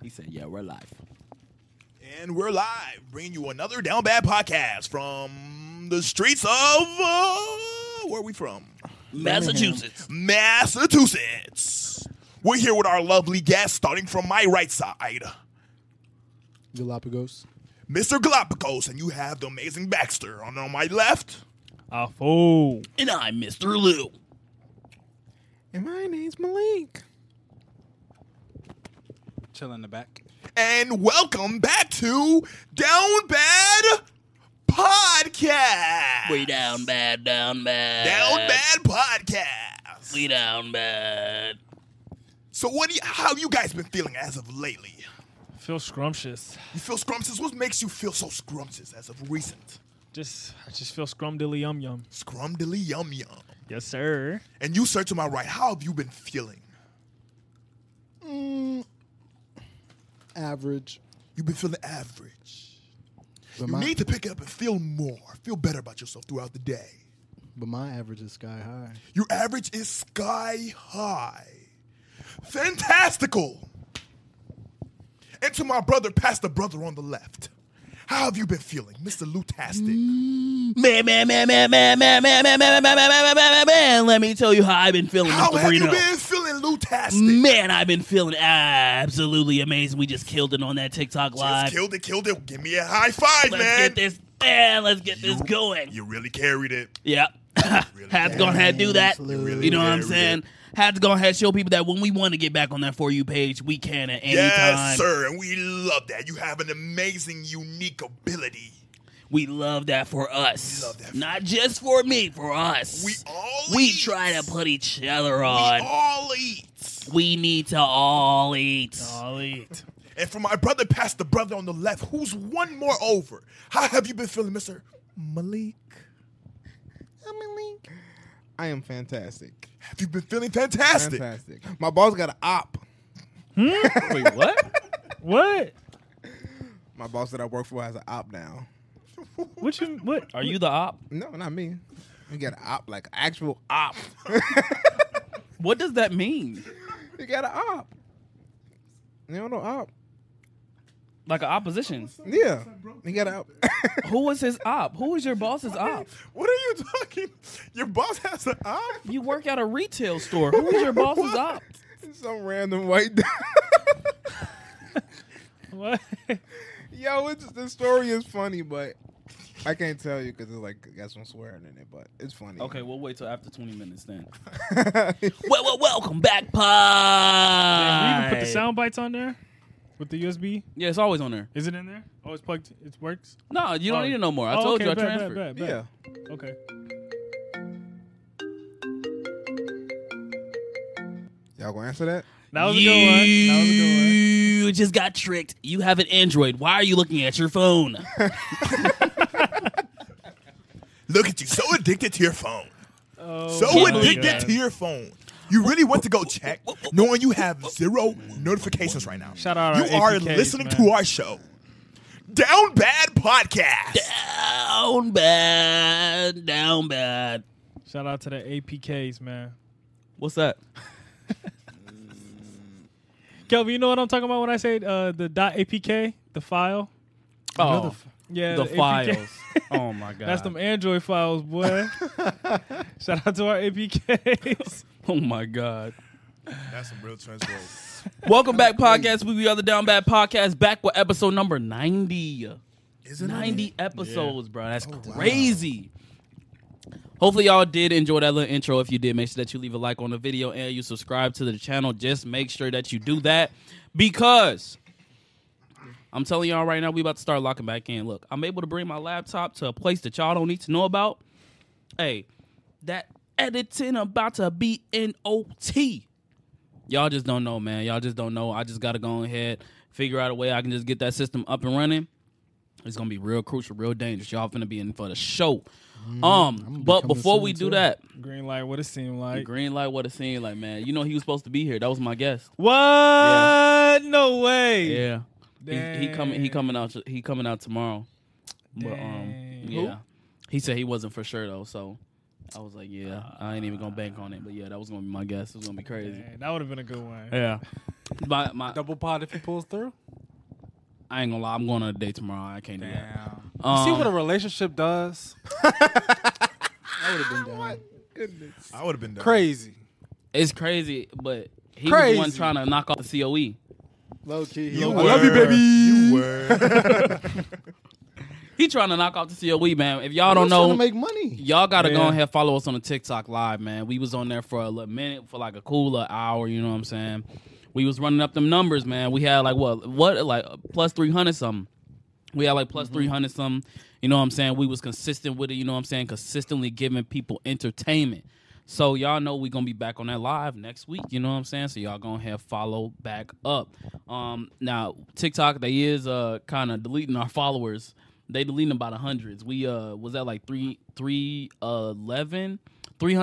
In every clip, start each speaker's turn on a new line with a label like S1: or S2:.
S1: He said, "Yeah, we're live."
S2: And we're live, bringing you another Down Bad podcast from the streets of uh, where are we from?
S3: Massachusetts.
S2: Massachusetts. We're here with our lovely guest, starting from my right side,
S4: Galapagos.
S2: Mr. Galapagos, and you have the amazing Baxter. And on my left,
S3: A fool. And I'm Mr. Lou.
S4: And my name's Malik. Chill in the back.
S2: and welcome back to Down Bad Podcast.
S3: We down bad, down bad.
S2: Down Bad Podcast.
S3: We down bad.
S2: So, what? Do you, how you guys been feeling as of lately?
S5: Feel scrumptious.
S2: You feel scrumptious? What makes you feel so scrumptious as of recent?
S5: Just, I just feel scrumdilly yum yum.
S2: Scrumdilly yum yum.
S5: Yes, sir.
S2: And you, sir, to my right, how have you been feeling?
S4: Average.
S2: You've been feeling average.
S4: But
S2: You
S4: my,
S2: need to pick up and feel more, feel better about yourself throughout the day.
S4: but my average is sky high.
S2: Your average is sky high. Fantastical. And to my brother, Pastor Brother on the left, how have you been feeling, Mr. Lutastic?
S3: Mm. Man, man, man, man, man, man, man, man, man, man, man, man, man, man, man, man. Let me tell you how I've been feeling,
S2: How
S3: Mr.
S2: have you
S3: Burrito.
S2: been feeling, Lutastic?
S3: Man, I've been feeling absolutely amazing. We just killed it on that TikTok live.
S2: Just killed it, killed it. Give me a high five,
S3: Let's
S2: man.
S3: get this. Man, let's get this going.
S2: You really carried it.
S3: Yeah.
S2: Really
S3: Had to go ahead and do that.
S4: Absolutely. You
S2: really
S3: You know what I'm
S2: carried
S3: saying?
S2: it.
S3: Had to go ahead and show people that when we want to get back on that For You page, we can at any time.
S2: Yes, sir. And we love that. You have an amazing, unique ability.
S3: We love that for us.
S2: love that for
S3: Not just for me, for us.
S2: We all
S3: We
S2: eat.
S3: try to put each other
S2: We
S3: on. We,
S2: all eat.
S3: need to all eat.
S2: Uh,
S5: I'll eat.
S2: And for my brother, past the brother on the left, who's one more over. How have you been feeling, Mister?
S4: Malik. I'm Malik.
S6: I am fantastic.
S2: Have you been feeling fantastic?
S6: Fantastic. My boss got an op.
S5: Wait, what? what?
S6: My boss that I work for has an op now.
S5: What you? What?
S3: Are you the op?
S6: No, not me. You got an op, like actual op.
S3: What does that mean?
S6: you got an op. You don't know op?
S3: Like an opposition.
S6: Yeah. You got an op.
S3: Who was his op? Who was your boss's op?
S2: What are you talking? Your boss has an eye.
S3: You work at a retail store. Who was your boss's op?
S6: Some random white dude.
S5: What?
S6: Yo, it's the story is funny, but I can't tell you because it's like got some swearing in it, but it's funny.
S3: we'll wait till after 20 minutes then. well, well, welcome back, pod.
S5: Did you even put the sound bites on there with the USB?
S3: Yeah, it's always on there.
S5: Is it in there? Oh, it's plugged. It works.
S3: No, you don't
S5: Oh.
S3: need it no more. I
S5: Oh,
S3: told
S5: okay,
S3: you I
S5: bet, bet,
S3: transferred.
S5: bet, bet.
S6: yeah.
S5: Okay.
S6: Y'all gonna answer that?
S5: That was a good one. That was a good one.
S3: You just got tricked. You have an Android. Why are you looking at your phone?
S2: Look at you, so addicted to your phone.
S5: Oh,
S2: So
S5: my
S2: addicted
S5: God.
S2: to your phone. You really went to go check, knowing you have zero notifications right now.
S5: Shout out
S2: You
S5: our
S2: are
S5: APKs,
S2: listening
S5: man.
S2: to our show, Down Bad Podcast.
S3: down bad, down bad.
S5: Shout out to the APKs, man.
S3: What's that?
S5: Kelvin, you know what I'm talking about when I say uh, the .apk, the file.
S3: Oh,
S5: Yeah,
S3: the
S5: APK.
S3: files. oh my god.
S5: That's them Android files, boy. Shout out to our APKs.
S3: Oh my god.
S2: That's some real transfer.
S3: Welcome back, podcast. We are the Down Bad Podcast. Back with episode number ninety.
S2: Is it
S3: 90 episodes, bro. That's crazy. Hopefully y'all did enjoy that little intro. If you did, make sure that you leave a like on the video and you subscribe to the channel. Just make sure that you do that because I'm telling y'all right now, we about to start locking back in. Look, I'm able to bring my laptop to a place that y'all don't need to know about. Hey, that editing about to be in OT. Y'all just don't know, man. Y'all just don't know. I just gotta go ahead, figure out a way I can just get that system up and running. It's gonna be real crucial, real dangerous. Y'all finna be in for the show. um, but
S4: Mm-hmm. coming
S3: before
S4: soon,
S3: we do
S4: too.
S3: that,
S5: Green light, what it seemed like.
S3: green light, what it seemed like, man. You know he was supposed to be here. That was my guess.
S5: What? No way.
S3: Yeah, he, he coming. He
S5: Dang.
S3: coming out. He coming out tomorrow. But um,
S5: Dang.
S3: yeah, he said he wasn't for sure though. So I was like, yeah,
S4: Uh,
S3: I ain't even gonna bank on it. But yeah, that was gonna be my guess. It was gonna be crazy.
S5: Dang, that would have been a good one.
S3: Yeah, my my.
S4: Double pod if he pulls through.
S3: I ain't gonna lie. I'm going on a date tomorrow. I can't do that.
S4: Damn.
S3: Um,
S4: See what a relationship does. I would have been down.
S6: Goodness.
S7: I would have been done.
S4: Crazy.
S3: it's crazy, but he was the one
S4: Crazy.
S3: trying to knock off the E. COE.
S4: Low key.
S7: You
S4: I
S7: were.
S4: love you, baby.
S7: You were.
S3: He trying to knock off the COE, man. If y'all don't
S4: Who's
S3: know,
S4: trying to make money.
S3: Y'all gotta go
S5: Yeah.
S3: ahead and follow us on the TikTok live, man. We was on there for a li- minute, for like a cooler hour. You know what I'm saying? We was running up them numbers, man. We had like what, what, like uh, plus three hundred something. We had like plus hundred something. You know what I'm saying? We was consistent with it. You know what I'm saying? Consistently giving people entertainment. So y'all know we gonna be back on that live next week. You know what I'm saying? So y'all gonna have follow back up. Um, now TikTok they is uh kind of deleting our followers. They deleting about a hundreds. We uh was at like three three eleven.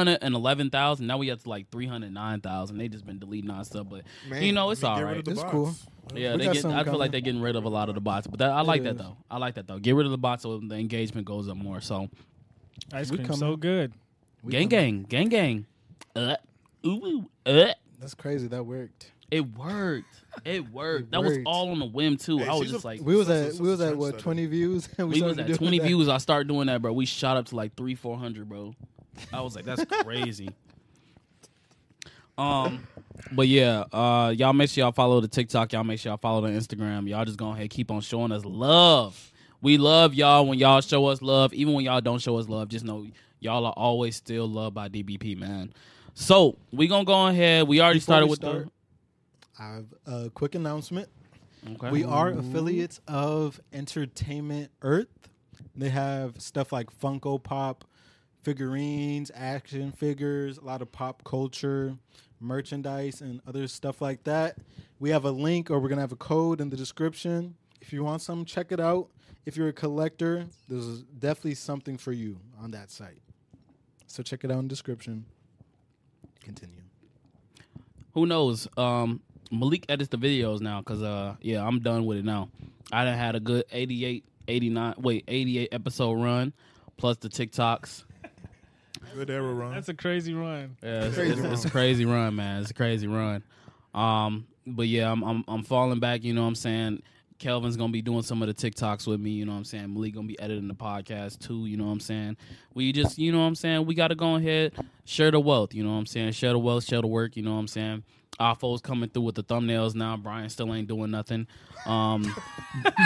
S3: 311,000. Now we have to like 309,000. They just been deleting our stuff, but
S6: Man,
S3: you know, it's
S7: get
S3: all
S7: rid
S3: right.
S7: of the
S4: It's
S7: box.
S4: cool.
S3: Yeah,
S4: We
S3: they
S4: got
S3: get, I
S4: something
S3: feel
S4: coming.
S3: like they're getting rid of a lot of the bots, but that, I like that
S4: is.
S3: though. I like that though. Get rid of the bots so they engagement goes up more. So
S5: Ice
S4: We
S5: cream
S4: coming.
S5: so good.
S4: We
S3: gang,
S4: come-
S3: gang, gang, gang, Uh, ooh, uh.
S4: That's crazy. That worked.
S3: It worked. It worked.
S4: It
S3: that was
S4: worked.
S3: all on a whim too.
S7: Hey,
S3: I was
S7: she's a-
S3: just like,
S4: We was
S7: So- so-
S4: at
S7: so-
S4: we was
S7: so-
S4: at what
S7: so-
S4: twenty views. and
S3: we was
S4: started
S3: at
S4: doing
S3: 20
S4: that.
S3: views. I started doing that, bro. We shot up to like three, four hundred, bro. I was like, that's crazy. Um, but yeah, uh, y'all make sure y'all follow the TikTok. Y'all make sure y'all follow the Instagram. Y'all just go ahead, keep on showing us love. We love y'all when y'all show us love, even when y'all don't show us love. Just know y'all are always still loved by DBP, man. So we gonna go ahead. We already
S4: Before
S3: started
S4: we
S3: with
S4: start, I have a quick announcement.
S3: the. Okay.
S4: We are affiliates of Entertainment Earth. They have stuff like Funko Pop, figurines, action figures, a lot of pop culture, merchandise, and other stuff like that. We have a link or we're going to have a code in the description. If you want some, check it out. If you're a collector, there's definitely something for you on that site. So check it out in the description. Continue.
S3: who knows? Um, Malik edits the videos now because uh, yeah, I'm done with it now. I done had a good 88, 89, wait, 88 episode run, plus the TikToks.
S7: Good era, Ron.
S5: That's a crazy run.
S3: Yeah, it's, it's, it's a crazy run, man. It's a crazy run. Um, but yeah, I'm, I'm I'm falling back. You know what I'm saying? Kelvin's gonna be doing some of the TikToks with me. You know what I'm saying? Malik gonna be editing the podcast too. You know what I'm saying? We just, you know what I'm saying? We gotta go ahead, share the wealth. You know what I'm saying? Share the wealth, share the work. You know what I'm saying? Our foes coming through with the thumbnails now. Brian still ain't doing nothing. Um,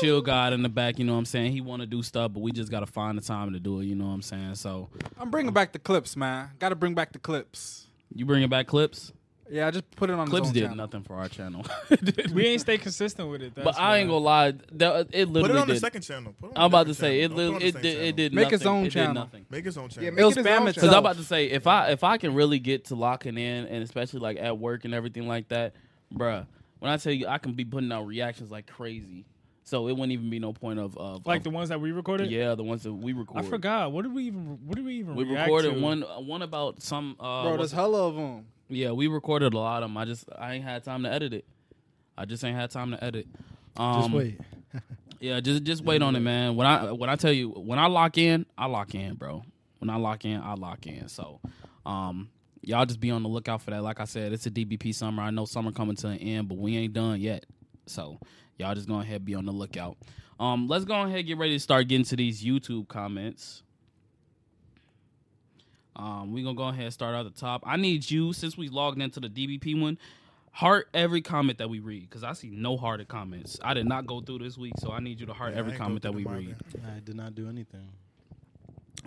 S3: chill God in the back. You know what I'm saying? He want to do stuff, but we just gotta find the time to do it. You know what I'm saying? So
S4: I'm bringing back the clips, man. Got to bring back the clips.
S3: you bringing back clips?
S4: Yeah, I just put it on his
S3: Clips
S4: own
S3: did
S4: channel.
S3: nothing for our channel,
S5: We ain't stay consistent with it. That's
S3: but I ain't
S5: why.
S3: gonna lie. That, it literally
S7: Put it on
S3: did.
S7: the second channel. Put it on
S3: I'm
S7: the
S3: about to
S7: different
S3: say it.
S7: channel. Don't
S3: Li-
S7: put
S3: it,
S7: on
S3: did,
S7: the same channel.
S3: it did.
S4: Make
S3: nothing.
S4: its own
S3: it
S4: channel.
S3: Did nothing.
S7: Make his own channel.
S6: Yeah,
S4: It
S6: make
S4: was
S6: it his
S4: spam
S6: own
S4: itself.
S3: Because
S6: channel.
S3: I'm about to say if I if I can really get to locking in and especially like at work and everything like that, bruh. When I tell you I can be putting out reactions like crazy, so it wouldn't even be no point of of
S5: Like the
S3: of,
S5: ones that we recorded.
S3: yeah the ones that we
S5: I
S3: recorded.
S5: forgot. What did we even? What did we even?
S3: We
S5: react
S3: recorded
S5: to?
S3: one one about some uh,
S6: Oh,
S4: Bro,
S3: what's
S4: there's hella of them.
S3: Yeah, we recorded a lot of them. I just I ain't had time to edit it. I just ain't had time to edit. Um,
S4: Just wait.
S3: Yeah, just just wait on it, man. When I when I tell you when I lock in, I lock in, bro. When I lock in, I lock in. So, um, y'all just be on the lookout for that. Like I said, it's a DBP summer. I know summer coming to an end, but we ain't done yet. So, y'all just go ahead be on the lookout. Um, let's go ahead get ready to start getting to these YouTube comments. Um, we're gonna go ahead and start out the top. I need you, since we logged into the DBP one, heart every comment that we read. Cause I see no hearted comments. I did not go through this week, so I need you to heart
S7: Yeah, I
S3: every
S7: ain't go
S3: comment that
S7: through
S3: we
S7: mine,
S3: read.
S7: man.
S4: I did not do anything.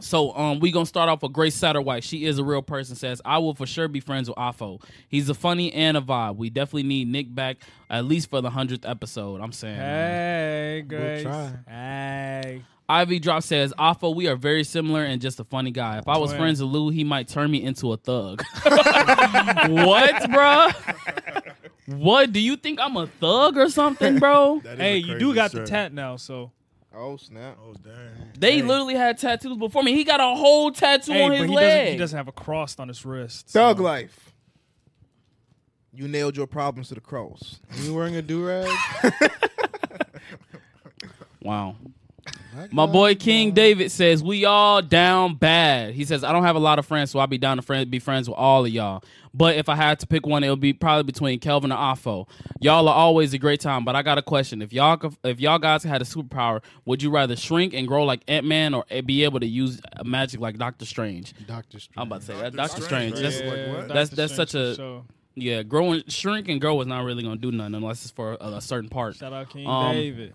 S3: So um, we gonna start off with Grace Satterwhite. She is a real person. Says I will for sure be friends with Afo. He's a funny and a vibe. We definitely need Nick back at least for the hundredth episode. I'm saying. man.
S5: Hey, Grace.
S4: try.
S5: Hey.
S3: Ivy Drop says, Afo, we are very similar and just a funny guy. If I was
S5: Twin.
S3: friends with Lou, he might turn me into a thug. what, bruh? What? Do you think I'm a thug or something, bro?
S7: That is a
S5: Hey, you do
S7: crazy
S5: got the
S7: shirt.
S5: tat now, so
S6: Oh snap!
S7: Oh damn.
S3: They literally had tattoos before me. He got a whole tattoo
S5: hey,
S3: on
S5: but
S3: his
S5: he
S3: leg.
S5: doesn't, he doesn't have a cross on his wrist. so-
S6: Thug life. You nailed your problems to the cross.
S4: You wearing a do rag?
S3: Wow. My boy King David says we all down bad. He says I don't have a lot of friends, so I'll be down to friend, be friends with all of y'all. But if I had to pick one, it'll be probably between Kelvin and Afo. Y'all are always a great time. But I got a question: if y'all could- if y'all guys had a superpower, would you rather shrink and grow like Ant Man, or be able to use magic like Doctor Strange?
S4: Doctor Strange.
S3: I'm about to say that
S7: Doctor
S3: Doctor
S7: Strange,
S3: Strange.
S7: yeah.
S3: That's,
S7: Like, what?
S5: Doctor
S3: that's- that's
S5: Strange
S3: such a-
S5: for sure.
S3: yeah, growing, shrink and grow is not really gonna do nothing unless it's for a, a certain part.
S5: Shout out King
S3: Um,
S5: David.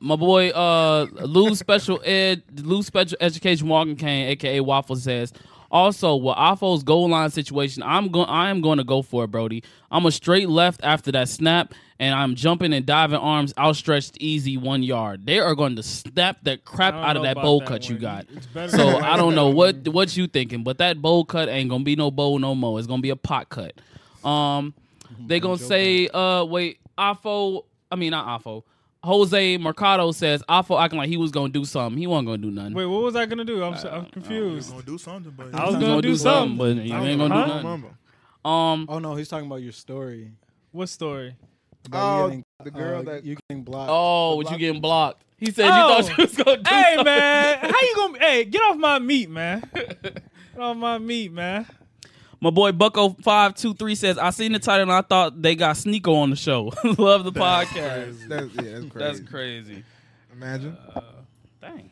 S3: My boy, uh, Lou Special Ed, Lou Special Education Walking Cane, aka Waffle, says. Also, with Afo's goal line situation, I'm going. I am going to go for it, Brody. I'm a straight left after that snap, and I'm jumping and diving, arms outstretched, easy one yard. They are going to snap the crap
S5: I don't
S3: out of
S5: know
S3: that
S5: about
S3: bowl
S5: that
S3: cut you
S5: one.
S3: got.
S5: It's better
S3: So
S5: than
S3: I don't know
S5: that
S3: what what you thinking, but that bowl cut ain't gonna be no bowl no more. It's gonna be a pot cut. Um,
S5: Mm-hmm.
S3: they gonna say, uh, wait, Afo. I mean, not Afo. Jose Mercado says Afo acting like he was gonna do something. He wasn't gonna do nothing.
S5: Wait, what was I gonna do? I'm,
S3: Uh,
S5: so- I'm
S7: We're
S5: confused.
S7: gonna do something, but
S5: I was
S3: He
S5: gonna do something.
S3: but he ain't gonna
S5: know. Huh?
S3: do
S6: I don't
S3: nothing.
S6: remember.
S3: Um,
S4: Oh no, he's talking about your story.
S5: What story?
S4: About
S6: Oh,
S4: you getting,
S6: the girl
S4: uh,
S6: that-
S4: you getting blocked.
S3: oh, what you getting blocked? He said
S5: Oh.
S3: you thought you was gonna do
S5: Hey
S3: something.
S5: man, how you gonna? Hey, get off my meat, man. Get off my meat, man.
S3: My boy Bucko five two three says I seen the title and I thought they got Sneeko on the show. Love the podcast.
S6: That's, yeah, that's crazy. Uh,
S3: That's crazy.
S6: Imagine.
S3: Dang.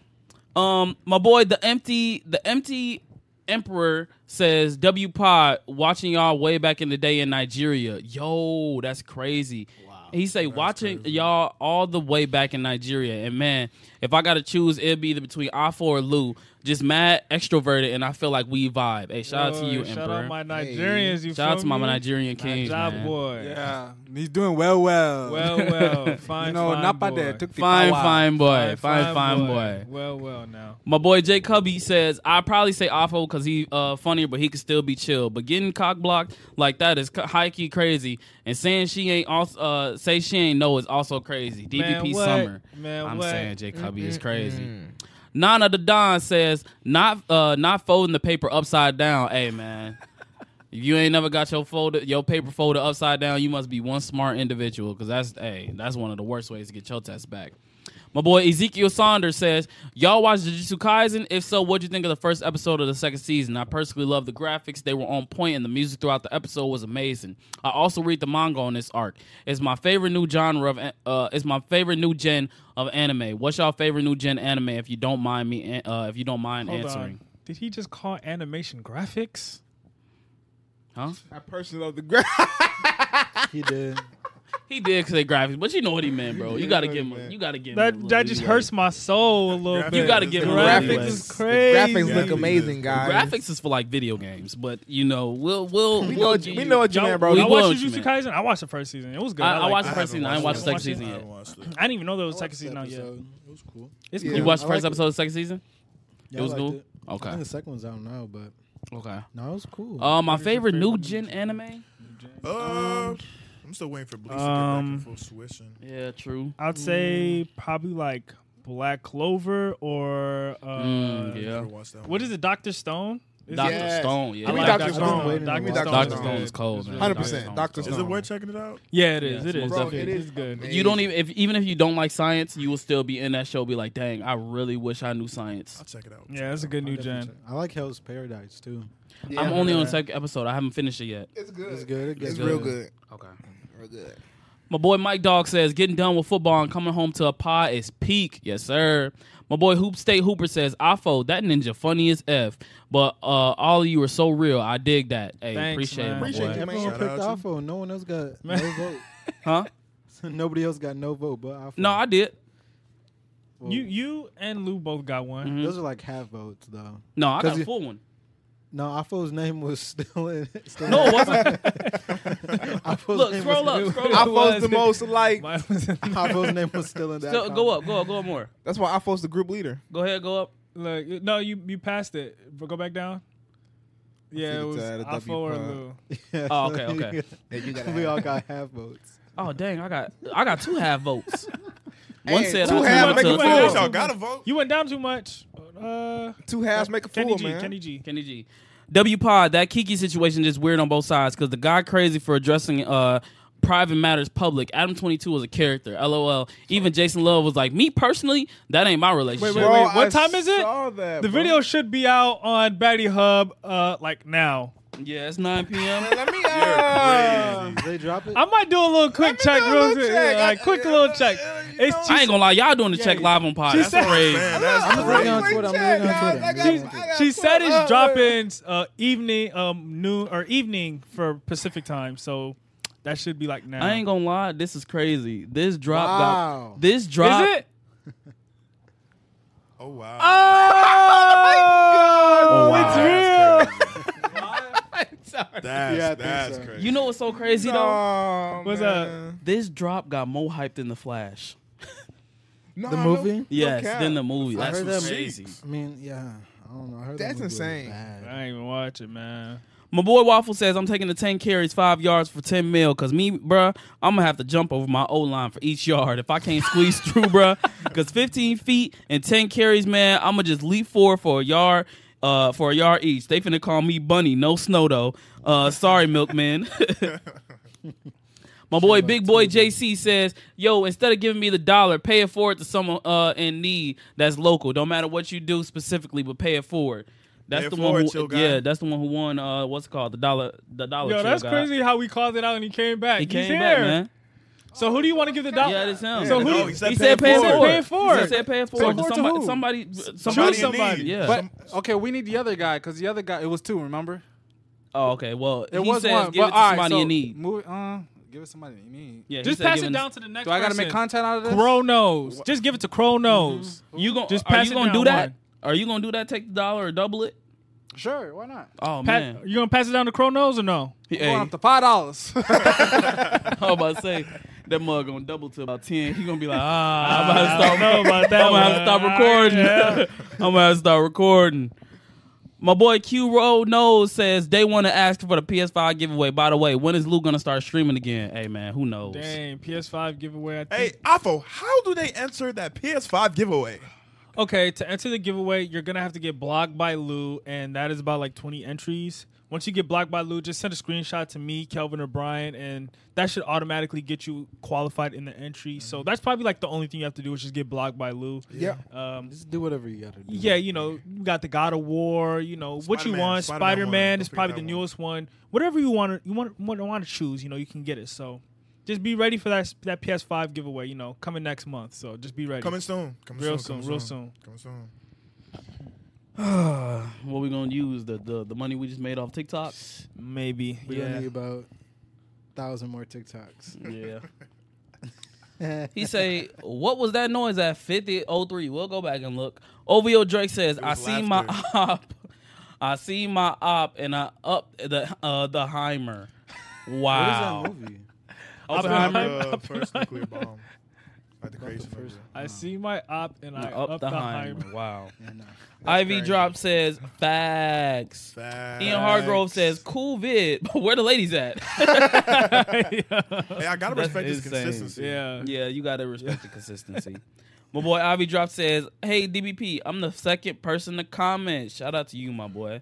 S3: Um, my boy, the empty, the empty emperor says, "W Pod, watching y'all way back in the day in Nigeria. Yo, that's crazy." Wow. He say, "Watching y'all all the way back in Nigeria." And man, if I gotta choose, it'd be either between I4 or Lou. Just mad extroverted, and I feel like we vibe. Hey, shout out to
S5: Yo,
S3: you,
S5: Shout
S3: emperor.
S5: out my Nigerians. You
S3: shout out
S5: feel
S3: to my
S5: me?
S3: Nigerian kings,
S5: job,
S3: man.
S5: boy.
S8: Yeah, he's doing well, well.
S5: Well, well, fine.
S8: you know,
S5: fine
S8: Napa
S5: boy.
S8: there took the
S3: Fine,
S8: power.
S3: fine boy, fine, fine, boy.
S5: Well, well, now.
S3: My boy Jay Cubby says I probably say Afo because he uh funnier, but he could still be chill. But getting cock blocked like that is high key crazy, and saying she ain't also uh say she ain't know is also crazy.
S5: Man,
S3: DVP
S5: what?
S3: Summer,
S5: Man,
S3: I'm
S5: what?
S3: saying Jay Cubby is crazy. Nana the Don says not uh not folding the paper upside down. Hey man, if you ain't never got your folder your paper folder upside down, you must be one smart individual because that's hey that's one of the worst ways to get your test back. My boy Ezekiel Saunders says, Y'all watch Jujutsu Kaisen? If so, what'd you think of the first episode of the second season? I personally love the graphics. They were on point and the music throughout the episode was amazing. I also read the manga on this arc. It's my favorite new genre of uh it's my favorite new gen of anime. What's y'all favorite new gen anime if you don't mind me uh if you don't mind
S5: Hold
S3: answering?
S5: on. Did he just call animation graphics?
S3: Huh?
S6: I personally love the girl.
S4: He did.
S3: He did say graphics, but you know what he meant, bro. You gotta give him a, you gotta give him a
S5: That
S3: little
S5: that just
S3: leeway.
S5: hurts my soul a little
S7: You
S5: bit.
S3: gotta give him a
S5: graphics
S3: little
S5: is
S6: The
S5: crazy.
S6: graphics look
S7: Yeah.
S6: amazing, guys.
S3: Graphics is for like video games, but you know, we'll we'll
S6: We
S3: we'll
S6: know,
S3: give
S6: we
S3: you-
S6: know what you
S5: Y'all,
S6: mean, bro.
S3: we
S5: y'all
S3: will- want
S5: watched
S3: you,
S5: Jujutsu
S3: man.
S5: Kaisen? I watched the first season. It was good.
S3: I- I
S5: liked
S3: watched
S5: it.
S3: the first season. I didn't watch the second
S5: watched it.
S3: season
S7: I
S3: yet.
S7: haven't watched it.
S5: I didn't even know there was a
S4: Watched
S5: second
S4: the
S5: season out yet.
S4: episode. It was cool.
S5: It's
S6: Yeah.
S5: cool.
S3: You watched the
S4: I
S3: first
S4: liked it.
S3: episode of the second season?
S4: Yeah,
S3: it was
S4: I liked
S3: cool.
S4: I think
S3: Okay.
S4: the second one's out now, but
S3: Okay.
S4: no, it was cool.
S3: Uh, my favorite new gen anime.
S7: Uh, I'm still waiting for Bleach
S5: Um,
S7: to get back in full fruition.
S3: Yeah, true.
S5: I'd say probably like Black Clover or uh,
S3: Mm, yeah.
S7: Never watched that
S5: what
S7: one.
S5: is it? Doctor Stone. Is
S3: Doctor
S5: it-
S6: Yes.
S3: Stone. Yeah,
S5: I
S6: Give me
S5: like
S6: Dr.
S5: Dr.
S6: Stone.
S5: Stone.
S6: Give me
S5: Dr.
S6: Dr.
S3: Doctor
S6: Stone.
S3: Stone is cold, man.
S6: 100%. Dr.
S7: Is it
S6: Stone.
S7: worth checking it out?
S5: Yeah, it is.
S3: Yeah,
S5: It is.
S3: bro,
S5: definitely.
S6: it is
S5: good.
S3: You don't even if even if you don't like science, you will still be in that show. Be like, dang, I really wish I knew science.
S7: I'll check it out.
S5: Yeah, that's a good new
S4: Definitely
S5: gen.
S4: check. I like Hell's Paradise too.
S6: Yeah.
S3: I'm only on the second episode. I haven't finished it yet.
S6: It's good.
S4: It's good. It
S6: It's
S4: gets
S6: real
S4: better.
S6: good.
S3: Okay.
S6: Real good.
S3: My boy Mike Dog says, getting done with football and coming home to a pie is peak. Yes, sir. My boy Hoop State Hooper says, Afo, that ninja funny as F. But uh, all of you are so real. I dig that. Hey,
S5: Thanks,
S3: appreciate
S5: man.
S3: it, my
S5: Appreciate
S3: boy.
S7: you.
S4: Everyone
S7: Shout
S4: picked
S7: out
S4: Alpha. No one else got no
S5: Man.
S4: vote.
S3: Huh?
S4: So Nobody else got no vote, but Alpha.
S3: No, I did.
S4: Well,
S5: You you and Lou both got one.
S3: Mhm.
S4: Those are like half votes though.
S3: No, I
S4: 'Cause
S3: got
S4: you-
S3: a full one.
S4: No, Alpha's name was still in. Still
S3: No, it wasn't.
S4: I Hoffo's
S3: Look,
S4: name
S3: scroll
S4: was,
S3: up, scroll
S6: I
S3: up.
S6: was the most like.
S3: Mm-hmm.
S5: Mine was in there.
S4: Hoffo's name was still in that.
S3: So, go up, go up, go up more.
S6: That's why I was the group leader.
S3: Go ahead, go up.
S5: Look, no, you you passed it. But go back down.
S6: see
S5: Yeah, it
S6: the
S5: was
S6: tie, the
S5: Afo
S6: W
S5: or
S6: pun.
S5: Lou.
S4: Yeah,
S3: Oh,
S4: so
S3: okay, okay.
S6: Yeah, you gotta
S4: we
S6: have
S4: all
S6: it.
S4: got half votes.
S3: Oh dang, I got I got two half votes. One
S6: Hey,
S3: said
S6: two
S3: I was
S6: halves
S3: going
S6: make
S3: to
S6: a
S5: Wait,
S6: fool.
S5: that's
S7: Y'all gotta vote.
S5: You went down too much. Uh,
S6: Two halves make a
S5: Kenny
S6: fool,
S5: G,
S6: man.
S5: Kenny G.
S3: Kenny G. W Pod, that Kiki situation is weird on both sides because the guy crazy for addressing uh private matters public. Adam twenty two was a character. LOL. Even Jason Love was like, me personally, that ain't my relationship.
S5: Wait, wait, what time is it?
S6: Saw that,
S5: The
S6: bro.
S5: video should be out on Batty Hub, uh, like now.
S3: Yeah, it's nine PM.
S6: Let me. Uh,
S4: Did they drop it?
S5: I might do a little quick check,
S6: do a
S5: real
S6: little
S5: quick.
S6: check.
S5: Yeah, like,
S6: I-
S5: quick
S6: yeah,
S5: little check.
S6: yeah, you
S5: It's
S3: I
S5: she,
S3: ain't gonna lie, y'all doing the check live on pod. That's
S5: said-
S3: crazy.
S7: Man, that's
S4: I'm
S7: crazy.
S4: really on Twitter. I'm really on Twitter. I'm
S6: She-
S4: really on Twitter.
S6: I
S5: she
S6: gotta
S5: said
S6: pull
S5: it's
S6: up,
S5: dropping uh, evening, um, noon or evening for Pacific time. So that should be like now.
S3: I ain't gonna lie, this is crazy. This drop
S4: Wow.
S3: got this drop
S5: Is it?
S7: Oh wow.
S5: Uh, Oh,
S7: Wow,
S5: it's real.
S7: That's,
S4: Yeah, I think
S7: that's
S4: so.
S7: crazy.
S3: You know what's so crazy though?
S6: Oh,
S5: What's
S6: man.
S3: This drop got more hype than the Flash.
S6: No,
S4: The
S6: no,
S4: movie?
S3: Yes,
S6: cap.
S3: than the movie. That's
S4: heard
S3: what's
S4: that
S3: crazy.
S4: I mean, yeah. I don't know. I heard that
S6: That's
S4: movie was
S6: insane.
S4: bad.
S5: I ain't even watch it, man.
S3: My boy Waffle says I'm taking the ten carries, five yards for ten mil. Cause me, bruh, I'm gonna have to jump over my O line for each yard if I can't squeeze through, bruh. Cause 15 feet and 10 carries, man, I'm gonna just leap forward for a yard, uh, for a yard each. They finna call me Bunny, no snow though. Uh, sorry, Milkman. My boy, big boy JC says, "Yo, instead of giving me the dollar, pay it forward to someone uh, in need that's local. Don't matter what you do specifically, but pay it forward." That's
S7: Pay it
S3: the
S7: forward,
S3: one who,
S7: chill guy.
S3: yeah, that's the one who won. Uh, what's it called the dollar, the dollar.
S5: Yo,
S3: chill
S5: that's
S3: guy.
S5: crazy how we called it out and he came back.
S3: Oh, He
S5: He's
S3: came
S5: here.
S3: back, man.
S5: So who do you want to give the dollar?
S3: Yeah, that's him.
S5: So who?
S7: No, Oh, he said
S3: he
S7: pay
S3: said,
S7: it
S3: "Pay it
S7: forward.
S3: forward."
S5: Pay it forward.
S3: He said, "Pay it
S5: Pay
S3: forward."
S5: it
S3: to
S5: forward to
S3: somebody,
S5: who?
S3: somebody,
S5: Choose
S3: somebody,
S5: somebody.
S3: Yeah.
S7: But
S8: But okay, we need the other guy because the other guy it was two. Remember,
S3: oh, okay. Well,
S8: it
S3: he
S8: was
S3: says,
S8: one.
S3: "Give
S8: but,
S3: it to
S8: all right,
S3: somebody
S8: so
S3: in need."
S8: Move, it- uh, give it somebody in need.
S3: Yeah, he
S5: Just
S3: said,
S5: pass
S3: give
S5: it
S3: it-
S5: down to the next.
S8: Do I gotta
S5: person.
S8: make Mm-hmm. content out of this?
S5: Chronos. Just give it to Chronos.
S3: You gonna
S5: Just
S3: are
S5: pass
S3: you
S5: it
S3: gonna
S5: down
S3: do that?
S5: one.
S3: Are you gonna do that? Take the dollar or double it?
S8: Sure, why not?
S3: Oh man,
S5: Pat, you gonna pass it down to Chronos or no?
S8: We're
S3: Hey.
S8: Going up to five dollars.
S3: I'm about to say that mug gonna double to about ten. He gonna be like, ah, I'm about to stop.
S5: know about that.
S3: I'm gonna have to stop
S5: one.
S3: recording.
S5: Yeah.
S3: I'm gonna have to stop recording. My boy Q Road knows says they want to ask for the PS5 giveaway. By the way, when is Lou gonna start streaming again? Hey man, who knows?
S5: Dang, PS5 giveaway. I
S7: Hey,
S5: think.
S7: Afo, how do they enter that PS5 giveaway?
S5: Okay, to enter the giveaway, you're gonna have to get blocked by Lou, and that is about like 20 entries. Once you get blocked by Lou, just send a screenshot to me, Kelvin or Brian, and that should automatically get you qualified in the entry. So
S8: Mm-hmm.
S5: that's probably like the only thing you have to do is just get blocked by Lou.
S6: Yeah.
S5: Um,
S4: Just do whatever you gotta do.
S5: Yeah, you know, you got the God of War, you know, what you
S7: Spider-Man,
S5: want.
S7: Spider-Man
S5: Spider
S7: one,
S5: Man is
S7: go pick
S5: probably
S7: that
S5: the
S7: one.
S5: newest one. Whatever you want to you want want, want to choose, you know, you can get it. So just be ready for that that PS5 giveaway, you know, coming next month. So just be ready.
S7: Coming soon. Coming
S5: real
S7: soon.
S5: soon,
S7: coming
S5: real soon.
S7: Coming soon.
S3: What we gonna use the, the the money we just made off TikTok?
S5: Maybe.
S4: We
S5: yeah.
S4: gonna need about thousand more TikToks.
S3: Yeah. He say, "What was that noise at 5003? We'll go back and look." OVO Drake says, "I
S7: was
S3: see my op, I see my op, and I up the uh the Heimer." Wow.
S8: What is that movie?
S7: Oppenheimer,
S5: Oppenheimer.
S7: uh, first nuclear bomb. Like the crazy
S8: the
S7: first.
S8: first-
S5: I see my op and I
S3: Up, the, Heimer.
S5: hype.
S3: Wow.
S8: Yeah, no.
S3: Ivy
S7: crazy.
S3: Drop says, "Facts." Ian Hargrove says, "Cool vid, but where the ladies at?"
S7: Hey, I gotta
S3: That's
S7: respect his
S3: insane.
S7: consistency.
S5: yeah.
S3: Yeah, you gotta respect the consistency. My boy Ivy Drop says, "Hey DBP, I'm the second person to comment. Shout out to you, my boy.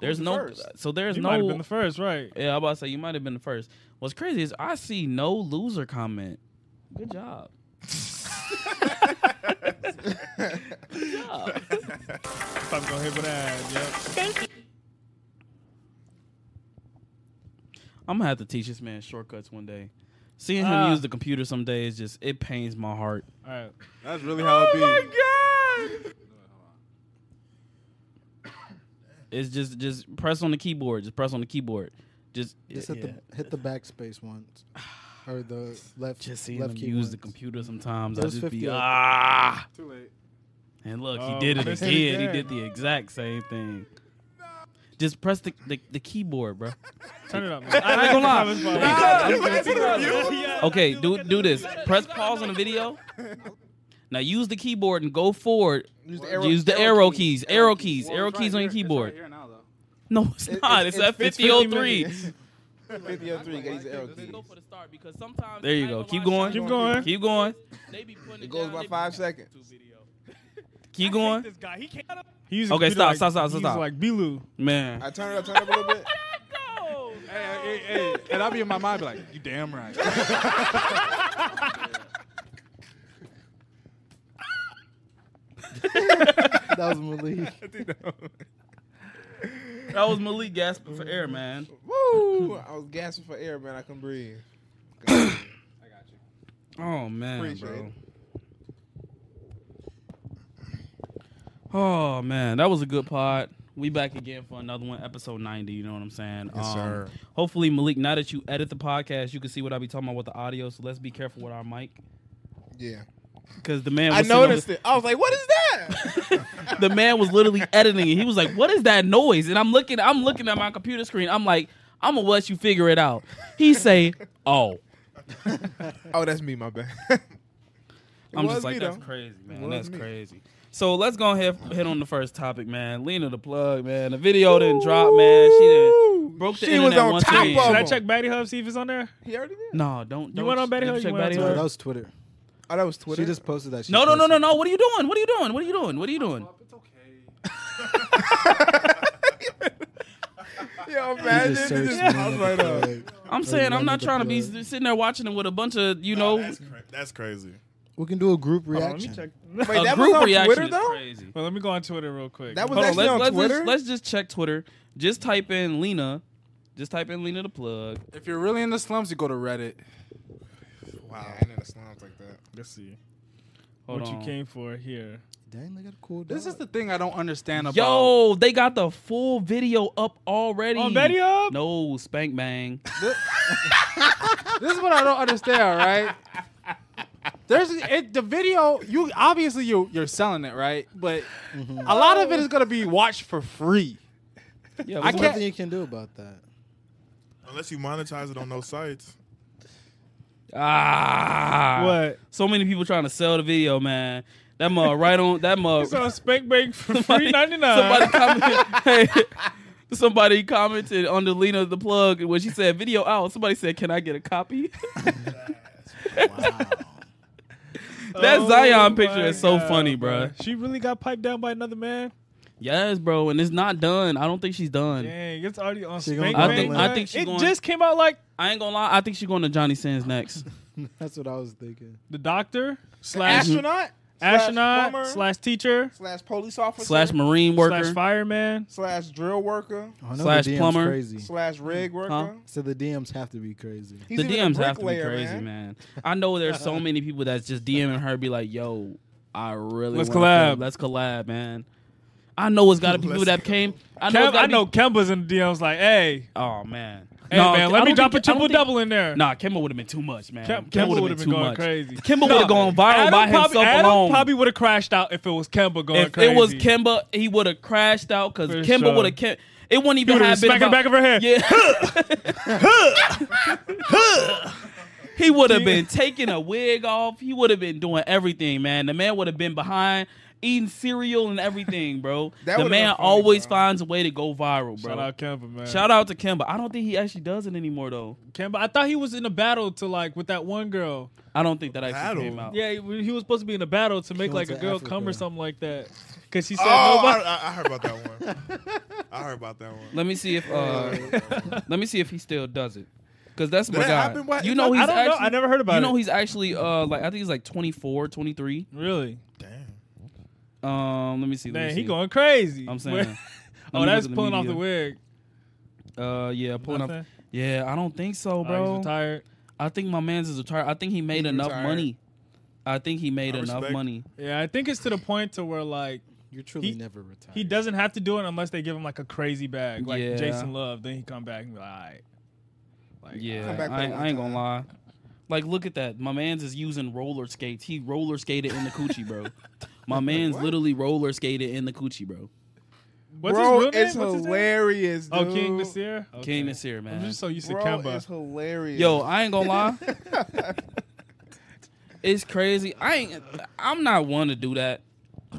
S3: There's
S6: the
S3: no
S6: first?
S3: so there's
S5: You
S3: no.
S5: might have been the first, right?
S3: yeah, I'm about to say you might have been the first. What's crazy is I see no loser comment. Good job. Good job.
S5: If I'm gonna hit with that.
S3: I'm gonna have to teach this man shortcuts one day. Seeing him
S5: Ah.
S3: use the computer some days just it pains my heart.
S5: Yep. All right.
S8: That's really how
S4: Oh
S8: it be.
S3: It's just just press on the keyboard. Just press on the keyboard. Just
S4: Just
S3: yeah.
S4: hit the hit the backspace once, or the left
S3: just seeing
S4: left
S3: him
S4: key
S3: use
S4: once.
S3: the computer sometimes. I
S4: Those
S3: just be
S4: 50
S3: ah.
S8: Too late.
S3: And look, he
S5: Oh,
S3: did it
S5: that's
S3: again.
S5: it
S3: He
S5: again.
S3: did the exact same thing. Just press the, the, the keyboard, bro.
S5: Turn it up. Man. I ain't gonna lie. Yeah.
S3: Okay, do do this. Press pause on the video. Now use the keyboard and go forward.
S6: Use the
S3: Use the arrow keys. Arrow keys. Arrow keys on your keyboard. No, it's
S6: It-
S3: not.
S6: it-
S3: It's
S6: it's
S3: at
S6: 50
S3: 5003.
S6: Fifty oh three. Got these arrow keys.
S3: Go for the start because sometimes
S5: There you
S3: I ain't
S5: go.
S3: gonna
S5: Keep
S3: lie,
S5: going.
S3: some
S5: Keep going.
S3: Keep going. They be putting
S6: It goes
S3: down,
S6: by
S3: they be
S6: five
S3: putting down
S6: seconds.
S3: two video. Keep going.
S5: This guy, he can't. He's
S3: Okay, stop, stop, stop,
S5: He's
S3: stop.
S5: like Bilu.
S3: Man.
S6: I turn it up. Turn it up a little bit.
S8: Hey, hey, hey. And I'll be in my mind, be like, you damn right.
S3: "Ah."
S6: That was Malik.
S3: That was Malik gasping for air, man.
S6: Woo! I was gasping for air, man. I couldn't breathe.
S3: Oh man,
S6: Appreciate
S3: bro. Oh man, that was a good pod. We back again for another one, episode ninety. You know what I'm saying? Yes,
S4: sir.
S3: Hopefully, Malik. Now that you edit the podcast, you can see what I be talking about with the audio. So let's be careful with our mic,
S6: Yeah.
S3: because the man. Was
S6: I
S3: sitting over-
S6: noticed it. I was like, "What is that?"
S3: the man was literally editing and he was like, What is that noise? And I'm looking, I'm looking at my computer screen. I'm like, I'ma let you figure it out. He say, Oh.
S6: oh, that's me. My bad.
S3: I'm
S6: was
S3: just like,
S6: me,
S3: that's
S6: though.
S3: crazy, man.
S6: was
S3: That's
S6: me.
S3: crazy. So let's go ahead hit on the first topic, man. Lena the plug, man. The video didn't drop, man. She didn't broke the
S6: She was
S3: internet
S6: on
S3: once
S6: top
S3: again.
S6: of
S5: Should I
S6: on.
S5: check Batty Hub see if it's on there?
S6: he already did.
S3: No, don't, don't
S5: went on Betty
S3: don't
S5: Hill,
S3: check
S5: you went
S3: Betty
S5: on
S3: Hill.
S4: No, that was Twitter.
S6: Oh, that was Twitter.
S4: She just posted that. She
S3: No, no, no,
S4: posted.
S3: no, no. What are you doing? What are you doing? What are you doing? What are you doing?
S8: It's okay.
S6: Yo,
S4: She
S6: imagine
S4: just
S6: just
S4: searched
S6: just
S4: Lena
S6: pops
S4: the
S6: right up.
S4: Plug.
S3: I'm saying I'm
S4: Lena
S3: not
S4: the
S3: trying to be
S4: Plug.
S3: sitting there watching it with a bunch of, you
S7: Oh,
S3: know,
S7: that's, cra- that's crazy.
S4: We can do a group
S5: Hold on, let me
S4: reaction.
S5: check.
S6: Wait,
S3: a
S6: that was
S3: group
S6: on
S3: reaction
S6: Twitter
S3: is
S6: though.
S3: crazy.
S5: Well, let me go on Twitter real quick.
S6: That was
S3: Hold on,
S6: actually
S3: let's,
S6: on
S3: let's
S6: Twitter.
S3: Just, let's just check Twitter. Just type in Lena. Just type in Lena the plug.
S8: If you're really in the slums, you go to Reddit.
S6: Wow, I ain't in the slums like that.
S5: Let's see
S3: Hold
S5: what
S3: on.
S5: you came for here.
S4: Dang, they got a cool.
S8: This
S4: dog.
S8: is the thing I don't understand about.
S3: Yo, they got the full video up already.
S5: On Betty Hub?
S3: No, Spank Bang.
S8: This is what I don't understand, all right? There's it, the video. You obviously you you're selling it, right? But a lot of it is gonna be watched for free.
S3: Yeah,
S8: I
S4: There's
S8: can't-
S4: nothing you can do about that.
S7: Unless you monetize it on those sites.
S3: Ah.
S5: What?
S3: So many people trying to sell the video, man. That mug right on that mug.
S5: It's on Spank Bank for
S3: Somebody-
S5: three ninety
S3: Somebody
S5: nine.
S3: commented. hey, somebody commented on the Lena the plug when she said video out. Somebody said, "Can I get a copy?" That
S5: Oh
S3: Zion picture is so funny, bruh.
S5: She really got piped down by another man.
S3: yes, bro, and it's not done. I don't think she's done.
S5: Dang, it's already on
S4: She
S5: Spank
S4: gonna
S5: Bank.
S4: go to
S5: bruh.
S4: Lin-
S3: I think she
S5: it
S3: going-
S5: just came out like
S3: I ain't gonna lie. I think she's going to Johnny Sins next.
S4: That's what I was thinking.
S5: the doctor slash
S6: Astronaut. slash
S5: astronaut
S6: plumber,
S5: slash, teacher
S6: slash police officer
S3: slash marine worker.
S5: slash fireman.
S6: slash drill worker
S4: I know
S3: Slash
S4: the DM's
S3: plumber.
S4: Crazy.
S6: slash rig worker.
S3: Huh?
S4: So the DMs have to be crazy.
S6: He's
S3: the
S6: even a
S3: DMs have to be
S6: bricklayer,
S3: crazy, man. I know there's so many people that's just DMing her, be like, "Yo, I really
S5: Let's
S3: wanna
S5: collab.
S3: let's collab, man." I know it's got to be people that came. I know,
S5: Kemba-
S3: it's gotta
S5: I know
S3: Be,
S5: Kemba's in the DMs like, hey,
S3: oh man,
S5: hey man, let me drop a triple double in there.
S3: Nah, Kimba would have been too much, man.
S5: Kem-
S3: Kimba
S5: Kemba
S3: would
S5: would
S3: have
S5: have
S3: been too
S5: been going
S3: much.
S5: crazy.
S3: Kimba would have gone viral
S5: Adam
S3: by himself
S5: probably, Adam
S3: alone.
S5: probably would have crashed out if it was Kemba going
S3: if
S5: crazy.
S3: it was Kimba, he would have crashed out because
S5: For
S3: Kimba
S5: sure.
S3: would have. Kim- it wouldn't
S5: he
S3: even
S5: would have
S3: have been
S5: smacked the
S3: about-
S5: back of her head.
S3: Yeah. he would have been taking a wig off. He would have been doing everything, man. The man would have been behind eating cereal and everything, bro.
S6: That
S3: the
S6: would've
S3: man
S6: been funny,
S3: always
S6: bro.
S3: finds a way to go viral, bro.
S5: Shout out Kemba, man.
S3: Shout out to Kimba. I don't think he actually does it anymore, though.
S5: Kemba. I thought he was in a battle to like with that one girl.
S3: I don't think that actually
S7: Battle.
S3: came out.
S5: Yeah, he he was supposed to be in a battle to make
S4: went
S5: like
S4: to
S5: a girl
S4: Africa.
S5: come or something like that. Cause she said
S7: Oh, I,
S5: nobody.
S7: I, I heard about that one. I heard about that one.
S3: Let me see if uh, let me see if he still does it. Cause that's my
S7: that
S3: guy.
S7: happen? Why-
S3: you
S7: it's
S3: know
S5: like-
S3: he's
S5: I don't know.
S3: actually-
S5: I never heard about
S3: You know
S5: it.
S3: he's actually uh like I think he's like 24, 23.
S5: really?
S7: Damn.
S3: Um, let me see. Let me
S5: Man,
S3: see.
S5: he going crazy.
S3: I'm saying.
S5: oh,
S3: Let me
S5: that's
S3: look at
S5: pulling off the
S3: media.
S5: wig.
S3: Uh, yeah, pulling off.
S5: Nothing?
S3: Yeah, I don't think so,
S5: Oh, he's
S3: bro.
S5: retired.
S3: I think my man's is retired. I think he made
S6: He's
S3: enough
S6: retired.
S3: money. I think he made
S7: I
S3: enough
S7: respect.
S3: money.
S5: Yeah, I think it's to the point to where like
S4: You're truly
S5: He-
S4: never retired.
S5: he doesn't have to do it unless they give him like a crazy bag, like
S3: Yeah.
S5: Jason Love. Then he come back and be like, all right.
S3: Yeah,
S6: Come back
S3: I,
S6: that
S3: I
S6: one
S3: ain't gonna
S6: time.
S3: lie. Like, look at that. My man's is using roller skates. He roller skated in the coochie, bro. My man's literally roller skated in the coochie, bro.
S5: What's
S6: bro,
S5: his real name?
S6: it's
S5: What's his name?
S6: hilarious, dude.
S5: Oh, King Nasir. Okay.
S3: King this here, man.
S5: I'm just so used to
S6: Bro, it's
S5: Kemba.
S6: hilarious.
S3: Yo, I ain't gonna lie. it's crazy. I ain't. I'm not one to do that.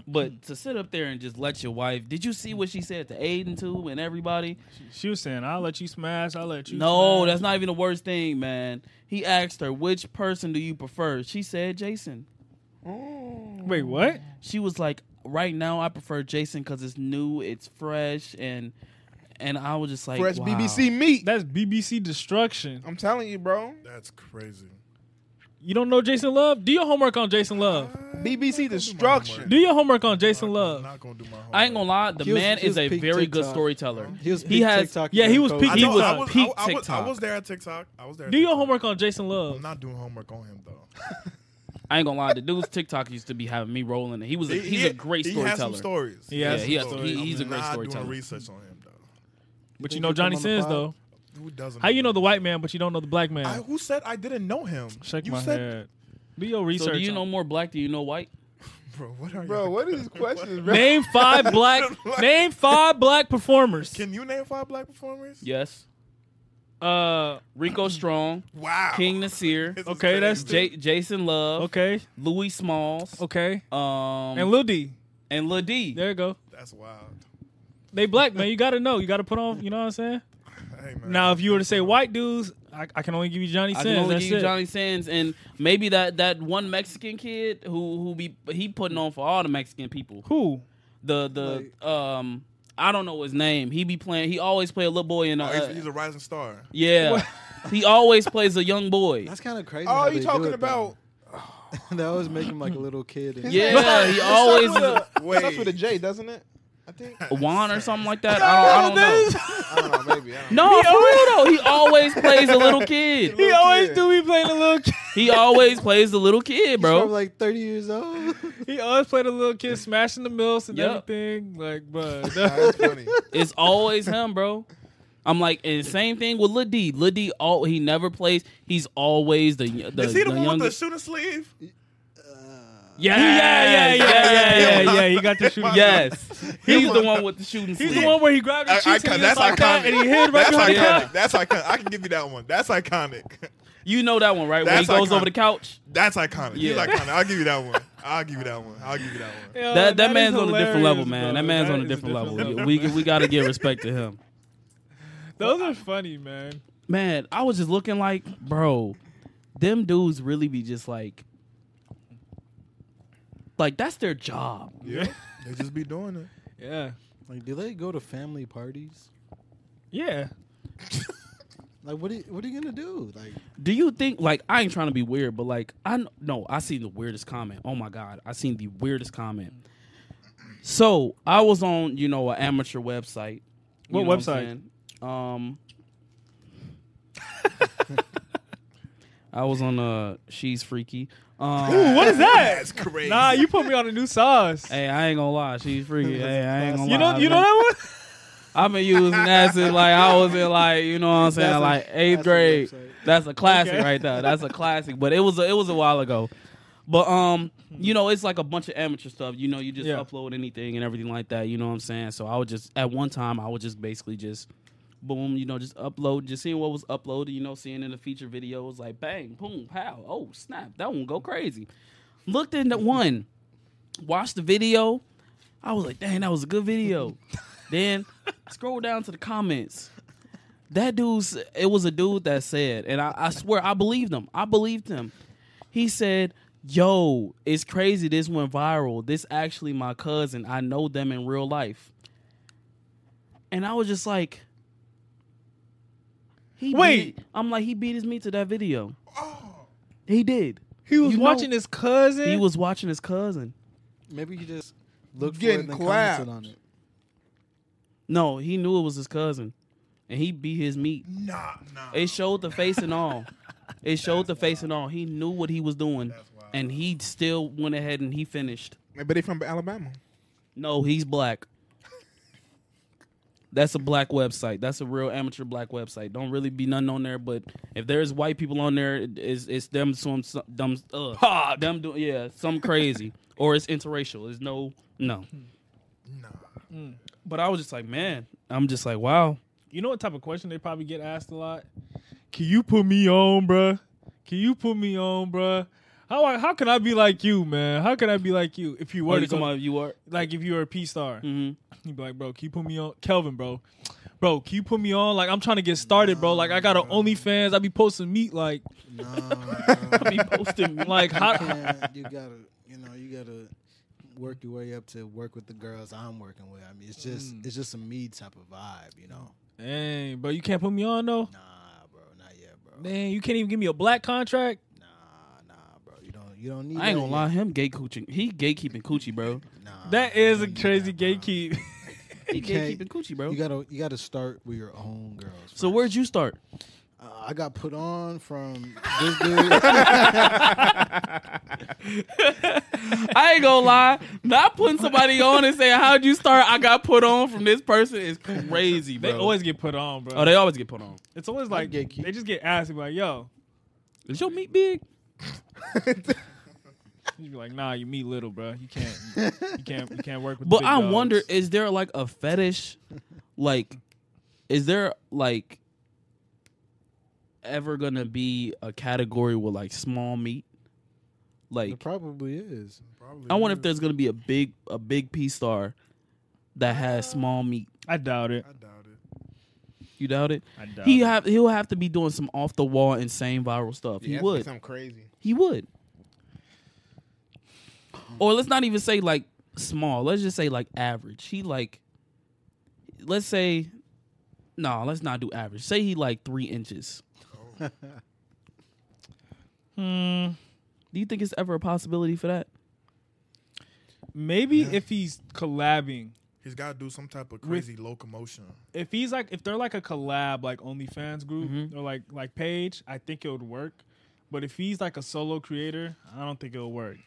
S3: But to sit up there and just let your wife. Did you see what she said to Aiden too and everybody?
S5: She was saying, "I'll let you smash. I'll let you."
S3: No,
S5: smash."
S3: that's not even the worst thing, man. He asked her, "Which person do you prefer?" She said, "Jason."
S5: Wait, what?
S3: She was like, "Right now, I prefer Jason because it's new, it's fresh, and and I was just like,
S6: fresh
S3: wow.
S6: BBC meat.
S5: That's BBC destruction.
S6: I'm telling you, bro.
S2: That's crazy.
S5: You don't know Jason Love? Do your homework on Jason Love.
S6: BBC destruction.
S5: Do your homework on Jason
S2: I'm
S5: Love.
S2: not gonna do my homework.
S3: I ain't gonna lie, the
S4: He was-
S3: man
S4: he
S3: is
S4: was
S3: a
S4: peak
S3: very good
S4: TikTok.
S3: storyteller.
S4: He was
S3: He
S4: peak
S3: has-
S4: TikTok
S5: yeah, he
S4: during
S5: was
S4: COVID.
S5: peak-
S2: I
S5: he
S2: know,
S5: was
S2: I was,
S3: peak
S2: I, I was, I
S3: TikTok.
S2: was there at TikTok. I was there. at
S5: Do your
S2: TikTok.
S5: homework on Jason
S2: I'm
S5: Love.
S2: not doing homework on him though.
S3: I ain't gonna lie, the dude's TikTok used to be having me rolling. He was a, he's a great
S2: He has
S3: storyteller.
S2: some stories.
S5: He has Yeah, some
S3: he has- he- stories.
S2: I'm
S3: he's a great
S2: not
S3: storyteller.
S2: Doing research on him though.
S5: But
S4: think
S5: you know
S4: he'll
S5: Johnny
S4: come on the
S5: Sins
S4: pod?
S5: though.
S2: Who doesn't?
S5: How you know the white man, but you don't know the black man?
S2: I, who said I didn't know him?
S5: Shake
S2: you
S5: my
S2: said,
S5: head. Do your research.
S3: So do you know
S5: on-
S3: more black than you know white?
S2: Bro, what are
S6: Bro,
S2: you?
S6: what are these questions, bro?
S5: Name five black. name five black performers.
S2: Can you name five black performers?
S3: Yes.
S5: Uh,
S3: Rico Strong,
S2: Wow.
S3: King Nasir,
S2: This is
S5: Okay, that's
S2: crazy.
S3: J- Jason Love,
S5: okay,
S3: Louis Smalls,
S5: okay.
S3: um,
S5: And Lil D.
S3: and Lil D.
S5: There you go.
S2: That's wild.
S5: They black man. You gotta know. You gotta put on. You know what I'm saying?
S2: Hey man.
S5: Now, if you were to say white dudes, I, I can only give you Johnny
S3: I
S5: Sins.
S3: can only
S5: That's
S3: give you
S5: it.
S3: Johnny Sins and maybe that that one Mexican kid who who be he putting on for all the Mexican people.
S5: Who?
S3: The the um I don't know his name. He be playing. He always play a little boy in a
S2: Oh, he's,
S3: uh,
S2: he's a rising star.
S3: yeah. he always plays a young boy.
S4: That's kind of crazy.
S6: Oh,
S4: how
S6: you
S4: they do
S6: talking
S4: it, though.
S6: about?
S4: they always make him like a little kid. And
S3: Yeah, he always
S6: Wait, starts with a J, doesn't it? I think.
S3: Juan or something like that. I don't, I don't know.
S6: I don't know, maybe. I don't know.
S3: No, for real though, he always plays a little kid.
S5: He
S6: Little
S5: always
S6: kid.
S5: do. He played a little. Kid.
S3: He always plays the little kid,
S4: bro,
S3: bro.
S4: like thirty years old.
S5: He always played a little kid, smashing the mills and
S3: Yep.
S5: everything. Like, but
S6: Nah, that's funny.
S3: It's always him, bro. I'm like, and same thing with Lil D. Lil D, all he never plays. He's always the the,
S2: Is he
S3: the
S2: the, one with the
S3: youngest.
S2: shooting sleeve?
S5: yeah, yeah, yeah, yeah, yeah, yeah, yeah. He got the shooting.
S3: yes, he's the one with the shooting.
S5: He's
S3: sleeve.
S5: the one where he grabbed his
S2: I- I
S5: cheeks
S2: can-
S5: and he was
S2: that's
S5: like that,
S2: iconic.
S5: and he hid right
S2: That's
S5: behind
S2: iconic.
S5: the couch.
S2: That's iconic. I can give you that one. That's iconic.
S3: You know that one, right? Where he
S2: That's
S3: goes
S2: iconic.
S3: over the couch.
S2: That's iconic. He's
S3: Yeah.
S2: iconic. I'll give you that one. I'll give you that one. I'll give you that one.
S5: Yo,
S3: that, that,
S5: Uh, is
S3: man's on a different
S5: hilarious,
S3: level, man.
S5: bro.
S3: That man's
S5: That
S3: on a
S5: is
S3: different, level. We we got to give respect to him.
S5: Those are funny, man.
S3: man, I was just looking like, bro, them dudes really be just like, like that's their job.
S2: Yeah. They just be doing it.
S5: Yeah,
S4: Like, do they go to family parties?
S5: yeah.
S4: Like, what? Are you, what are you gonna do? Like,
S3: Do you think like I ain't trying to be weird, but like I kn- no, I seen the weirdest comment. Oh my god, I seen the weirdest comment. So I was on you know an amateur website. You
S5: What
S3: know I'm
S5: website?
S3: saying? um, I was on uh she's freaky. Um,
S5: Ooh, what is that?
S2: That's crazy.
S5: Nah, you put me on a new sauce.
S3: Hey, I ain't gonna lie, she's freaky. Hey, I ain't gonna
S5: You
S3: lie.
S5: know, you know that one.
S3: I've been using that since like I was in like you know what I'm saying
S4: That's a-
S3: like
S4: that's
S3: eighth
S4: a
S3: grade.
S4: website.
S3: That's a classic
S5: Okay.
S3: right there. That's a classic. But it was a, it was a while ago. But um, you know, it's like a bunch of amateur stuff. You know, you just
S5: Yeah.
S3: upload anything and everything like that. You know what I'm saying? So I would just at one time I would just basically just boom, you know, just upload, just seeing what was uploaded. You know, seeing in the feature videos like bang, boom, pow, oh snap, that one go crazy. Looked into one, watched the video. I was like, dang, that was a good video. then scroll down to the comments. That dude's it was a dude that said, and I, I swear I believed him. I believed him. He said, Yo, it's crazy this went viral. This actually my cousin. I know them in real life. And I was just like, he
S5: Wait.
S3: beat- I'm like, he beat his meat to that video. He did.
S5: He was
S3: You know-
S5: watching his cousin.
S3: He was watching his cousin.
S4: maybe you just look for it
S6: Getting
S4: and then
S6: clapped.
S4: commented on it.
S3: No, he knew it was his cousin, and he beat his meat.
S2: Nah, nah.
S3: It showed the face and all. It showed the face and all. He knew what he was doing,
S2: wild.
S3: and he still went ahead and he finished.
S6: But they from Alabama.
S3: No, he's black. That's a black website. That's a real amateur black website. Don't really be none on there, but if there's white people on there, it- it's, it's them some, some them uh, them do, yeah, some crazy or it's interracial. There's no no.
S2: nah.
S3: But I was just like, man, I'm just like, wow.
S5: You know what type of question they probably get asked a lot? Can you put me on, bruh? Can you put me on, bruh? How I, how can I be like you, man? How can I be like you? If you
S3: What
S5: were
S3: Oh,
S5: to
S3: you
S5: go,
S3: talking about? Mm-hmm. You are.
S5: like if you were a P star, you'd be like, bro, can you put me on, Kelvin, bro, bro, can you put me on? Like I'm trying to get started, bro. Like I got an OnlyFans, I be posting meat, like
S3: I be posting
S5: like how?
S4: Yeah, you gotta, you know, you gotta work your way up to work with the girls I'm working with. I mean, it's just,
S3: Mm.
S4: it's just a me type of vibe, you know.
S5: Dang, bro, you can't put me on though.
S4: Nah, bro, not yet, bro.
S5: Man, you can't even give me a black contract.
S4: Nah, nah, bro. You don't, you don't need.
S3: I ain't
S4: that
S3: gonna
S4: yet.
S3: lie, him gay cooching. He gatekeeping coochie, bro.
S4: Nah,
S5: That
S4: you
S5: is
S4: don't
S5: a
S4: need
S5: crazy
S4: that, bro.
S5: gatekeep.
S3: He
S4: can't-
S3: gatekeeping coochie, bro.
S4: You gotta, you gotta start with your own girls.
S3: so
S4: first.
S3: where'd you start?
S4: Uh, I got put on from this dude.
S3: I ain't gonna lie, not putting somebody on and saying how'd you start? I got put on from this person is crazy, bro.
S5: They always get put on, bro.
S3: oh, they always get put on.
S5: It's always like they
S4: gatekeep.
S5: just get asked like, "Yo,"
S3: Is your meat big?
S5: you be like, "Nah, you meat little, bro. You can't, you, can't, you can't work with." the
S3: But
S5: big
S3: I
S5: dogs."
S3: wonder, is there like a fetish? Like, is there like ever gonna be a category with like small meat? Like,
S4: it probably is.
S3: I wonder if there's gonna be a big a big P star that has
S4: Uh,
S3: small meat.
S5: I doubt it.
S2: I doubt it.
S3: You doubt it?
S5: I doubt
S3: He
S5: it.
S3: have he'll have to be doing some off the wall insane viral stuff. he would.
S6: Something crazy.
S3: He would. Or let's not even say like small. Let's just say like average. He like, let's say, no, let's not do average. Say he like three inches.
S5: Hmm,
S3: Do you think it's ever a possibility for that?
S5: maybe if he's collabing,
S2: He's got to do some type of crazy locomotion.
S5: if he's like, if they're like a collab, like OnlyFans group
S3: Mm-hmm.
S5: or like like page, I think it would work. But if he's like a solo creator, I don't think it'll work.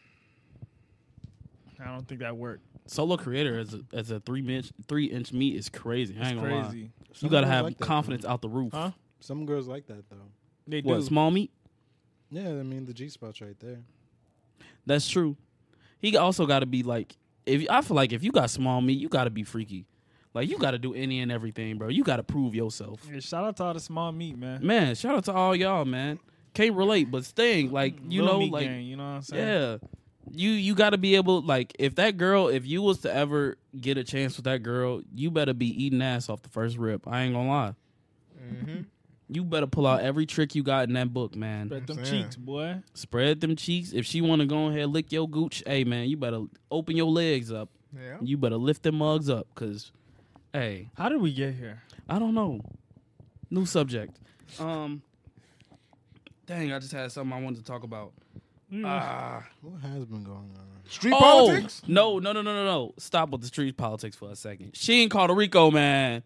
S5: I don't think that worked.
S3: Solo creator as a, as a three inch three inch meat is crazy. I
S5: It's
S3: ain't gonna lie.
S5: crazy,
S3: You gotta
S4: girls
S3: have
S4: like that,
S3: confidence out the roof.
S5: huh?
S4: Some girls like that though.
S5: They
S3: What
S5: do.
S3: small meat?
S4: Yeah, I mean the G spot's right there.
S3: That's true. He also got to be like, if I feel like if you got small meat, you got to be freaky. Like you got to do any and everything, bro. You got to prove yourself.
S5: Yeah, shout out to all the small meat, man.
S3: Man, shout out to all y'all, man. Can't relate, but Sting, like you
S5: Little
S3: know,
S5: meat
S3: like
S5: gang, you know what I'm saying?
S3: yeah, you you got to be able like if that girl, if you was to ever get a chance with that girl, you better be eating ass off the first rip. I ain't gonna lie.
S5: Mm-hmm.
S3: You better pull out every trick you got in that book, man.
S5: Spread them
S2: saying.
S5: cheeks, boy.
S3: Spread them cheeks. If she want to go ahead lick your gooch, hey man, you better open your legs up.
S6: Yeah.
S3: You better lift them mugs up, cause hey,
S5: How did we get here?
S3: I don't know. New subject. Um, dang, I just had something I wanted to talk about. Ah.
S4: What has been going on?
S6: Street
S3: oh
S6: politics.
S3: no, no, no, no, no, no! Stop with the street politics for a second. She in Puerto Rico, man.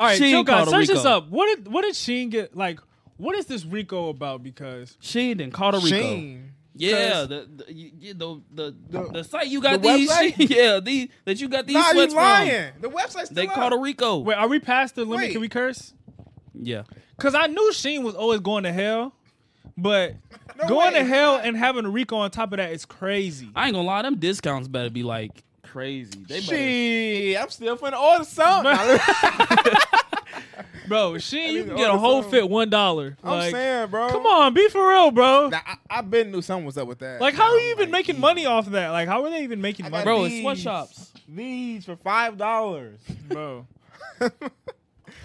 S5: All right,
S3: Sheen
S5: chill guys,
S3: called a
S5: search this
S3: Rico.
S5: up. What did what did Sheen get? Like, what is this Rico about? Because
S3: She in Puerto Rico.
S5: Oh.
S6: Shane.
S3: Yeah, the the, you- you- the, the, the
S6: The-
S3: site you got
S6: the
S3: these,
S6: website?
S3: yeah, these that you got these
S6: Nah, you
S3: sweats from.
S6: lying. The website's still
S3: They
S6: up.
S3: Puerto Rico.
S5: wait, are we past the limit?
S6: Wait.
S5: Can we curse?
S3: Yeah.
S5: Because I knew Sheen was always going to hell, but
S6: No
S5: going
S6: way.
S5: to hell and having a Rico on top of that is crazy.
S3: I ain't gonna lie, them discounts better be like crazy. They better,
S6: Shit, I'm still finna order something.
S5: Bro, Sheen, you can
S6: mean,
S5: get a
S6: all
S5: whole
S6: the time.
S5: fit one dollar.
S6: I'm
S5: Like,
S6: saying, bro.
S5: come on, be for real, bro.
S6: Nah, I, I been knew something was up with that.
S5: Like, how are
S6: I'm
S5: you even
S6: like,
S5: making money off of that? Like, how are they even making
S6: I
S5: money,
S6: got
S3: bro. It's
S6: these.
S3: sweatshops.
S6: These for five dollars.
S5: Bro,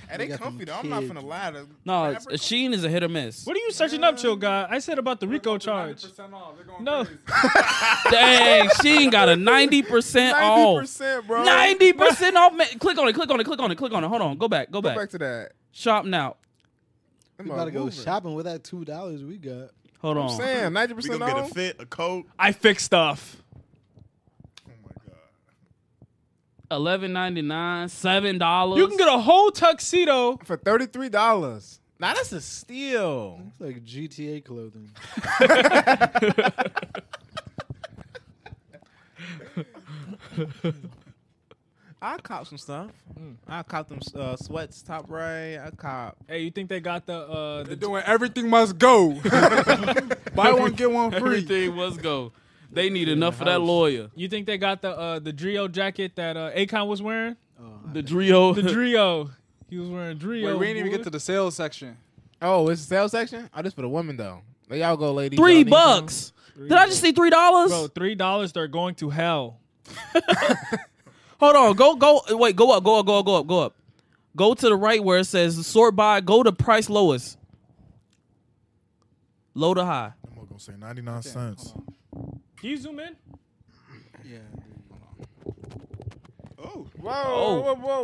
S6: And they
S4: got them
S6: comfy though. I'm not
S4: kid-
S6: finna lie. To
S3: No, it's- Sheen is a hit or miss.
S5: what are you searching up, chill guy? I said about the Rico charge. No.
S3: Dang, Sheen got a ninety percent off.
S6: percent, bro.
S3: Ninety percent off. Man, click on it. Click on it. Click on it. Click on it. Hold on. Go back. Go
S6: Go
S3: back.
S6: back to that.
S3: Shop now.
S6: I'm
S4: We gotta go
S6: moving.
S4: shopping with that two dollars we got.
S3: Hold
S6: I'm
S3: on.
S6: saying ninety
S2: We
S6: percent
S2: gonna get a
S6: off.
S2: fit, a coat.
S5: I fixed stuff.
S2: Oh my god.
S3: Eleven ninety nine. Seven dollars.
S5: You can get a whole tuxedo.
S6: for thirty three dollars. Now that's a steal.
S4: It's like GTA clothing.
S6: I cop some stuff. I cop them uh, sweats top right. I cop.
S5: Hey, you think they got the uh the
S8: doing everything must go. Buy one get one free.
S3: everything. Let's go. They need enough for that lawyer.
S5: You think they got the uh, the Drio jacket that uh, Akon was wearing?
S3: The Drio.
S5: The Drio. He was wearing Drio.
S8: Wait, we didn't even
S5: boy.
S8: get to the sales section.
S6: Oh, it's the sales section. Oh, this for the women though. Let y'all go, ladies. Y'all
S3: three
S6: need
S3: bucks. Did I just see three
S5: Bro,
S3: dollars?
S5: three dollars. They're going to hell.
S3: Hold on. Go go. Wait. Go up. Go up. Go up. Go up. Go up. Go to the right where it says sort by. Go to price lowest. Low to high.
S2: I'm gonna say 99 cents.
S5: Can you zoom in?
S3: Oh.
S6: Whoa, whoa, whoa, whoa,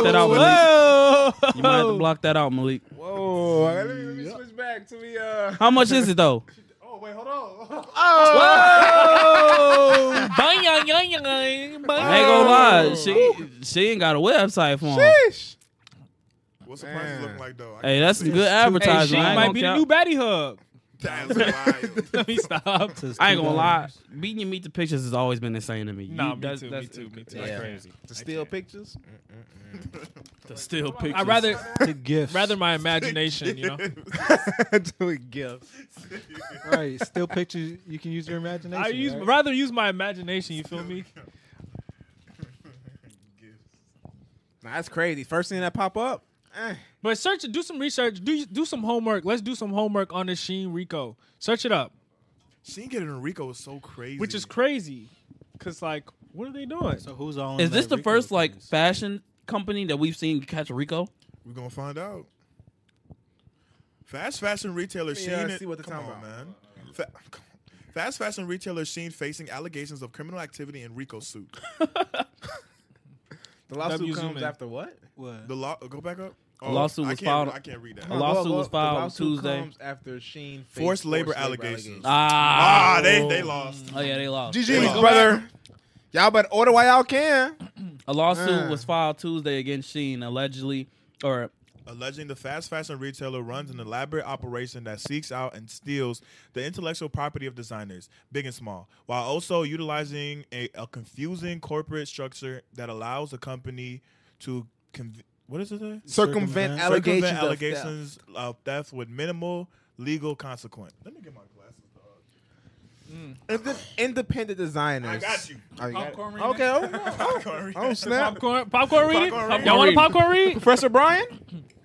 S3: Whoa. Whoa. You might have to block that out, Malik. You might have to block that out, Malik.
S6: whoa. Let me, let me switch back to the. Uh...
S3: How much is it though?
S8: Oh wait, hold on.
S3: Whoa! I ain't gonna lie, she she ain't got a website for him.
S6: Sheesh.
S2: What's the price look like though? I
S3: Hey, that's some good
S5: Hey,
S3: advertising.
S5: she
S3: I, ain't
S5: might
S3: gonna
S5: be
S3: count-
S5: the new Batty Hub.
S2: That's wild.
S5: Let me stop.
S3: I ain't gonna lie. Beating you meet the pictures has always been insane to me. You-
S5: Nah, me
S3: that's-
S5: too,
S3: that's-
S5: me too, me too.
S3: that's
S6: Yeah.
S3: crazy.
S6: To steal pictures.
S3: To steal pictures.
S5: I rather
S4: to gifts.
S5: rather my imagination. You know,
S6: to a gift.
S4: right. Still pictures. You can use your imagination.
S5: I use
S4: right?
S5: rather use my imagination. You feel me?
S6: Nah, that's crazy. First thing that pop up. Eh.
S5: But search, do some research, do do some homework. Let's do some homework on this Sheen Rico. Search it up,
S2: She getting in Rico is so crazy.
S5: which is crazy, cause like, what are they doing?
S4: So who's on?
S3: Is this the
S4: Rico
S3: first like
S4: case?
S3: fashion company that we've seen catch Rico?
S2: We're gonna find out. Fast fashion retailer Sheen.
S6: uh, see what they're
S2: come
S6: talking
S2: on,
S6: about.
S2: man. Fa- come on. Fast fashion retailer Sheen facing allegations of criminal activity in Rico suit.
S6: The lawsuit
S5: W zoom
S6: comes
S5: in.
S6: after what?
S4: What?
S2: The law. Go back up. Oh,
S3: lawsuit
S2: I
S3: was
S2: can't,
S3: filed-
S2: I can't read
S3: A
S2: that.
S3: lawsuit
S6: Well,
S3: was
S6: the
S3: filed
S6: lawsuit
S3: Tuesday.
S6: Comes after Sheen faced
S2: Forced labor allegations.
S3: Ah,
S2: Ah, they they lost.
S3: oh yeah, they lost.
S2: They
S6: GG's,
S2: lost.
S6: brother. Y'all better order while y'all can.
S3: A lawsuit
S6: Uh.
S3: was filed Tuesday against Sheen, allegedly, or
S2: alleging the fast fashion retailer runs an elaborate operation that seeks out and steals the intellectual property of designers, big and small, while also utilizing a, a confusing corporate structure that allows the company to conv- what is it? there?
S6: Circumvent,
S4: Circumvent
S2: Circumvent
S6: allegations. of theft.
S2: allegations of theft. with minimal legal consequence. Let me get my glasses. dog.
S6: Inde- independent designers.
S2: I got you.
S6: Oh, you got it?
S4: Popcorn remix?
S6: okay. Oh, oh,
S2: Popcorn
S6: oh, snap.
S5: Popcorn, popcorn reading.
S2: Popcorn
S5: Y'all want a
S3: reading.
S5: popcorn read?
S6: Professor Brian?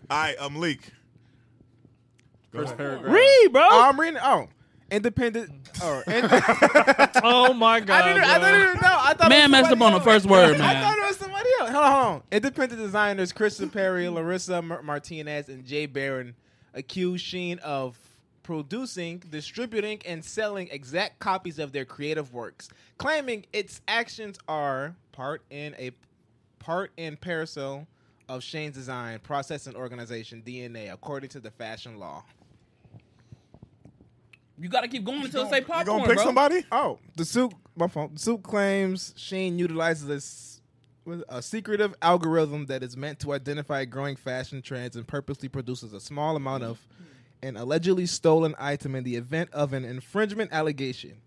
S2: All right, I'm leak. Go ahead.
S5: read, bro.
S6: Oh, I'm reading. Oh, independent. Oh, ind-
S5: oh my god.
S6: I didn't. I
S5: bro.
S6: didn't even know. I thought.
S3: Man
S6: it was
S3: messed up
S6: somebody
S3: on the
S6: else.
S3: first word,
S6: I
S3: man.
S6: thought it was somebody else. Hold on. Hold on. Independent designers Kristen Perry, Larissa Mar- Martinez, and Jay Barron accused Sheen of producing, distributing, and selling exact copies of their creative works, claiming its actions are part in a part and parcel of Shane's design process and organization DNA, according to the fashion law.
S3: you got to keep going until it say popcorn,
S2: You gonna pick
S3: bro.
S2: somebody?
S6: Oh, the suit. My phone. The suit claims Shane utilizes a s- what is it, a, secretive algorithm that is meant to identify growing fashion trends and purposely produces a small amount of an allegedly stolen item in the event of an infringement allegation.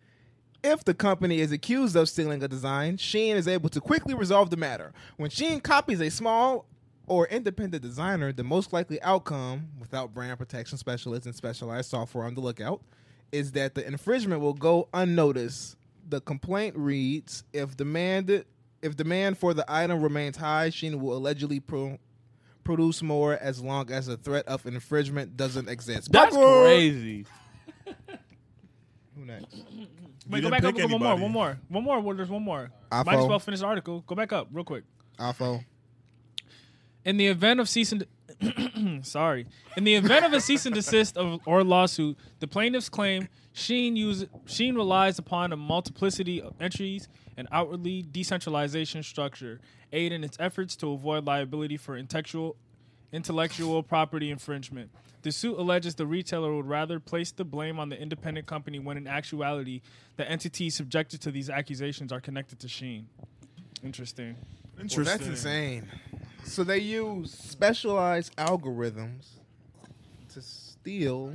S6: If the company is accused of stealing a design, Sheen is able to quickly resolve the matter. When Sheen copies a small or independent designer, the most likely outcome, without brand protection specialists and specialized software on the lookout, is that the infringement will go unnoticed. The complaint reads: If demanded, if demand for the item remains high, Sheen will allegedly pro- produce more as long as the threat of infringement doesn't exist.
S3: That's
S6: Popcorn!
S3: crazy.
S6: Who next?
S5: Wait,
S2: You didn't
S5: go back up.
S2: pick
S5: Go one more.
S2: anybody.
S5: One more. One more. Well, there's one more.
S6: iPhone.
S5: Might as well finish the article. Go back up real quick.
S6: Alpha.
S5: In the event of cease and sorry, in the event of a cease and desist of, or lawsuit, the plaintiffs claim Sheen use, Sheen relies upon a multiplicity of entries and outwardly decentralization structure, aid in its efforts to avoid liability for intellectual intellectual property infringement. The suit alleges the retailer would rather place the blame on the independent company when in actuality the entities subjected to these accusations are connected to Sheen. Interesting.
S2: Interesting.
S6: Well, that's insane. So they use specialized algorithms to steal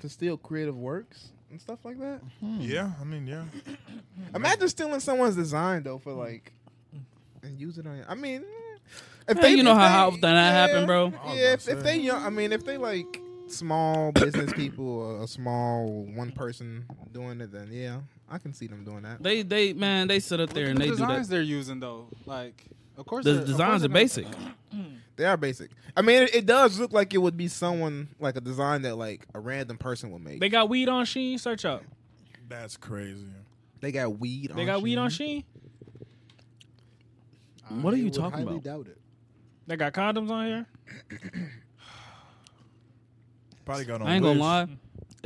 S6: to steal creative works and stuff like that.
S2: Mm-hmm.
S3: Hmm.
S2: Yeah, I mean, yeah.
S6: Imagine stealing someone's design though for like and use it on. your- I mean, eh, if
S3: Man, you know how often that
S6: yeah,
S3: happen, bro.
S2: I was
S6: Yeah, if,
S2: about to
S6: if
S2: say.
S6: they young, I mean, if they like small business people or a small one person doing it, then yeah, I can see them doing that.
S3: They they man, they sit up there and
S8: the
S3: they do
S8: designs
S3: that.
S8: they're using though, like of course
S3: The
S8: they're- of course
S3: designs are
S8: they're gonna-
S3: basic.
S6: They are basic. I mean, it, it does look like it would be someone like a design that like a random person would make.
S5: They got weed on Sheen. Search up.
S2: That's crazy.
S6: They got weed.
S5: They got weed on Sheen.
S3: What are you talking
S9: highly
S3: about?
S9: doubt it.
S5: They got condoms on here.
S2: Probably got on.
S3: I ain't gonna
S2: lips.
S3: lie.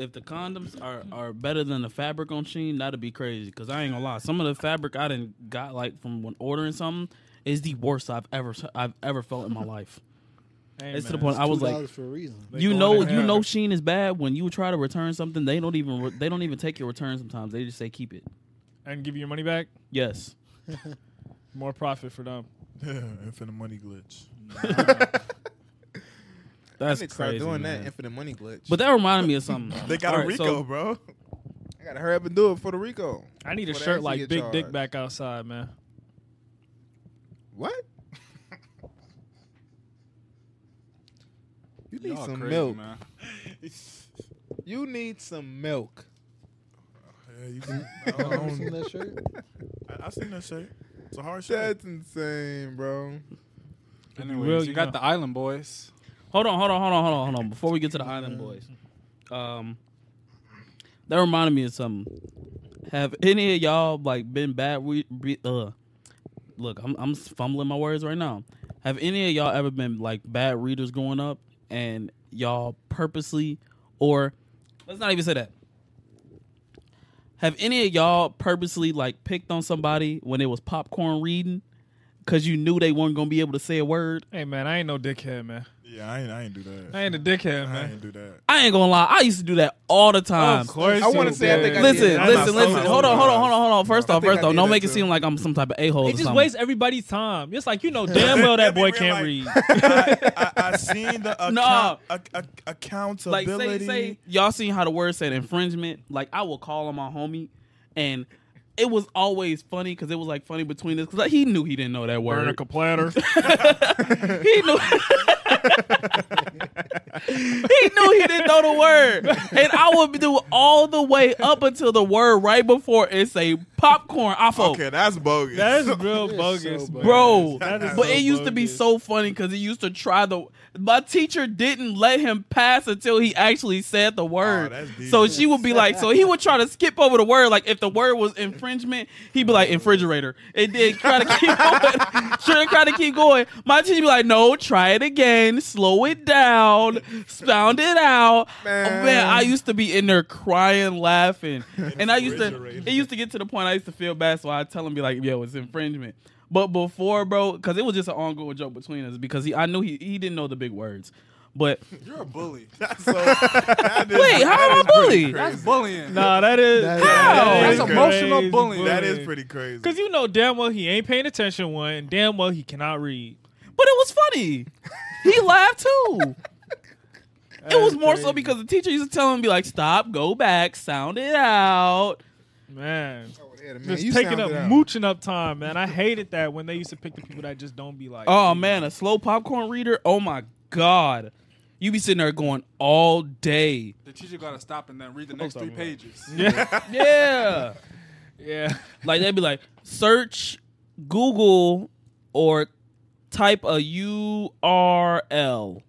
S3: If the condoms are, are better than the fabric on Sheen, that'd be crazy. Cause I ain't gonna lie, some of the fabric I didn't got like from when ordering something is the worst I've ever I've ever felt in my life.
S5: Hey,
S3: it's to the
S5: man.
S3: point I was
S9: $2
S3: like,
S9: for a reason.
S5: They
S3: you
S5: going
S3: know,
S5: to
S3: you
S5: hell.
S3: know, Sheen is bad when you try to return something. They don't even re- they don't even take your return sometimes. They just say keep it.
S5: and give you your money back.
S3: Yes,
S5: More profit for them.
S2: Infinite money glitch.
S3: that's
S6: I need to start
S3: crazy.
S6: doing
S3: man.
S6: that infinite money glitch.
S3: But that reminded me of something.
S2: They got
S3: All
S2: a
S3: right,
S2: Rico,
S3: so-
S2: bro.
S6: I gotta hurry up and do it for the Rico.
S5: I need a
S6: Well, they
S5: shirt
S6: actually
S5: like
S6: get
S5: Big Dick
S6: charged.
S5: back outside, man.
S6: What? you need
S8: Y'all
S6: some
S8: crazy,
S6: milk.
S8: man.
S6: You need some milk.
S2: Yeah, you can, I,
S9: You ever
S2: don't-
S9: seen that shirt?
S2: I, I seen that shirt. It's a hard shirt.
S6: That's insane, bro.
S8: Anyways,
S5: will,
S8: you
S5: you
S8: got
S5: know.
S8: the Island Boys.
S3: Hold on, hold on, hold on, hold on, hold on. Before we get to the Island Boys, um, that reminded me of something. Have any of y'all like been bad? We be, uh, look, I'm I'm fumbling my words right now. Have any of y'all ever been like bad readers growing up, and y'all purposely, or let's not even say that. Have any of y'all purposely like picked on somebody when it was popcorn reading, cause you knew they weren't gonna be able to say a word?
S5: Hey man, I ain't no dickhead, man.
S2: Yeah, I ain't, I ain't do that.
S5: I ain't a dickhead,
S2: I
S5: man.
S2: ain't do that.
S3: I ain't gonna lie. I used to do that all the time.
S5: course,
S6: I wanna
S5: you
S6: say I think
S5: did.
S6: I did.
S3: Listen,
S6: I'm
S3: listen,
S6: not- I'm
S3: listen.
S6: not-
S3: Hold on, hold on, hold on, hold on. First
S6: I
S3: off,
S6: think
S3: first
S6: I
S3: off,
S6: did
S3: don't
S6: that
S3: make it
S6: too.
S3: seem like I'm some type of a hole.
S5: It
S3: or
S5: just
S3: something.
S5: wastes everybody's time. It's like you know damn well that boy
S2: That'd be
S5: can't
S2: real
S5: read.
S2: I, I, I seen the account,
S3: No.
S2: a, a,
S3: Like say,
S2: accountability.
S3: say y'all seen how the word said infringement. Like I will call him my homie, and it was always funny because it was like funny between us because like, he knew he didn't know that word.
S5: platter.
S3: he knew. he knew he didn't know the word, and I would do all the way up until the word right before it say popcorn. I folk.
S2: okay, that's bogus.
S5: that is real
S9: so
S5: bogus,
S9: bogus.
S3: bro.
S2: That is
S3: but
S2: so
S3: it used to be
S5: bogus.
S3: so funny because he used to try the. My teacher didn't let him pass until he actually said the word.
S2: that's deep.
S3: so she would be like, so he would try to skip over the word. Like if the word was infringement, he'd be like infrigerator, and then try to keep going, try to, try to keep going. My teacher be like, no, try it again, slow it down, sound it out. Man.
S6: Man.
S3: man, I used to be in there crying, laughing, and I used to. It used to get to the point I used to feel bad, so I tell him be like, "Yo, it's infringement." But before, bro, because it was just an ongoing joke between us because he, I knew he he didn't know the big words. But
S8: You're a bully.
S2: So, that is-
S3: wait, how am I bully?
S8: That's bullying.
S5: Nah, that is
S9: That is-
S5: that is
S2: That's
S8: emotional
S5: crazy
S8: bullying.
S2: that is pretty crazy.
S5: Cause you know damn well he ain't paying attention one, and damn well he cannot read.
S3: But it was funny. He laughed too. It was more so because the teacher used to tell him, be like, stop, go back, sound it out.
S5: Man,
S6: Yeah, man,
S5: just
S6: you
S5: taking up
S6: sounded out.
S5: mooching up time, man. I hated that when they used to pick the people that just don't be like.
S3: Oh, man, a slow popcorn reader? Oh, my God. You be sitting there going all day.
S8: The teacher gotta stop and then read the next three pages.
S5: yeah,
S3: Yeah.
S5: yeah.
S3: Like they'd be like, search Google or type a URL.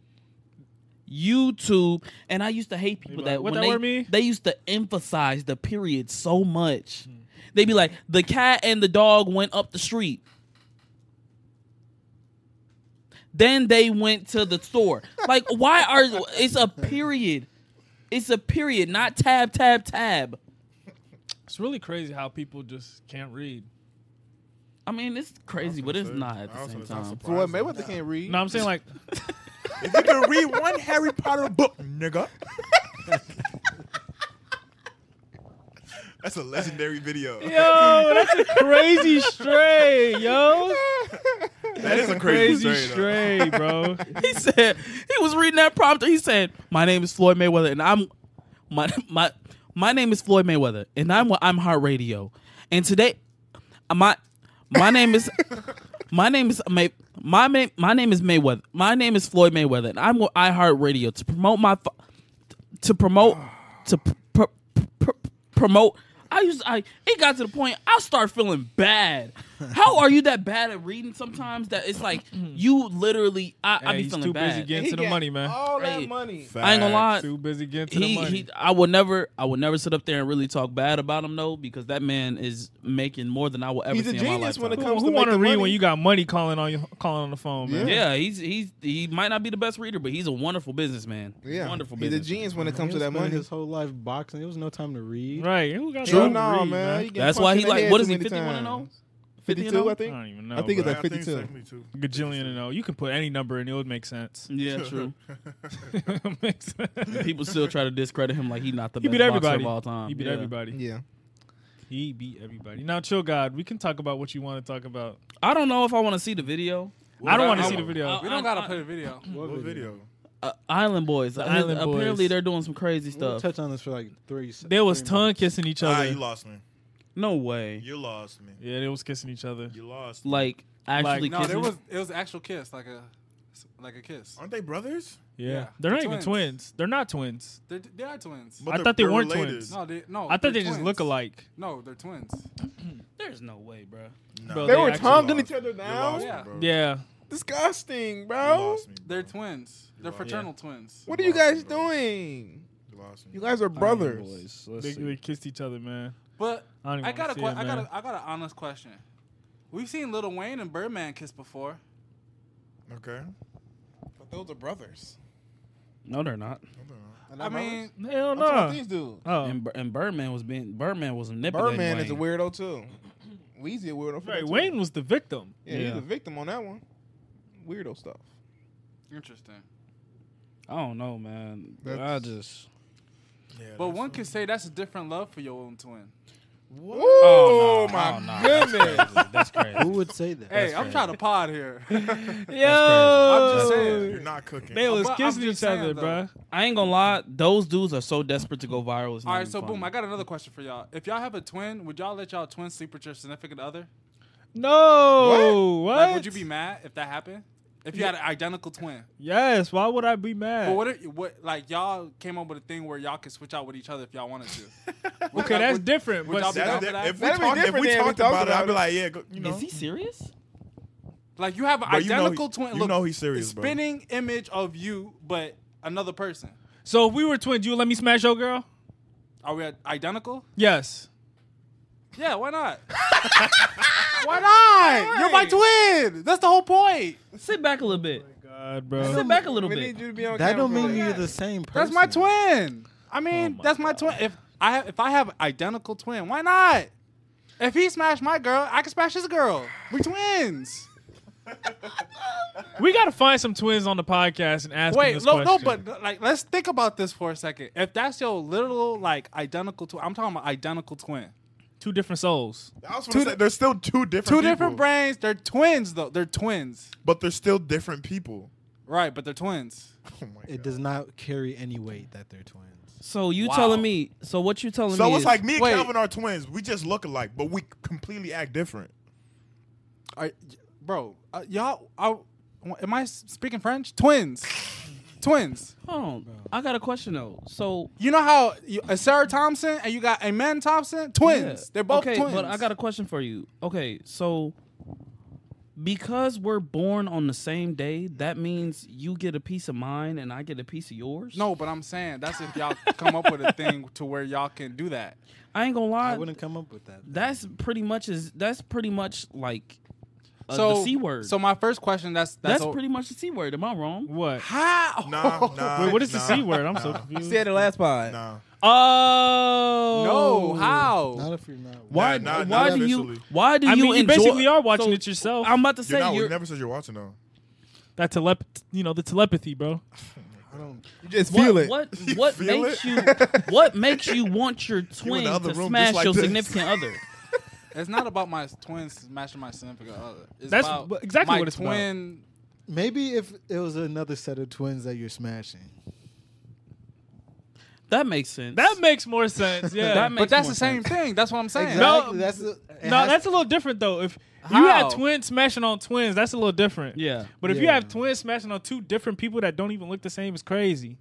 S3: YouTube. And I used to hate people
S5: Like,
S3: that
S5: what
S3: when
S5: that
S3: they,
S5: word mean?
S3: they used to emphasize the period so
S5: Hmm.
S3: much. They'd be like, the cat and the dog went up the street. Then they went to the store. Like, why are it's a period. It's a period, not tab, tab, tab.
S5: It's really crazy how people just can't read.
S3: I mean, it's crazy, but it's not at
S2: I
S3: the
S2: was
S3: same
S2: gonna say, I'm
S3: time.
S6: For what
S2: surprised.
S6: Mayweather can't read.
S5: No, I'm saying like
S2: If you can read one Harry Potter book, nigga. That's a legendary video.
S5: Yo, that's a crazy stray, yo.
S2: that is a crazy,
S5: Crazy
S2: story, though.
S5: stray, bro.
S3: He said he was reading that prompter. He said, "My name is Floyd Mayweather, and I'm my my my name is Floyd Mayweather, and I'm I'm Heart Radio, and today my my name is my name is May, my name my name is Mayweather. My name is Floyd Mayweather, and I'm with iHeart Radio to promote my." Fa- to promote to pr- pr- pr- promote. I used I it got to the point I start feeling bad. How are you that bad at reading sometimes that it's like you literally I, I
S5: Hey,
S3: be
S5: he's
S3: feeling
S5: too
S3: bad.
S5: busy getting
S6: He
S5: to the
S6: got
S5: money, man.
S6: All that
S3: Hey.
S6: money.
S3: I ain't gonna lie.
S5: Too busy getting to
S3: he,
S5: the money.
S3: he I would never I would never sit up there and really talk bad about him though because that man is making more than I will ever
S6: He's a
S3: see in my
S6: genius when it
S3: lifetime.
S6: comes
S5: who
S6: to
S5: want to
S6: making
S5: read
S6: money.
S5: when you got money calling on you, calling on the phone, man?
S3: yeah, he's he's he might not be the best reader, but he's a wonderful businessman.
S6: Yeah,
S3: wonderful
S6: He's a
S3: businessman.
S6: genius when it comes to that
S4: spent
S6: money.
S4: His whole life boxing. There was no time to read.
S5: Right. Who got
S6: True,
S5: time to
S6: no,
S5: read,
S6: man. He get
S3: That's why
S6: punched
S3: he
S6: in the
S3: like
S6: head
S3: what is
S6: too
S3: he
S6: many
S3: fifty one and
S5: oh?
S3: oh?
S6: times.
S3: 0?
S6: 52, I
S5: I
S6: think.
S5: don't even know.
S6: I think it's
S5: bro.
S6: like 52.
S5: gajillion and oh, you can put any number and it would make sense.
S3: Yeah, true.
S5: Makes sense.
S3: People still try to discredit him like he's not the
S5: He
S3: best
S5: beat
S3: boxer
S5: everybody.
S3: of all time.
S5: He beat
S3: Yeah.
S5: everybody.
S6: Yeah.
S5: He beat everybody. Now, chill, God. We can talk about what you want to talk about.
S3: I don't know if I want to see the video.
S5: I don't want to
S3: I-
S5: see the video.
S3: I-
S8: We don't
S3: I-
S8: gotta put a video.
S4: What
S2: What
S4: video?
S2: video?
S3: Uh, Island Boys. Uh,
S5: Island
S3: Apparently
S5: Boys.
S3: they're doing some crazy
S4: We'll
S3: stuff.
S4: touch on this for like three. se-
S5: they was
S4: three
S5: tongue
S4: minutes.
S5: kissing each
S2: Ah,
S5: other.
S2: you lost me.
S3: No way.
S2: You lost me.
S5: yeah, they was kissing each other.
S2: You lost. me.
S3: Like actually
S8: No, there
S3: kissing.
S8: was it was actual kiss, like a like a kiss.
S2: Aren't they brothers?
S5: Yeah,
S8: Yeah.
S5: they're not
S8: They're
S5: even
S8: twins.
S5: twins. They're not twins.
S8: They're, they are twins.
S2: But
S5: I
S2: they're-
S5: thought they
S2: they're
S5: weren't
S2: related.
S5: twins.
S8: No, they no.
S5: I thought
S8: Oh, they're
S5: they just
S8: twins.
S5: look alike.
S8: No, they're twins.
S3: There's no way, bro.
S2: Nah.
S5: Bro,
S6: They
S5: they
S6: were
S5: actually
S6: tonguing
S2: lost.
S6: each other
S2: You
S6: now.
S2: lost me,
S8: Yeah.
S2: bro.
S5: Yeah,
S6: Disgusting,
S2: You
S6: bro.
S2: lost me, bro.
S8: They're twins. They're fraternal twins.
S6: What are you guys doing?
S2: You lost me.
S6: You guys are brothers.
S5: they, they kissed each other, man.
S8: But
S5: I don't even
S8: I got a
S5: see
S8: que-
S5: it,
S8: I got
S5: man.
S8: a, I got an honest question. We've seen Lil Wayne and Birdman kiss before.
S2: Okay.
S6: But those are brothers.
S3: No, they're not.
S8: I mean,
S5: Hell
S6: I'm talking about
S5: no.
S6: these dudes.
S5: Oh,
S3: And, Bir- and Birdman was being Birdman was manipulating.
S6: Birdman
S3: Wayne.
S6: is a weirdo too. Weezy a weirdo. for that,
S5: right.
S6: too.
S5: Wayne was the victim.
S6: Yeah, he's a victim on that one. Weirdo stuff.
S8: interesting.
S3: I don't know, man. Um, I
S6: That's-
S3: just
S2: Yeah,
S8: But
S2: that's-
S8: one could say that's a different love for your own twin.
S6: What?
S3: Oh,
S6: Oh,
S3: no,
S6: my
S3: oh, no,
S6: goodness.
S3: that's crazy.
S4: Who would say that?
S8: Hey, I'm trying to pod here.
S3: Yo,
S8: I'm just
S2: You're
S8: saying.
S2: not cooking.
S5: They was
S8: But I'm
S5: kissing
S8: just
S5: each other,
S8: saying,
S5: bruh.
S8: though.
S3: I ain't gonna lie. Those dudes are so desperate to go viral. It's not
S8: All right,
S3: even
S8: so boom,
S3: funny.
S8: I got another question for y'all. If y'all have a twin, would y'all let y'all twin sleep with your significant other?
S5: No, what?
S8: Like, would you be mad if that happened? If you had an identical twin?
S5: Yes. Why would I be
S8: But
S5: mad?
S8: what? Are, what? Like y'all came up with a thing where y'all could switch out with each other if y'all wanted to.
S5: okay, that's different.
S8: would
S5: But
S8: y'all be
S2: That's
S8: Down for
S2: di-
S8: that?
S2: if we,
S6: That'd be
S2: talked, if
S6: different
S2: we
S6: than we
S2: talked
S6: talked
S2: about it, I'd
S6: about
S2: be
S6: it.
S2: like, yeah, go, you know.
S3: Is he serious?
S8: Like you have an
S2: Bro, you know he-
S8: identical twin.
S2: you
S8: Look,
S2: know he's serious, bro.
S8: Spinning image of you, but another person.
S5: so if we were twins, you would let me smash your girl?
S8: Are we identical?
S5: Yes.
S8: Yeah, why not?
S4: Why not?
S8: You're my
S4: twin. That's the whole point.
S3: Sit back a little bit.
S5: Oh God, bro.
S3: Sit back a little
S6: we
S3: bit.
S6: need you to be on
S4: That
S6: camera
S4: don't
S6: for
S4: mean
S6: that.
S4: you're the same
S8: That's
S4: person.
S8: my twin. I mean,
S3: my
S8: that's my twin. If I have, if I have identical twin, why not? If he smashed my girl, I can smash his girl. We twins.
S5: We gotta find some twins on the podcast and ask. them
S8: Wait,
S5: this
S8: no, no,
S5: question.
S8: but like, let's think about this for a second. If that's your little like identical twin, I'm talking about identical twin.
S5: two different souls.
S2: I was gonna say, there's still two different
S8: Two
S2: people,
S8: different brains. They're twins though. They're twins.
S2: but they're still different people.
S8: Right, but they're twins.
S2: Oh my
S4: It
S2: god.
S4: does not carry any weight that they're twins.
S3: So you
S8: Wow.
S3: telling me? So what you telling me?
S2: So
S3: is-
S2: it's like me and
S8: Wait.
S2: Calvin are twins. We just look alike, but we completely act different.
S8: Are, bro, uh, y'all, I, am I s- speaking French? Twins. twins.
S3: Hold on. I got a question though. So
S8: You know how you, uh, Sarah Thompson and you got Amen Thompson? Twins.
S3: Yeah.
S8: They're both
S3: okay,
S8: twins.
S3: But I got a question for you. Okay, so because we're born on the same day, that means you get a piece of mine and I get a piece of yours.
S8: No, but I'm saying that's if y'all come up with a thing to where y'all can do that.
S3: I ain't gonna
S4: I
S3: lie.
S4: wouldn't come up with that.
S3: That's pretty much is that's pretty much like uh,
S8: so
S3: the c word.
S8: So my first question. That's that's,
S3: that's
S8: a-
S3: pretty much the c word. Am I wrong?
S5: What?
S8: How?
S2: Nah, nah.
S5: Oh, Wait, what is
S2: nah,
S5: the c word? I'm so confused.
S6: Said it last pod.
S2: Nah.
S3: Oh
S8: No, how?
S4: Not if you're not.
S3: Why?
S2: Nah, not-
S3: why
S2: not
S3: do you?
S2: officially.
S3: Why do
S5: I
S3: you
S5: mean, you
S3: enjoy?
S5: basically are watching
S3: so
S5: it yourself.
S3: I'm about to say
S2: You're not,
S3: you're.
S2: we never said you're watching though.
S5: that telep, you know, the telepathy, bro.
S6: You just
S3: what,
S6: feel it.
S3: What what
S2: feel
S3: makes
S2: it?
S3: you what makes you want your twin
S2: other
S3: to
S2: room
S3: smash
S2: just like
S3: your
S2: this.
S3: significant other?
S8: It's not about my twins smashing my significant other. It's
S5: That's
S8: about
S5: b- exactly
S8: my
S5: what it's about.
S8: twin.
S4: Maybe if it was another set of twins that you're smashing.
S3: That makes sense.
S5: That makes more sense. Yeah.
S3: That makes
S8: But that's
S3: more
S8: the same
S3: sense.
S8: thing. That's what I'm saying.
S5: No,
S4: that's the- it
S5: no,
S4: has-
S5: that's a little different though. If you had
S8: How?
S5: twins smashing on twins, that's a little different.
S3: Yeah.
S5: But if you
S4: Yeah.
S5: have twins smashing on two different people that don't even look the same, it's crazy.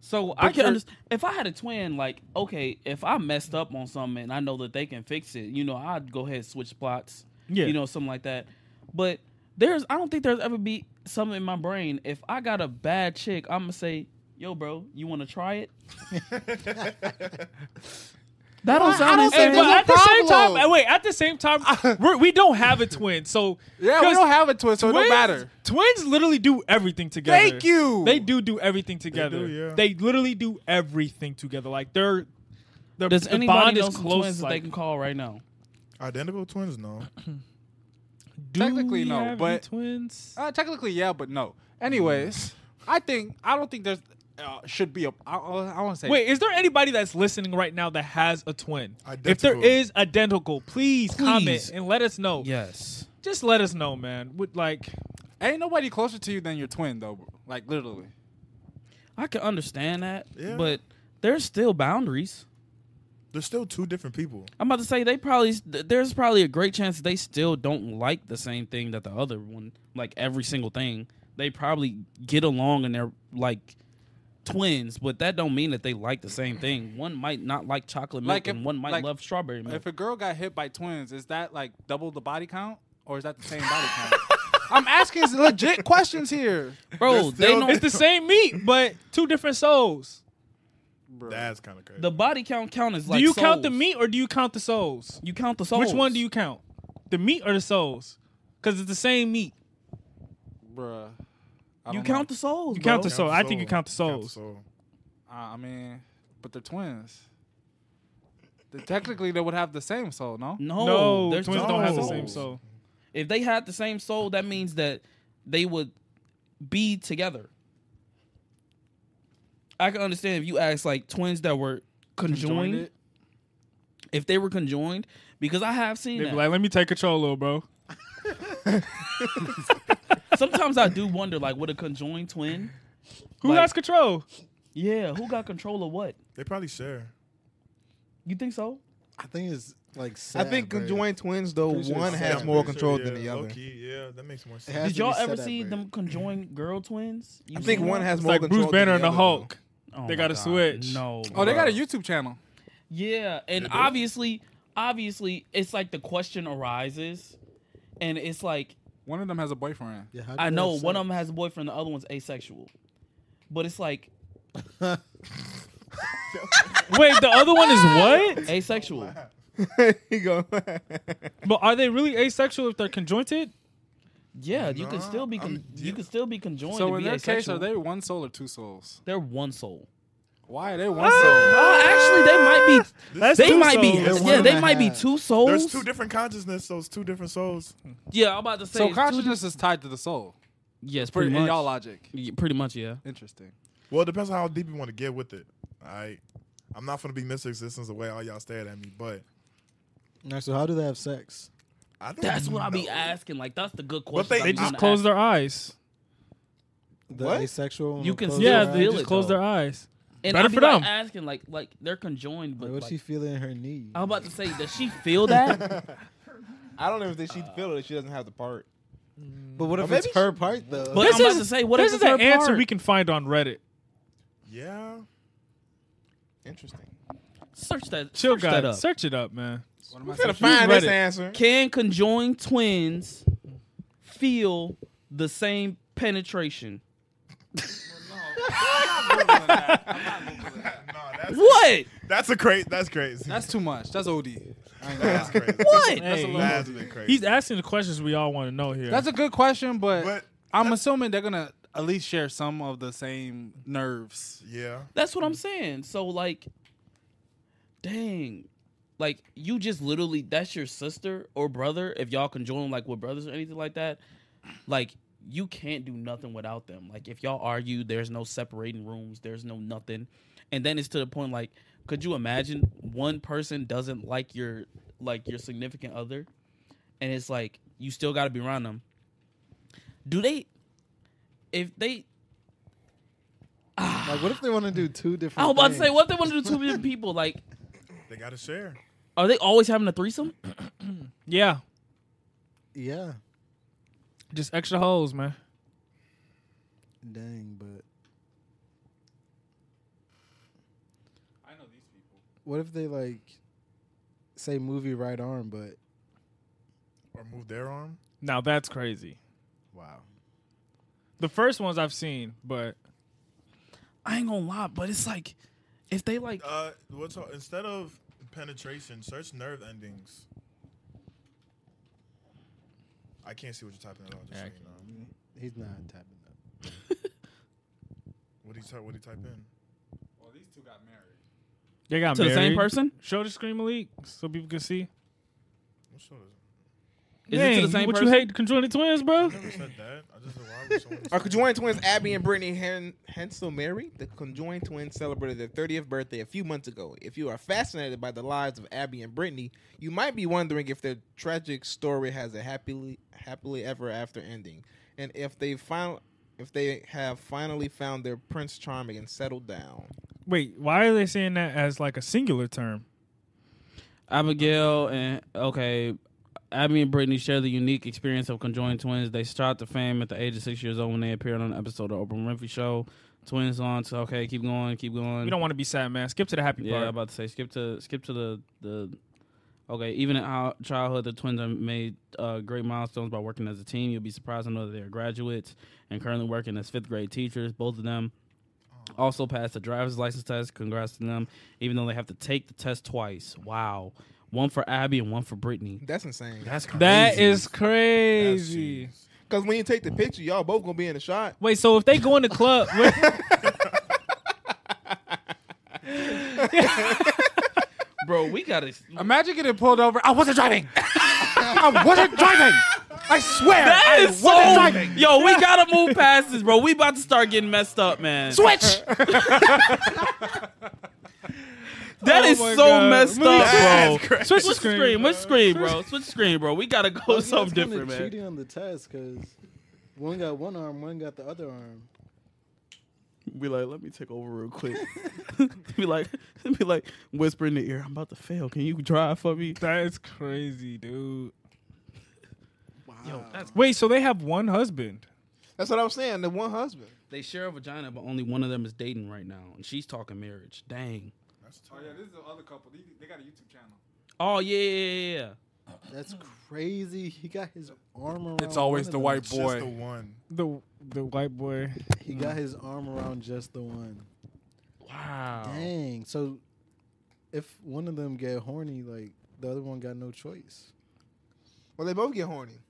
S3: So I can
S4: you're-
S3: understand if I had a twin, like okay, if I messed up on something and I know that they can fix it, you know, I'd go ahead and switch plots,
S5: Yeah.
S3: you know, something like that. But there's, I don't think there's ever be something in my brain. If I got a bad chick, I'm gonna say, "Yo, bro, you want to try it?" that don't sound
S8: don't
S3: insane.
S8: think
S5: but
S8: there's a
S5: at the same time,
S8: problem.
S5: uh, wait. At the same time, we're, we don't have a twin, so
S8: Yeah, we
S5: 'cause
S8: don't have a twin, so it don't
S5: twins-
S8: matter.
S5: Twins literally do everything together.
S8: Thank you.
S5: They do do everything together. They,
S2: yeah.
S5: literally do everything together. Like they're their,
S3: Does
S5: the
S3: anybody
S5: bond
S3: know
S5: is
S3: some
S5: close.
S3: twins that they
S5: like,
S3: can call right now?
S2: Identical twins, no.
S5: do
S8: Technically,
S5: we
S8: no,
S5: have any
S8: but-
S5: twins.
S8: Uh, technically, yeah, but no. Anyways, I think I don't think there's uh, should be a. I, I want to say
S5: Wait, is there anybody that's listening right now that has a twin? If there
S2: Identical.
S5: is identical, please, comment
S3: Please.
S5: and let us know.
S3: Yes.
S5: Just let us know, man. With like,
S8: Ain't nobody closer to you than your twin, though. bro. Like literally.
S3: I can understand that,
S2: Yeah.
S3: but there's still boundaries.
S2: There's still two different people.
S3: I'm about to say they probably th- there's probably a great chance they still don't like the same thing that the other one like every single thing. They probably get along and they're like twins, but that don't mean that they like the same thing. One might not like chocolate milk
S8: Like if-
S3: and one might
S8: like-
S3: love strawberry milk.
S8: If a girl got hit by twins, is that like double the body count, or is that the same body count? I'm asking legit questions here.
S3: Bro,
S2: There's
S3: they
S2: still-
S3: don't
S5: it's the same meat, but two different souls.
S2: That's kind of crazy.
S3: the body count count is like
S5: do you count the
S3: souls.
S5: meat or do you count the souls?
S3: You count the souls.
S5: Which one do you count? The meat or the souls? Because it's the same meat.
S8: Bruh. I
S3: You
S8: don't know.
S3: count the souls.
S5: You
S3: bro.
S5: count the soul. I think you count the souls.
S2: soul.
S8: Uh, I mean, but they're twins. They, technically, they would have the same soul, no?
S3: No,
S5: no,
S3: Oh, there's
S5: twins
S3: no
S5: don't have the
S3: souls.
S5: same soul.
S3: If they had the same soul, that means that they would be together. I can understand if you ask like twins that were conjoined,
S8: Conjoined?
S3: if they were conjoined, because I have seen
S5: They be
S3: that.
S5: like, let me take control, little bro.
S3: Sometimes I do wonder, like, would a conjoined twin?
S5: Who
S3: Like-
S5: has control?
S3: Yeah, who got control of what?
S2: They probably share.
S3: You think so?
S4: I think it's like.
S6: I
S4: Sad,
S6: think
S4: bro.
S6: conjoined twins though
S4: Pretty sure
S6: one
S2: Yeah,
S4: it's
S6: has
S4: sad.
S2: I'm
S6: more
S2: pretty sure,
S6: control than
S2: yeah,
S6: the other.
S2: low-key, yeah, that makes more
S4: It
S2: sense.
S4: has
S3: Did
S4: to be
S3: y'all ever
S4: set up,
S3: see
S4: bro.
S3: them conjoined girl twins? You
S6: I think
S3: seen
S6: one has
S5: It's
S6: more
S5: like
S6: control.
S5: Bruce Banner
S6: than
S5: and the
S6: other.
S5: Hulk.
S3: Oh
S5: They
S3: my
S5: got a
S3: God,
S5: switch.
S3: No.
S8: Oh, they got a YouTube channel.
S3: Yeah, and obviously, obviously, it's like the question arises, and it's like
S8: One of them has a boyfriend.
S4: Yeah, how do
S3: I
S4: they
S3: know
S4: have
S3: one of
S4: sex?
S3: them has a boyfriend, the other one's asexual, but it's like
S5: Wait, the other one is what?
S3: asexual.
S6: you go.
S5: But are they really asexual if they're conjointed?
S3: Yeah, you can
S2: Nah,
S3: still be con-
S2: I'm-
S3: you can still be conjoined. to
S8: So
S3: be
S8: in their case,
S3: asexual.
S8: are they one soul or two souls?
S3: They're one soul.
S8: Why are they one
S5: Ah!
S8: soul?
S3: Oh, actually, they might be.
S2: That's
S3: they
S5: two
S3: might
S5: souls. They're
S3: be. Yeah,
S4: one and
S3: they
S4: a
S3: might be
S4: half.
S3: two souls.
S2: There's two different consciousness, so it's two different souls.
S3: yeah, I'm about to say.
S8: So
S3: it's two
S8: consciousness is tied to the soul.
S3: di- yes,
S8: For
S3: pretty
S8: in
S3: much.
S8: y'all logic.
S3: Yeah, pretty much, yeah.
S8: Interesting.
S2: Well, it depends on how deep you want to get with it. All right. I'm not going to be Mr. Existence the way all y'all stared at me, but
S4: No, so how do they have sex?
S2: I don't
S3: That's what I be
S2: know.
S3: asking. Like, that's the good question.
S2: they-
S3: I
S2: they
S3: be
S2: just
S3: wanna
S2: Nah.
S5: Close
S3: ask.
S5: their eyes.
S4: The
S6: What?
S4: asexual.
S3: You can
S4: close
S3: still
S5: Yeah,
S4: their
S3: feel
S5: they
S4: eyes?
S3: it,
S5: just close
S3: though.
S5: their eyes.
S3: And
S5: Better
S3: I be
S5: for
S3: like
S5: them.
S3: asking like like they're conjoined, but
S4: Like, What's
S3: like-
S4: she feeling in her knee?
S3: I'm about to say, does she feel that?
S6: I don't even think she feel it. She doesn't have the part.
S4: But what if
S6: maybe
S4: it's her part though?
S3: But I'm about to say, what
S5: this
S3: if
S5: is
S3: it's her
S5: an answer
S3: part?
S5: we can find on Reddit.
S2: Yeah.
S6: Interesting.
S3: search that.
S5: Chill,
S3: search that up.
S5: guys. Search it up, man.
S8: What am I
S6: We're gonna
S8: saying?
S6: find this
S5: Reddit.
S6: answer.
S3: Can conjoined twins feel the same penetration?
S2: No, that's,
S3: What?
S2: that's a crazy. That's crazy.
S8: That's too much. That's OD. I ain't gonna
S2: That's
S8: lie.
S2: crazy.
S3: What?
S5: Hey,
S2: That's a bit crazy.
S5: he's asking the questions we all want to know here.
S8: That's a good question, but,
S2: But
S8: I'm assuming they're gonna at least share some of the same nerves.
S2: yeah.
S3: That's what I'm saying. So like, dang, like you just literally that's your sister or brother. If y'all conjoined like with brothers or anything like that, like you can't do nothing without them. Like if y'all argue, there's no separating rooms. There's no nothing. And then it's to the point like, could you imagine one person doesn't like your like your significant other, and it's like you still got to be around them. Do they? If they
S4: Like, what if they want to do two different?
S3: I was Oh, about to say,
S4: things?
S3: what they want to do to two different people? Like,
S2: They got to share.
S3: are they always having a threesome?
S5: yeah,
S4: Yeah.
S5: just extra holes, man.
S4: Dang, but What if they like say movie right arm, but
S2: or move their arm.
S5: Now that's crazy.
S4: wow.
S5: The first ones I've seen, but
S3: I ain't gonna lie, but it's like if they like
S2: Uh, what's instead of penetration, search nerve endings. I can't see what you're typing at all. Just so you know.
S4: He's not tapping up.
S2: What do you type? What do you type in?
S8: Well, these two got married.
S5: they got
S3: to the same
S5: married.
S3: person,
S5: Show the screen, Malik, so people can see.
S2: What show is
S3: is
S5: Dang,
S3: it to the same
S5: what
S3: person?
S5: you hate controlling the twins,
S2: it?
S5: bro?
S2: I never said that. I just said why would someone
S6: Our
S2: say-
S6: conjoined twins, Abby and Brittany Hen- Hensel Mary, the conjoined twins celebrated their 30th birthday a few months ago. If you are fascinated by the lives of Abby and Brittany, you might be wondering if their tragic story has a happily happily ever after ending, and if they found if they have finally found their prince charming and settled down.
S5: Wait, why are they saying that as like a singular term?
S3: Abigail and okay, Abby and Brittany share the unique experience of conjoined twins. They shot to fame at the age of six years old when they appeared on an episode of Oprah Winfrey Show. Twins on, so okay, keep going, keep going.
S5: We don't want to be sad, man. Skip to the happy
S3: yeah,
S5: part.
S3: I'm about to say skip to skip to the the. Okay, even in our childhood, the twins have made uh, great milestones by working as a team. You'll be surprised to know that they're graduates and currently working as fifth grade teachers. Both of them also passed the driver's license test. Congrats to them, even though they have to take the test twice. Wow. One for Abby and one for Brittany.
S6: That's insane.
S2: That's crazy.
S5: that is crazy.
S6: Because when you take the picture, y'all both gonna be in the shot.
S5: Wait, so if they go in the club, wait,
S3: Bro, we got to.
S8: Imagine getting pulled over. I wasn't driving. I wasn't driving. I swear. I
S3: That is
S8: wasn't
S3: so.
S8: driving.
S3: Yo, we got to move past this, bro. We about to start getting messed up, man.
S8: Switch.
S3: That is
S5: Oh my
S3: so
S5: God.
S3: messed
S5: Malik,
S3: up, bro.
S5: switch the
S3: Switch
S5: screen.
S3: screen, switch screen, bro. Switch screen, bro. We gotta go something different, man.
S4: Cheating on the test because one got one arm, one got the other arm.
S3: Be like, let me take over real quick. be like, be like, whisper in the ear. I'm about to fail. Can you drive for me?
S5: that is crazy, dude.
S3: Yo, that's
S5: Wait, so they have one husband.
S6: That's what I was saying. The one husband.
S3: they share a vagina, but only one of them is dating right now, and she's talking marriage. Dang.
S8: Oh yeah, this is the other couple. They, they got a YouTube channel.
S3: Oh yeah, yeah, yeah, yeah.
S4: That's crazy. He got his arm around.
S8: It's always
S4: one
S8: the
S4: of
S8: white
S2: It's just the
S8: boy.
S2: one.
S5: The the white boy.
S4: them. He got his arm around just the one. Oh.
S3: Wow.
S4: Dang. So if one of them get horny, like the other one got no choice.
S6: Well, they both get horny.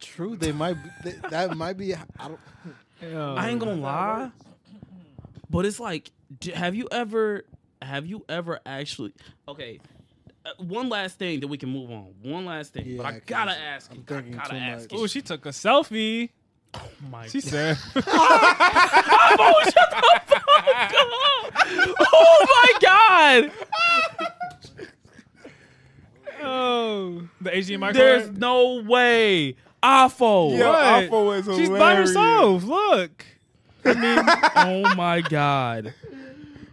S4: True. They might. Be, th- that might be. I don't.
S3: I ain't gonna lie, but it's like, d- have you ever, have you ever actually? Okay, uh, one last thing that we can move on. One last thing,
S4: Yeah,
S3: but I
S4: 'cause
S3: gotta ask.
S4: I'm
S3: you. I
S4: thinking
S3: gotta
S4: too
S3: ask.
S4: much.
S3: you.
S5: Oh, she took a selfie.
S3: Oh my
S5: She said,
S3: god! Oh my
S5: "Oh, the AG
S3: god!
S5: microwave."
S3: There's no way, Afo.
S5: What?
S6: Alpha is
S5: She's by herself. Look.
S3: oh my god!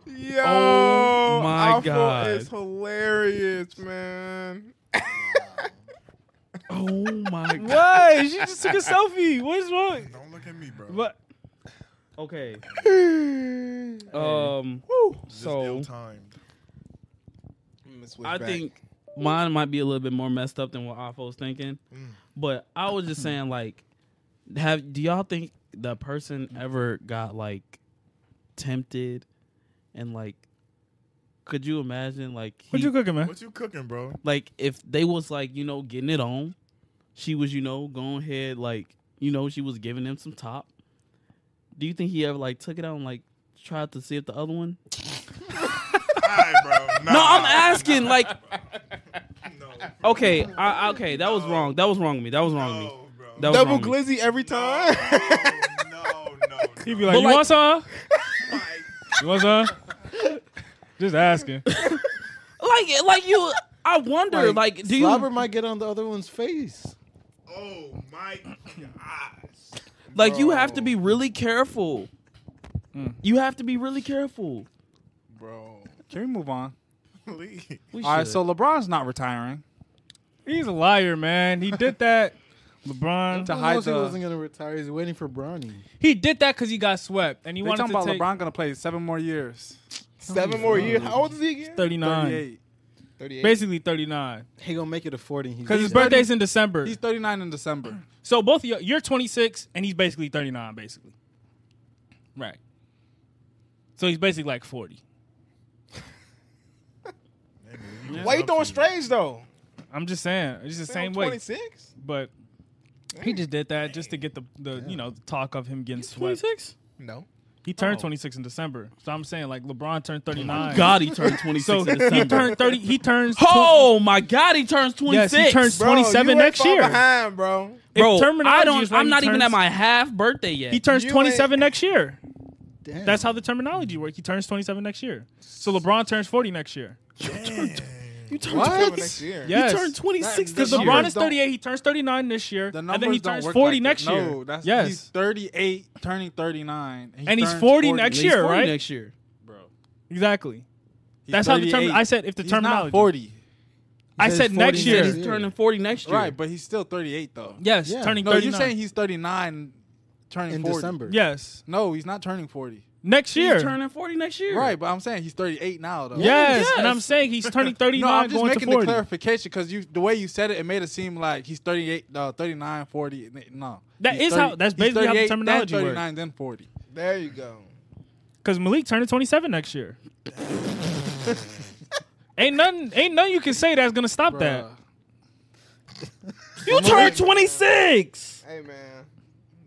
S6: Yo,
S3: Oh my
S6: Alpha
S3: God.
S6: is hilarious, man.
S3: Oh my god!
S5: What? She just took a selfie. What is wrong?
S2: Don't look at me, bro.
S5: What?
S3: Okay. Um.
S2: Just
S3: So.
S2: ill-timed.
S3: I think mine might be a little bit more messed up than what Afo's thinking. But I was just saying, like, have do y'all think the person ever got like tempted and like could you imagine like he,
S5: What you cooking, man?
S2: What you cooking, bro?
S3: like if they was like, you know, getting it on, she was, you know, going ahead, like, you know, she was giving him some top. Do you think he ever like took it out and like tried to see if the other one?
S2: All right, bro. Nah,
S3: No, I'm asking, like
S2: No,
S3: Okay, I, okay, that was wrong. That was wrong with me. That was wrong with me.
S2: no, bro.
S3: That was
S6: double
S3: wrong with me.
S6: glizzy every
S2: no,
S6: time.
S2: no, no.
S5: He
S2: no.
S5: be like,
S3: But
S5: "You
S3: like-
S5: want some? You want some?" just asking.
S3: Like, like you, I
S4: Oh,
S3: wonder. Like, do you
S4: Slobber might get on the other one's face.
S2: Oh my gosh.
S3: like you have to be really careful?
S5: Mm.
S3: You have to be really careful.
S2: Bro.
S8: Can we move on?
S2: Please.
S3: We
S8: All right.
S3: should.
S8: So LeBron's not retiring.
S5: He's a liar, man. He did that. LeBron.
S8: To hide
S4: he wasn't
S8: the.
S4: gonna retire. He's waiting for Bronny.
S5: He did that because he got swept, and he
S8: They
S5: wanted
S8: talking
S5: to
S8: about
S5: take
S8: LeBron gonna play seven more years.
S6: Seven more years. How old is he again?
S5: 39,
S8: 38.
S6: 38.
S5: basically 39,
S4: He gonna make it to forty. He's
S5: because his
S8: thirty-
S5: birthday's in December.
S8: He's 39 in December.
S5: So both of you, you're 26, and he's basically 39, basically. Right. So he's basically like 40.
S6: Why you doing strange though?
S5: I'm just saying, it's the same way.
S6: 26?
S5: But he just did that just to get the, the you know the talk of him getting swept.
S6: No.
S5: He
S8: Oh.
S5: turned 26 in December. So I'm saying like LeBron turned 39.
S3: God, he turned 26
S5: So
S3: in
S5: he
S3: December.
S5: turned 30. He turns.
S3: oh my God, he turns 26.
S5: yes, he turns
S6: Bro,
S5: 27
S6: you ain't
S5: next
S6: far
S5: year.
S6: behind, bro.
S3: Bro,
S5: terminology
S3: I don't.
S5: is right,
S3: I'm
S5: he
S3: not even
S5: turns-
S3: at my half birthday yet.
S5: He turns
S6: You ain't-
S5: 27 next year.
S4: Damn.
S5: That's how the terminology works. He turns 27 next year. So LeBron turns 40 next year.
S3: you turned
S6: Coming next year.
S5: Yes.
S3: He turned 26
S8: That-
S3: this
S5: Because
S8: the
S3: year.
S5: LeBron
S8: numbers
S5: is
S8: don't-
S5: 38, he turns 39 this year,
S8: The
S5: and
S8: numbers
S5: then he
S8: don't
S5: turns
S8: work
S5: 40
S8: like that.
S5: next year.
S8: No, that's,
S5: yes,
S8: He's 38, turning 39, he
S5: And he's
S8: turns
S5: 40 next year,
S3: He's 40
S5: right?
S3: Next year.
S5: exactly.
S8: He's
S5: That's how the
S8: 38.
S5: term. I said if the
S8: He's
S5: terminology.
S8: not 40.
S5: I
S4: says
S5: said
S4: 40
S5: next
S4: next
S5: year.
S4: year.
S3: He's turning 40 next year.
S8: Right, but he's still 38 though.
S5: Yes,
S4: Yeah.
S5: turning
S8: No,
S5: 39.
S8: you're saying he's 39 turning
S4: in
S8: 40.
S4: December.
S5: yes,
S8: No, he's not turning 40.
S5: next year.
S3: He's turning 40 next year.
S8: Right, but I'm saying he's 38 now though.
S5: yes,
S3: Yes.
S5: and I'm saying he's turning 39
S8: No, I'm just
S5: going to
S8: making
S5: 40.
S8: the clarification because you the way you said it, it made it seem like he's 38, uh, 39, 40. n- No,
S5: That
S8: he's
S5: is how- that's
S8: he's
S5: basically how the
S8: 38,
S5: terminology
S8: Then
S5: works.
S8: 39, then 40.
S6: There you go.
S5: Because Malik turning 27 next year. ain't nothing. Ain't nothing you can say that's gonna stop that.
S8: Bruh.
S3: You turned 26.
S6: Hey man,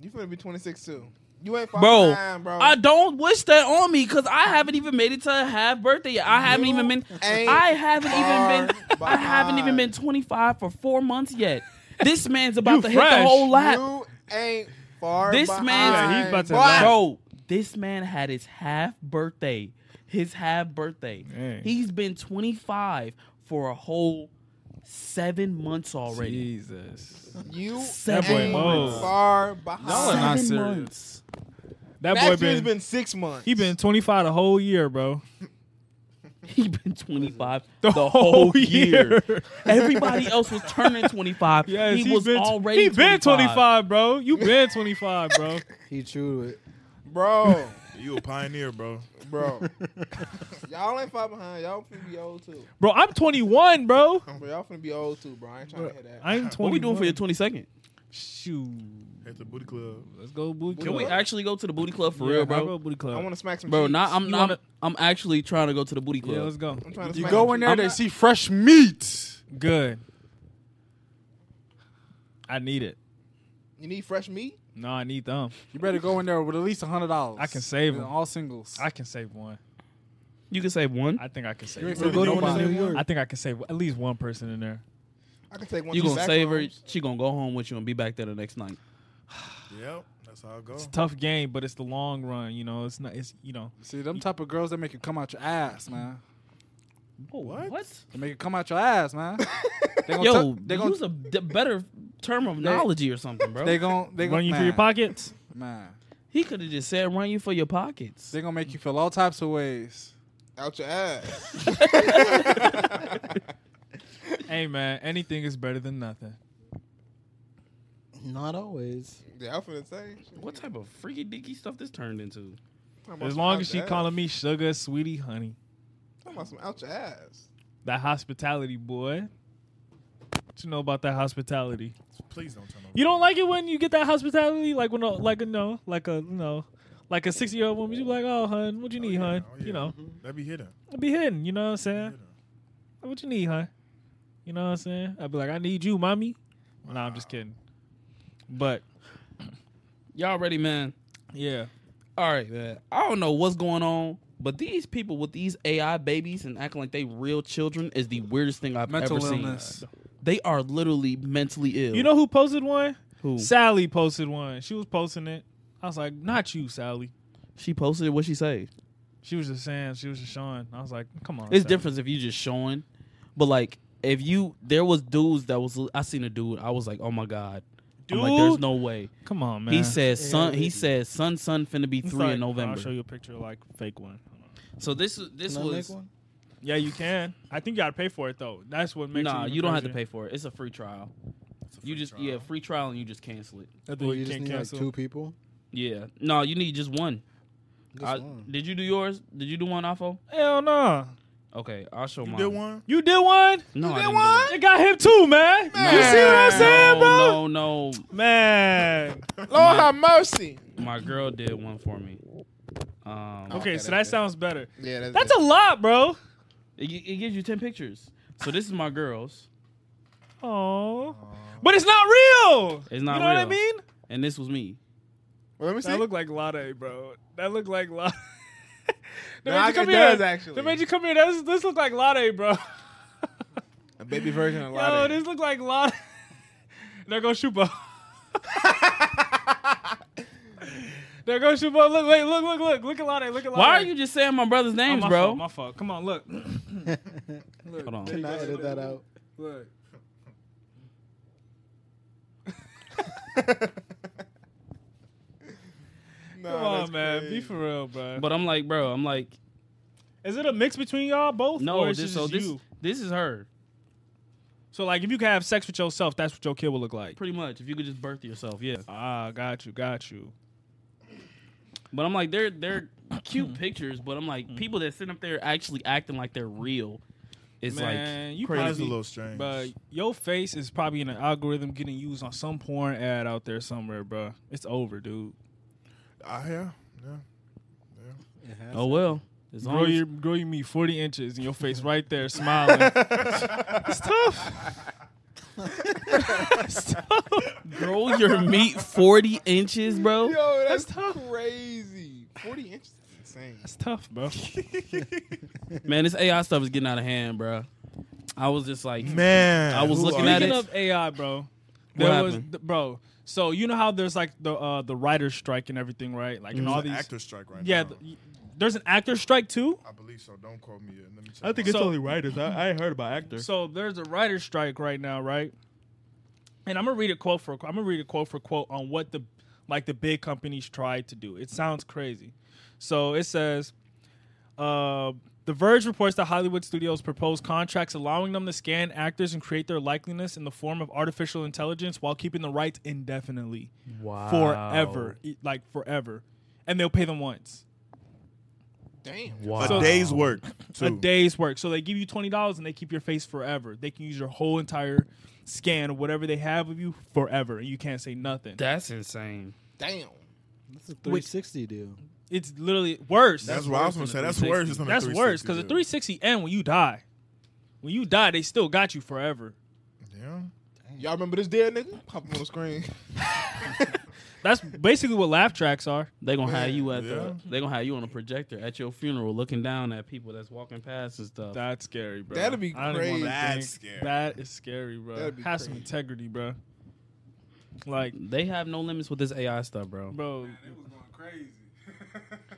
S6: you finna be 26 too. You ain't far
S3: Bro,
S6: behind, bro.
S3: I don't wish that on me because I haven't even made it to a half birthday yet. I haven't even been.
S6: ain't
S3: I haven't even
S6: far
S3: been. I haven't even
S6: behind.
S3: been 25 for four months yet. This man's about to hit
S5: fresh.
S3: the whole lap.
S6: You ain't far
S3: This
S6: behind.
S3: man- Yeah,
S5: he's about to
S6: boy.
S5: laugh.
S3: Bro, this man had his half birthday. His half birthday.
S5: Dang.
S3: He's been 25 for a whole seven months already.
S5: Jesus,
S6: You
S3: That
S5: boy
S6: ain't
S5: Mo.
S6: far behind.
S8: Y'all are not
S3: Seven
S8: serious.
S3: months.
S5: that boy
S6: Next year's
S5: been,
S6: been six months.
S5: he been 25 the whole year, bro.
S3: He been 25 the, whole year. Everybody else was turning 25.
S5: Yes,
S3: he, was
S5: been,
S3: already.
S5: he been 25, bro. You been 25, bro.
S4: He true to it.
S6: bro,
S2: You a pioneer, bro.
S6: bro. y'all ain't far behind. Y'all finna be old too.
S5: Bro, I'm 21, bro.
S6: Bro, y'all finna be old too, bro. I ain't trying to hear that.
S5: I'm 21.
S3: What we doing for your 22nd?
S5: Shoot.
S2: At the booty club.
S5: Let's go booty
S3: Can we
S5: club.
S3: actually go to the booty club for
S5: Yeah,
S3: real,
S5: I'll
S3: bro?
S5: go booty club.
S6: I want to smack some.
S3: Bro,
S6: cheeks.
S3: not, I'm
S5: You
S3: not.
S5: wanna-
S3: I'm actually trying to go to the booty club.
S5: yeah, let's go.
S6: I'm trying to
S8: You
S6: smack
S8: go
S6: some
S8: in there,
S6: cheeks.
S8: they see fresh meat.
S5: Good. I need it.
S6: You need fresh meat.
S5: No, I need them.
S8: You better go in there with at least hundred dollars.
S5: I can save
S8: Yeah,
S5: him.
S8: all singles.
S5: I can save one.
S3: you can say one.
S5: I think I can save
S4: We're
S5: one.
S4: going to one in
S8: nobody.
S4: New York.
S5: I think I can save at least one person in there.
S6: I can take one.
S3: You
S6: to the
S3: gonna
S6: back
S3: save her?
S6: rooms.
S3: She gonna go home with you and be back there the next night.
S2: Yep, that's how it goes.
S5: It's a tough game, but it's the long run. You know, it's not. It's you know.
S8: See them type of girls that make you come out your ass, man.
S3: What?
S8: They make you come out your ass, man. they gonna
S3: Yo,
S8: tuck- they gonna
S3: use a d- better terminology or something, bro.
S8: they gonna they gonna
S5: Run you
S8: man,
S5: for your pockets.
S8: man.
S3: he could have just said, "Run you for your pockets."
S8: They gonna make you feel all types of ways.
S6: out your ass.
S5: hey man, anything is better than nothing.
S4: Not always.
S6: yeah, I'm finna say.
S3: What type of freaky dicky stuff this turned into?
S6: Talking about
S5: As
S6: some
S5: long
S6: out
S5: as she
S6: your ass.
S5: calling me sugar, sweetie, honey.
S6: Talking about some out your ass.
S5: That hospitality, boy. What you know about that hospitality?
S2: Please don't turn over.
S5: You don't like it when you get that hospitality, like when, a, like a no, like a you know, like a sixty year old woman. You be like, oh, hun, what you need, hun?
S2: Oh, yeah.
S5: You know,
S2: That be hidden.
S5: I'll be hidden. You know what I'm saying? What you need, hun? You know what I'm saying? I'd be like, I need you, mommy. Nah, I'm just kidding. But
S3: Y'all ready, man?
S5: yeah,
S3: All right, man. I don't know what's going on, but these people with these AI babies and acting like they real children is the weirdest thing I've
S8: Mental
S3: ever
S8: illness.
S3: seen. They are literally mentally ill.
S5: you know who posted one?
S3: who?
S5: Sally posted one. She was posting it. I was like, not you, Sally.
S3: she posted it. What she say?
S5: She was just saying. She was just showing. I was like, come on.
S3: It's
S5: Sally.
S3: different if you just showing, but like if you there was dudes that was I seen a dude. I was like, oh my god. I'm like, there's
S5: Dude.
S3: no way.
S5: Come on, man.
S3: He says son. He says son. Son finna be
S5: I'm
S3: three
S5: sorry.
S3: in
S5: I'll show
S3: November.
S5: you a picture of, like fake one.
S3: So this is this
S4: Can I make
S3: was
S4: one?
S5: Yeah, you can. I think you gotta pay for it though. That's what makes.
S3: nah.
S5: it
S3: You don't have to pay for it. It's a free trial.
S2: a
S3: You
S2: free
S3: just
S2: trial.
S3: yeah, free trial and you just cancel it.
S5: That thing
S4: Well, you just
S5: can't
S4: need like
S5: cancel.
S4: two people.
S3: Yeah. No, you need just one.
S4: Just
S3: I-
S4: one.
S3: Did you do yours? Did you do one, Afo?
S5: Hell no.
S3: Okay, I'll show
S2: You
S3: mine.
S2: did one.
S5: You did one.
S3: No, I didn't do it.
S5: It got him too, man. You see what I'm saying,
S3: no,
S5: bro?
S3: no, no.
S5: Man.
S6: Lord have mercy.
S3: My girl did one for me. Um,
S5: Okay,
S6: Okay,
S5: so that
S6: that's good.
S5: sounds better.
S6: Yeah, that's,
S5: That's a lot, bro.
S3: it, gi- it gives you ten pictures. So this is my girl's,
S5: Oh. But it's not real.
S3: It's not
S5: You know what I
S3: real.
S5: mean?
S3: and this was me.
S6: Well, let me see.
S5: That looked like Latte, bro. That looked like Latte.
S6: No,
S5: They
S6: I-
S5: made you come
S6: it does,
S5: here.
S6: actually.
S5: They made you come here. This, this look like Latte, bro.
S6: a baby version of
S5: Yo,
S6: Latte.
S5: this look like Latte. there goes Shuba. there goes Shuba. Look, wait, look, look, look. Look at Latte. Look at Latte.
S3: Why are you just saying my brother's
S5: Oh,
S3: names,
S5: my
S3: bro?
S5: Fault, my fault. Come on, look. look.
S3: Hold on.
S4: Can I edit that out?
S5: Look.
S6: Nah,
S5: Come on,
S6: that's
S5: man.
S6: crazy.
S5: Be for real, bro.
S3: But I'm like, bro, I'm like,
S5: Is it a mix between y'all both?
S3: no,
S5: or is
S3: this
S5: this
S3: so
S5: just
S3: this
S5: you?
S3: this is her.
S5: So like, if you can have sex with yourself, that's what your kid will look like.
S3: Pretty much. If you could just birth yourself, yeah.
S5: Ah, got you, got you.
S3: But I'm like, they're they're cute pitures, but I'm
S5: Mm.
S3: like, people that sit up there actually acting like they're real is
S5: Man,
S3: like
S5: you
S2: It is a
S3: crazy.
S5: probably-
S2: little strange.
S5: But your face is probably in an algorithm getting used on some porn ad out there somewhere, bro. It's over, dude.
S2: Ah, yeah, yeah.
S3: Oh well. As long
S5: Grow
S3: as-
S5: your grow your meat forty inches and your face right there smiling. it's tough. it's tough.
S3: grow your meat forty inches, bro.
S6: Yo, that's,
S5: That's tough.
S6: crazy. Forty inches, is insane.
S5: It's tough, bro.
S3: Man, this AI stuff is getting out of hand, bro. I was just like,
S2: Man,
S3: I was
S2: who
S3: looking
S2: are
S3: at
S2: you?
S5: Speaking
S3: it.
S5: of AI, bro,
S3: What
S5: there was
S3: happened?
S5: th- bro. So you know how there's like the uh, the writer's strike and everything, right? Like and
S2: There's
S5: all
S2: an
S5: these.
S2: actor Mm, strike right
S5: yeah,
S2: now.
S5: th- there's an actor strike too.
S2: I believe so. Don't quote me. Yet. Let me check
S5: think it's So- only
S2: writers. I, I heard about actors.
S5: So there's a writer's strike right now, right? And I'm gonna read a quote for I'm gonna read a quote for quote on what the like the big companies tried to do. It sounds crazy. So it says, uh, The Verge reports that Hollywood studios proposed contracts allowing them to scan actors and create their likeliness in the form of artificial intelligence while keeping the rights indefinitely,
S3: Wow.
S5: forever, E- like forever, and they'll pay them once.
S3: Wow.
S2: a day's work.
S5: a
S2: too.
S5: day's work. So they give you twenty dollars and they keep your face forever. They can use your whole entire scan or whatever they have of you forever, and you can't say nothing.
S3: That's insane.
S6: Damn.
S4: That's a 360 deal.
S5: it's literally worse.
S2: That's
S5: That's,
S2: what I was
S3: worse
S2: gonna
S3: than a
S2: say. That's worse than a
S5: worse because the
S2: 360
S5: 360 and when you die, when you die, they still got you forever.
S2: deal. Yeah.
S6: Y'all remember this dead nigga? Pop him on the screen.
S5: That's basically what laugh tracks are.
S3: They gonna have you at
S2: Yeah.
S3: the. They gonna have you on a projector at your funeral, looking down at people that's walking past and stuff.
S5: That's scary, bro.
S6: That'd be
S5: I don't even wanna
S6: crazy.
S2: That's
S5: think.
S2: scary.
S5: That is scary, bro. Have
S6: That'd be
S5: some
S6: crazy.
S5: integrity, bro. Like,
S3: They have no limits with this AI stuff, bro.
S5: bro,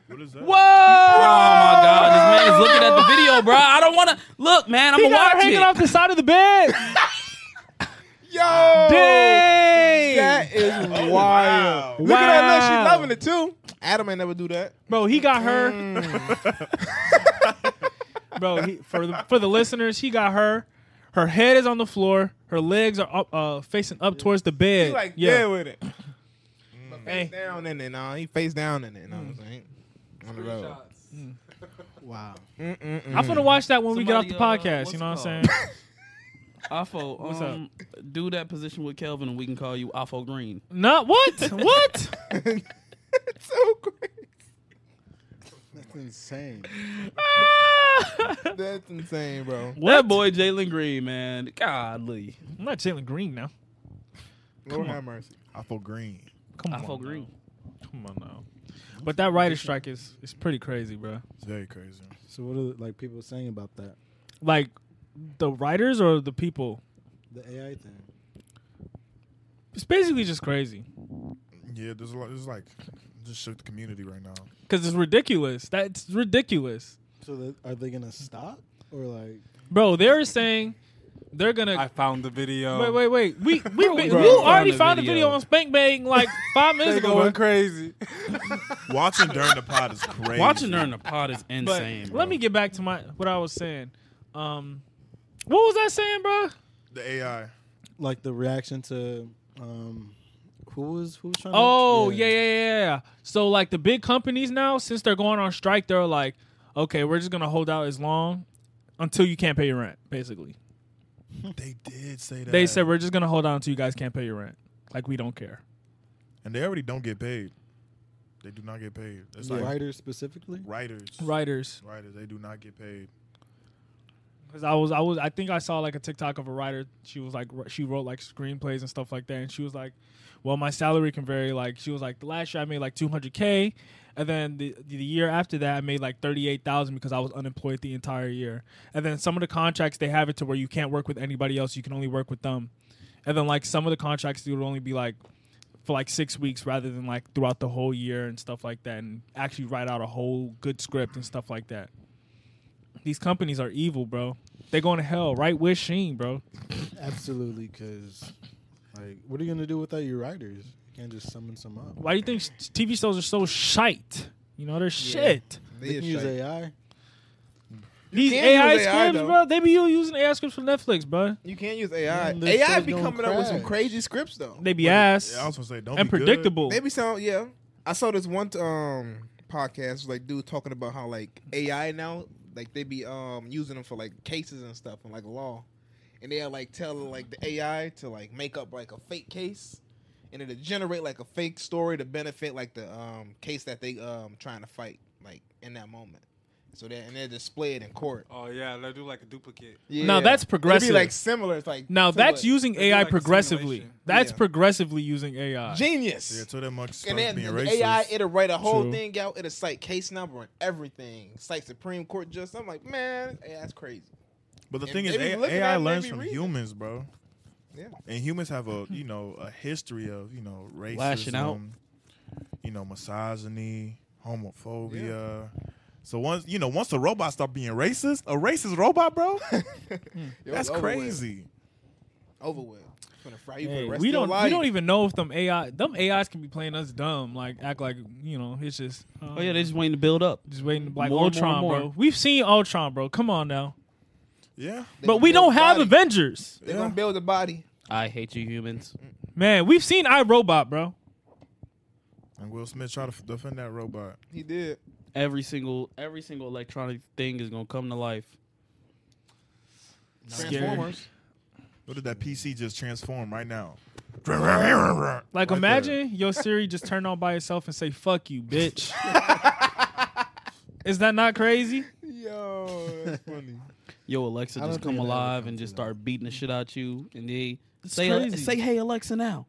S2: What is that?
S3: Whoa! Oh my God, this man is looking at the video, bro. I don't wanna look, man. I'm
S5: he
S3: gonna
S5: got her
S3: watch
S5: hanging
S3: it.
S5: off the side of the bed.
S6: Yo,
S5: Dang!
S6: that is wild. Look at that, look, she loving it too. Adam ain't never do that.
S5: Bro, he got her. Mm. Bro, he, for the for the listeners, he got her. Her head is on the floor. Her legs are up, uh, facing up towards the bed.
S6: He like yeah,
S5: yeah.
S6: with it. But
S5: Hey.
S6: face down in it, nah. He face down in it. Know what I'm saying?
S3: Hmm.
S6: On the road.
S4: Wow.
S5: I'm gonna watch that when we get off
S3: Somebody,
S5: the
S3: uh,
S5: podcast.
S3: what's
S5: you know
S3: it
S5: what I'm saying?
S3: called? Afo,
S5: What's
S3: um, do that position with Kelvin, and we can call you Afo Green.
S5: Not what? What?
S6: It's so crazy.
S4: That's insane.
S6: That's insane, bro.
S3: That boy Jalen Green, man. Godly.
S5: I'm not Jalen Green now.
S6: Lord have mercy.
S2: I feel green.
S5: Come on,
S3: Afo Green.
S5: now. Come on now. But that writer strike is is pretty crazy, bro.
S2: It's very crazy.
S4: So what are like people saying about that?
S5: Like the writers or the people.
S4: The AI thing.
S5: It's basically just crazy
S2: Yeah, there's a lot. There's like just shook the community right now.
S5: because it's ridiculous. That's ridiculous.
S4: So that, are they gonna stop or like?
S5: Bro, they're saying they're gonna.
S8: found the video.
S5: Wait, wait, wait. We we we,
S3: Bro, I
S5: we
S3: found
S5: already
S3: the
S5: found the
S3: video.
S5: video on Spank Bang like five minutes
S8: They're
S5: ago.
S8: going
S5: bro.
S8: crazy.
S2: Watching during the pod is crazy.
S3: Watching her in the pod is
S5: But
S3: insane. bro.
S5: let me get back to my what I was saying. Um, what was I saying, bro?
S2: the AI.
S4: like the reaction to um, who was who was trying.
S5: Oh
S4: to,
S5: yeah. yeah, yeah, yeah, So like the big companies now, since they're going on strike, they're like, okay, we're just gonna hold out as long until you can't pay your rent. Basically,
S2: They did say that.
S5: they said we're just gonna hold out until you guys can't pay your rent. Like we don't care.
S2: and they already don't get paid. They do not get paid. It's
S4: The
S2: like
S4: writer specifically.
S2: writers,
S5: Writers,
S2: writers. They do not get paid.
S5: because I was, I was, I think I saw like a TikTok of a writer. She was like, wr- she wrote like screenplays and stuff like that, and she was like, well, my salary can vary. Like she was like, last year I made like 200k, and then the the year after that I made like 38,000 because I was unemployed the entire year. And then some of the contracts they have it to where you can't work with anybody else; you can only work with them. And then like some of the contracts it would only be like for like six weeks rather than like throughout the whole year and stuff like that, and actually write out a whole good script and stuff like that. These companies are evil, bro. They're going to hell, right with Sheen, bro.
S4: Absolutely, because like, what are you gonna do without your writers? You can't just summon some up.
S5: Why do you think s- TV shows are so shite? You know, they're shit.
S4: They can use
S6: shite.
S4: AI.
S5: These
S6: can
S5: AI
S6: use AI
S5: scripts,
S6: though.
S5: bro. They be u- using AI scripts for Netflix, bro.
S6: You can't use AI.
S4: Mm, this
S6: AI
S4: shit
S6: be
S4: gonna
S6: coming up with some
S4: crash.
S6: crazy scripts though.
S5: They be ass
S2: Yeah, I was gonna say don't
S5: and
S2: be good.
S5: predictable.
S6: Maybe some yeah. I saw this one um podcast like dude talking about how like AI now like they be um using them for like cases and stuff and like law, and they'll like tell like the AI to like make up like a fake case, and it'll generate like a fake story to benefit like the um case that they um trying to fight like in that moment. So that and they display it in court.
S9: Oh yeah, they do like a duplicate.
S6: Yeah.
S5: Now that's
S6: It'd
S5: progressive.
S6: be like similar. It's like
S5: now
S6: similar.
S5: that's using
S9: They do
S5: AI
S9: like a
S5: progressively.
S9: simulation.
S5: That's
S6: Yeah.
S5: progressively using AI.
S6: genius.
S2: Yeah, till that much
S6: And
S2: starts
S6: then
S2: being
S6: the
S2: racist.
S6: AI, it'll write a whole
S5: True.
S6: thing out. It'll cite case number and everything. Cite Supreme Court justice. I'm like, man, yeah, that's crazy.
S2: but the
S6: and
S2: thing is,
S6: they be
S2: A-
S6: looking
S2: AI
S6: at
S2: learns
S6: maybe
S2: from
S6: reason.
S2: humans, bro.
S6: Yeah.
S2: And humans have a you know a history of you know racism,
S3: Lashing out.
S2: you know misogyny, homophobia. So once you know once the robot start being racist, a racist robot, bro,
S6: Yo,
S2: that's
S6: it's over with.
S2: crazy.
S6: Over with. Gonna fry you for the
S5: Hey,
S6: rest
S5: we
S6: of your
S5: don't.
S6: life.
S5: We don't even know if them AI, them AIs can be playing us dumb. Like act like you know. It's just. uh,
S3: Oh yeah, they just waiting to build up.
S5: just waiting to- like
S3: More and more
S5: Ultron,
S3: and more.
S5: bro. We've seen Ultron, bro. Come on now.
S2: Yeah,
S6: They
S5: But
S6: gonna
S5: we
S6: build
S5: don't
S6: a
S5: have
S6: body.
S5: Avengers,
S6: They're
S2: Yeah.
S6: gonna build a body.
S3: I hate you humans.
S5: man. We've seen iRobot, bro.
S2: and Will Smith try to f- defend that robot.
S6: He did.
S3: Every single every single electronic thing is gonna come to life.
S5: Scary.
S6: Transformers.
S2: What did that PC just transform right now? Right
S5: Like imagine your Siri just turn on by itself and say "fuck you, bitch." Is that not crazy?
S6: Yo, that's funny.
S3: Yo, Alexa
S4: I don't
S3: just
S4: think
S3: come
S4: it'll ever
S3: alive
S4: come
S3: and
S4: to
S3: just
S4: that.
S3: start beating the shit out you, and they
S5: It's
S3: say
S5: crazy.
S3: say hey Alexa now,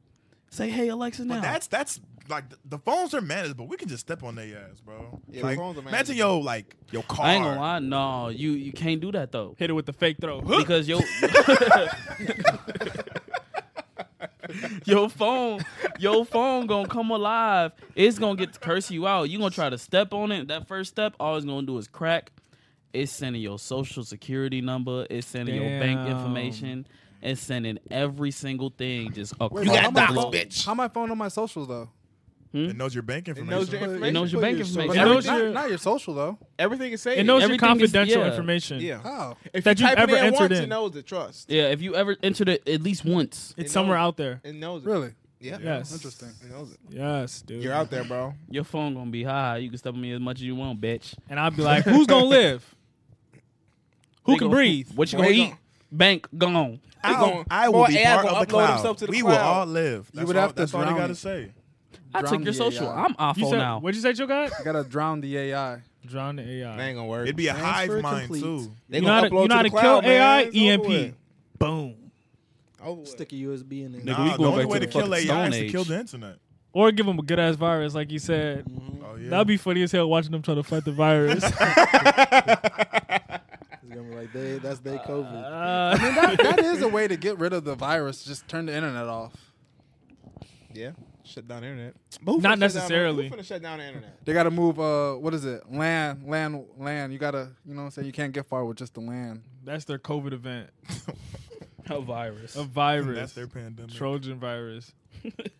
S3: say hey Alexa now.
S2: But that's that's like th- the phones are managed, but we can just step on their ass, bro.
S6: Yeah, the
S2: like,
S6: phones are
S2: imagine
S6: managed.
S2: yo like your car.
S3: I ain't gonna lie, no, you you can't do that though
S5: Hit it with the fake throw.
S3: because yo your phone your phone gonna come alive. It's gonna get to curse you out. You gonna try to step on it. That first step, all it's gonna do is crack. It's sending your social security number. It's sending your bank
S5: Damn.
S3: information. It's sending every single thing just across
S8: Wait,
S3: the
S8: how my
S3: globe.
S8: phone- How my phone on my socials though?
S2: It knows your bank information.
S6: knows your
S3: It
S6: information.
S3: knows your
S4: But
S3: bank
S4: your
S3: information.
S4: social-
S8: But
S5: It
S8: not,
S5: knows
S3: Every-
S5: your-
S8: not- not your social though.
S6: Everything is saved.
S5: It knows your
S3: Everything is-
S5: confidential
S3: yeah.
S5: information.
S6: Yeah.
S8: Oh,
S6: If
S5: That
S6: you
S5: you
S6: type
S5: ever
S6: it in once,
S5: entered
S6: it
S5: in.
S6: knows it. Trust.
S3: Yeah, if you ever entered it at least once,
S5: It's
S6: It
S5: somewhere
S6: knows.
S5: out there.
S6: It knows it.
S8: really?
S6: Yeah.
S5: Yes.
S8: Interesting.
S6: It knows it.
S5: Yes, dude.
S6: You're out there, bro.
S3: your phone gonna be high. You can step on me as much as you want, bitch.
S5: And I'd be like, who's gonna live? Who
S3: They
S5: can
S3: gonna-
S5: breathe?
S3: What you
S6: Where
S3: gonna
S6: you
S3: eat? Bank gone.
S2: I,
S6: gonna-
S2: I will
S6: or
S2: be
S6: AI
S2: part
S6: gonna
S2: of the
S6: upload
S2: cloud.
S6: himself to the
S2: we will
S6: cloud.
S2: all live. That's
S8: would
S2: all,
S8: have to
S2: that's all they
S8: drown
S2: gotta
S8: it.
S2: say.
S3: I
S8: Drown
S3: took your
S8: the
S3: social.
S8: AI.
S3: I'm
S5: You
S3: awful
S5: said,
S3: now.
S5: What'd you say, Joe? Got
S8: I gotta drown the AI.
S5: drown the AI.
S6: That ain't gonna work.
S2: It'd be a
S4: Transfer
S2: hive mind
S4: complete.
S2: too.
S6: They
S5: you know how
S6: gonna
S5: to, you
S6: upload
S5: know how
S6: to
S5: to
S6: the
S5: kill E
S6: cloud,
S5: AI?
S6: man. It's over
S5: EMP.
S6: with.
S5: Boom.
S6: Over with.
S4: Stick a USB in
S3: Nigga,
S4: there.
S3: we
S2: Nah, the
S3: going
S2: only
S3: back
S2: way
S3: to
S2: to
S3: the
S2: kill
S3: fucking
S2: AI is
S3: Stone
S2: to kill
S3: Age.
S2: the internet.
S5: Or give them a good ass virus, like you said.
S6: Mm-hmm.
S2: Oh yeah.
S5: That'd be funny as hell watching them try to fight the virus.
S4: It's gonna be like they that's they COVID.
S5: Uh,
S8: I mean, that, that is a way to get rid of the virus. Just turn the internet off.
S6: Yeah. Shut down the internet.
S5: Not necessarily.
S6: We're gonna shut down the internet.
S8: They gotta move. Uh, what is it? Land, land, land. You gotta, you know, what I'm saying you can't get far with just the land.
S5: That's their COVID event.
S3: A virus.
S5: A virus.
S2: that's their pandemic.
S5: Trojan virus. Get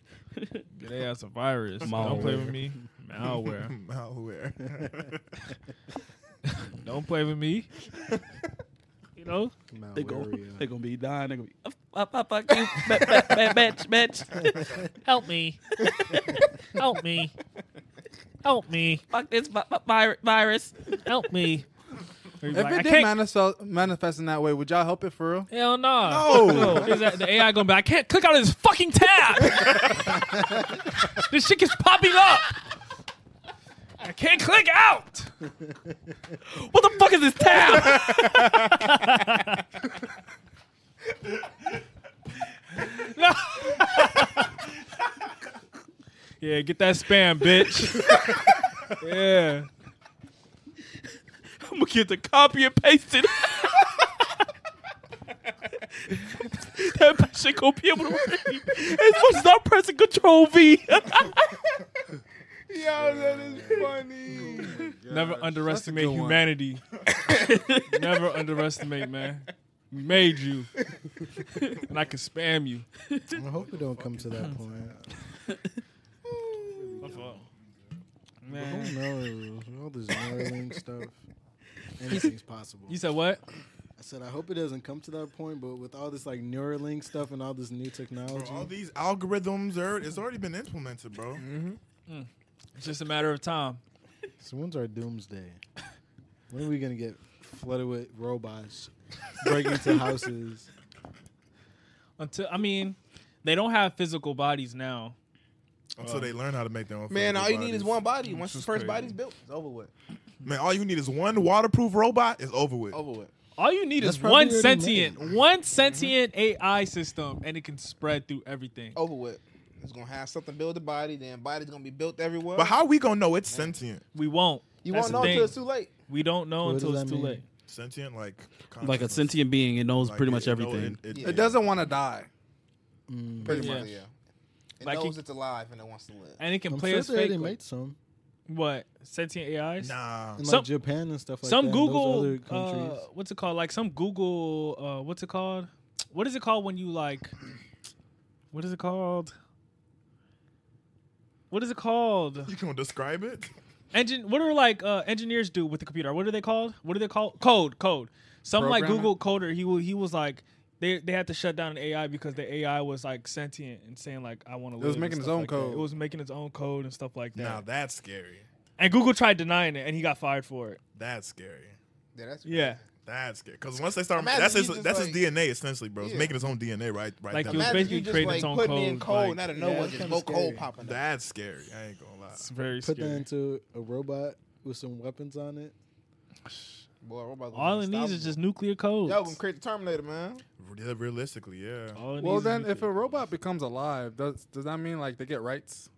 S5: their ass a virus. Don't
S3: Malware.
S5: play with me. Malware.
S2: Malware.
S5: Don't play with me. You know?
S3: They gonna, they gonna be dying. They gonna be. I, I fuck you, ba- ba- ba- bitch, bitch.
S5: Help me. Help me. Help me.
S3: Fuck this vi- vi- vir- virus.
S5: Help me. He's
S8: If
S5: like, I
S8: it did
S5: can't-
S8: manifest, manifest in that way, would y'all help it for real?
S5: Hell no. No. He's like, the AI gonna be, I can't click out of this fucking tab. this shit keeps popping up. I can't click out.
S3: What the fuck is this tab?
S5: Yeah, get that spam, bitch. yeah.
S3: I'm gonna get the copy and paste it. that shit gonna be able to read as much as I'm pressing Control V.
S6: Yo, that is funny.
S5: Never underestimate
S8: one.
S5: humanity. Never underestimate, man. We made you. and I can spam you.
S10: I hope we don't come to that point.
S5: Man.
S10: Who knows? All this Maryland stuff. Anything's possible.
S5: You said what?
S10: I said I hope it doesn't come to that point, but with all this like Neuralink stuff and all this new technology,
S2: All these algorithms are it's already been implemented, bro.
S6: Mm-hmm.
S5: It's just a matter of time.
S10: so when's our doomsday? When are we gonna get flooded with robots breaking into houses?
S5: Until I mean, they don't have physical bodies now.
S2: Until they learn how to make their own.
S6: Man,
S2: physical
S6: all you need is
S2: bodies.
S6: one body. Once the
S2: is crazy.
S6: first body's built, it's over with.
S2: Man, all you need is one waterproof robot. It's over with.
S6: Over with.
S5: All you need
S10: That's
S5: is
S10: probably
S5: one
S10: already Mm-hmm.
S5: sentient, one sentient AI system, and it can spread through everything.
S10: Oh.
S6: Over with. It's gonna have something build the body. Then body's gonna be built everywhere.
S2: But how we gonna know it's sentient?
S5: We won't.
S6: you
S5: That's the
S6: won't know until
S5: thing.
S6: it's too late.
S5: We don't know
S10: What
S5: until
S10: does
S5: it's
S10: that
S5: too
S10: mean?
S5: late.
S2: Sentient,
S3: Like
S2: like
S3: a
S2: consciousness.
S3: sentient being, it knows
S2: Like,
S3: pretty
S2: it-
S3: much
S2: it know-
S3: everything.
S2: it-
S6: Yeah.
S8: It doesn't want to die.
S6: Pretty
S5: Yeah.
S6: much, yeah. It
S5: Mm, Like
S6: knows
S5: it-
S6: it's alive and it wants to live.
S5: And it can
S10: I'm
S5: play
S10: sure
S5: as
S10: they
S5: fake.
S10: already
S5: like-
S10: made some
S5: what sentient AIs?
S2: Nah,
S10: in
S5: Some-
S10: like Japan and stuff like
S5: some
S10: that. and those
S5: Google.
S10: other countries.
S5: uh, what's it called? Like some Google. Uh, what's it called? What is it called when you like? What is it called? What is it called?
S2: you gonna describe it?
S5: engine what are like uh, engineers do with the computer what are they called what are they called code code some like
S8: Programmer?
S5: google coder he wa- he was like they, they had to shut down an AI because the AI was like sentient and saying like I want to. It
S8: was making its own code.
S5: It was making its own code and stuff like that.
S2: Nah, that's scary.
S5: And Google tried denying it, and he got fired for it.
S2: That's scary.
S6: yeah, that's
S5: Yeah,
S2: That's scary. Because once they start,
S6: Imagine
S2: that's
S6: you
S2: his
S6: just
S2: that's
S6: like-
S2: his DNA essentially, bro. It's
S6: Yeah.
S2: making his own DNA, right? Right.
S5: Like
S2: down
S5: you
S2: there.
S5: was
S6: Imagine
S5: basically
S6: you just
S5: creating
S6: like
S5: its own
S6: putting in
S5: code,
S6: code,
S5: like-
S6: and out of nowhere,
S10: that's
S6: just
S10: kinda
S6: no
S10: scary.
S6: code popping up.
S2: that's scary. I ain't gonna lie.
S5: it's very
S10: Put that
S5: scary.
S10: into a robot with some weapons on it.
S6: Boy, robots gonna
S5: All
S6: be
S5: it needs is
S6: unstoppable.
S5: just nuclear codes.
S6: Yo, we can create the Terminator, man.
S2: Real- Realistically, yeah.
S5: All it
S8: Well,
S5: needs is
S8: then,
S5: nuclear-
S8: if a robot becomes alive, does does that mean like they get rights?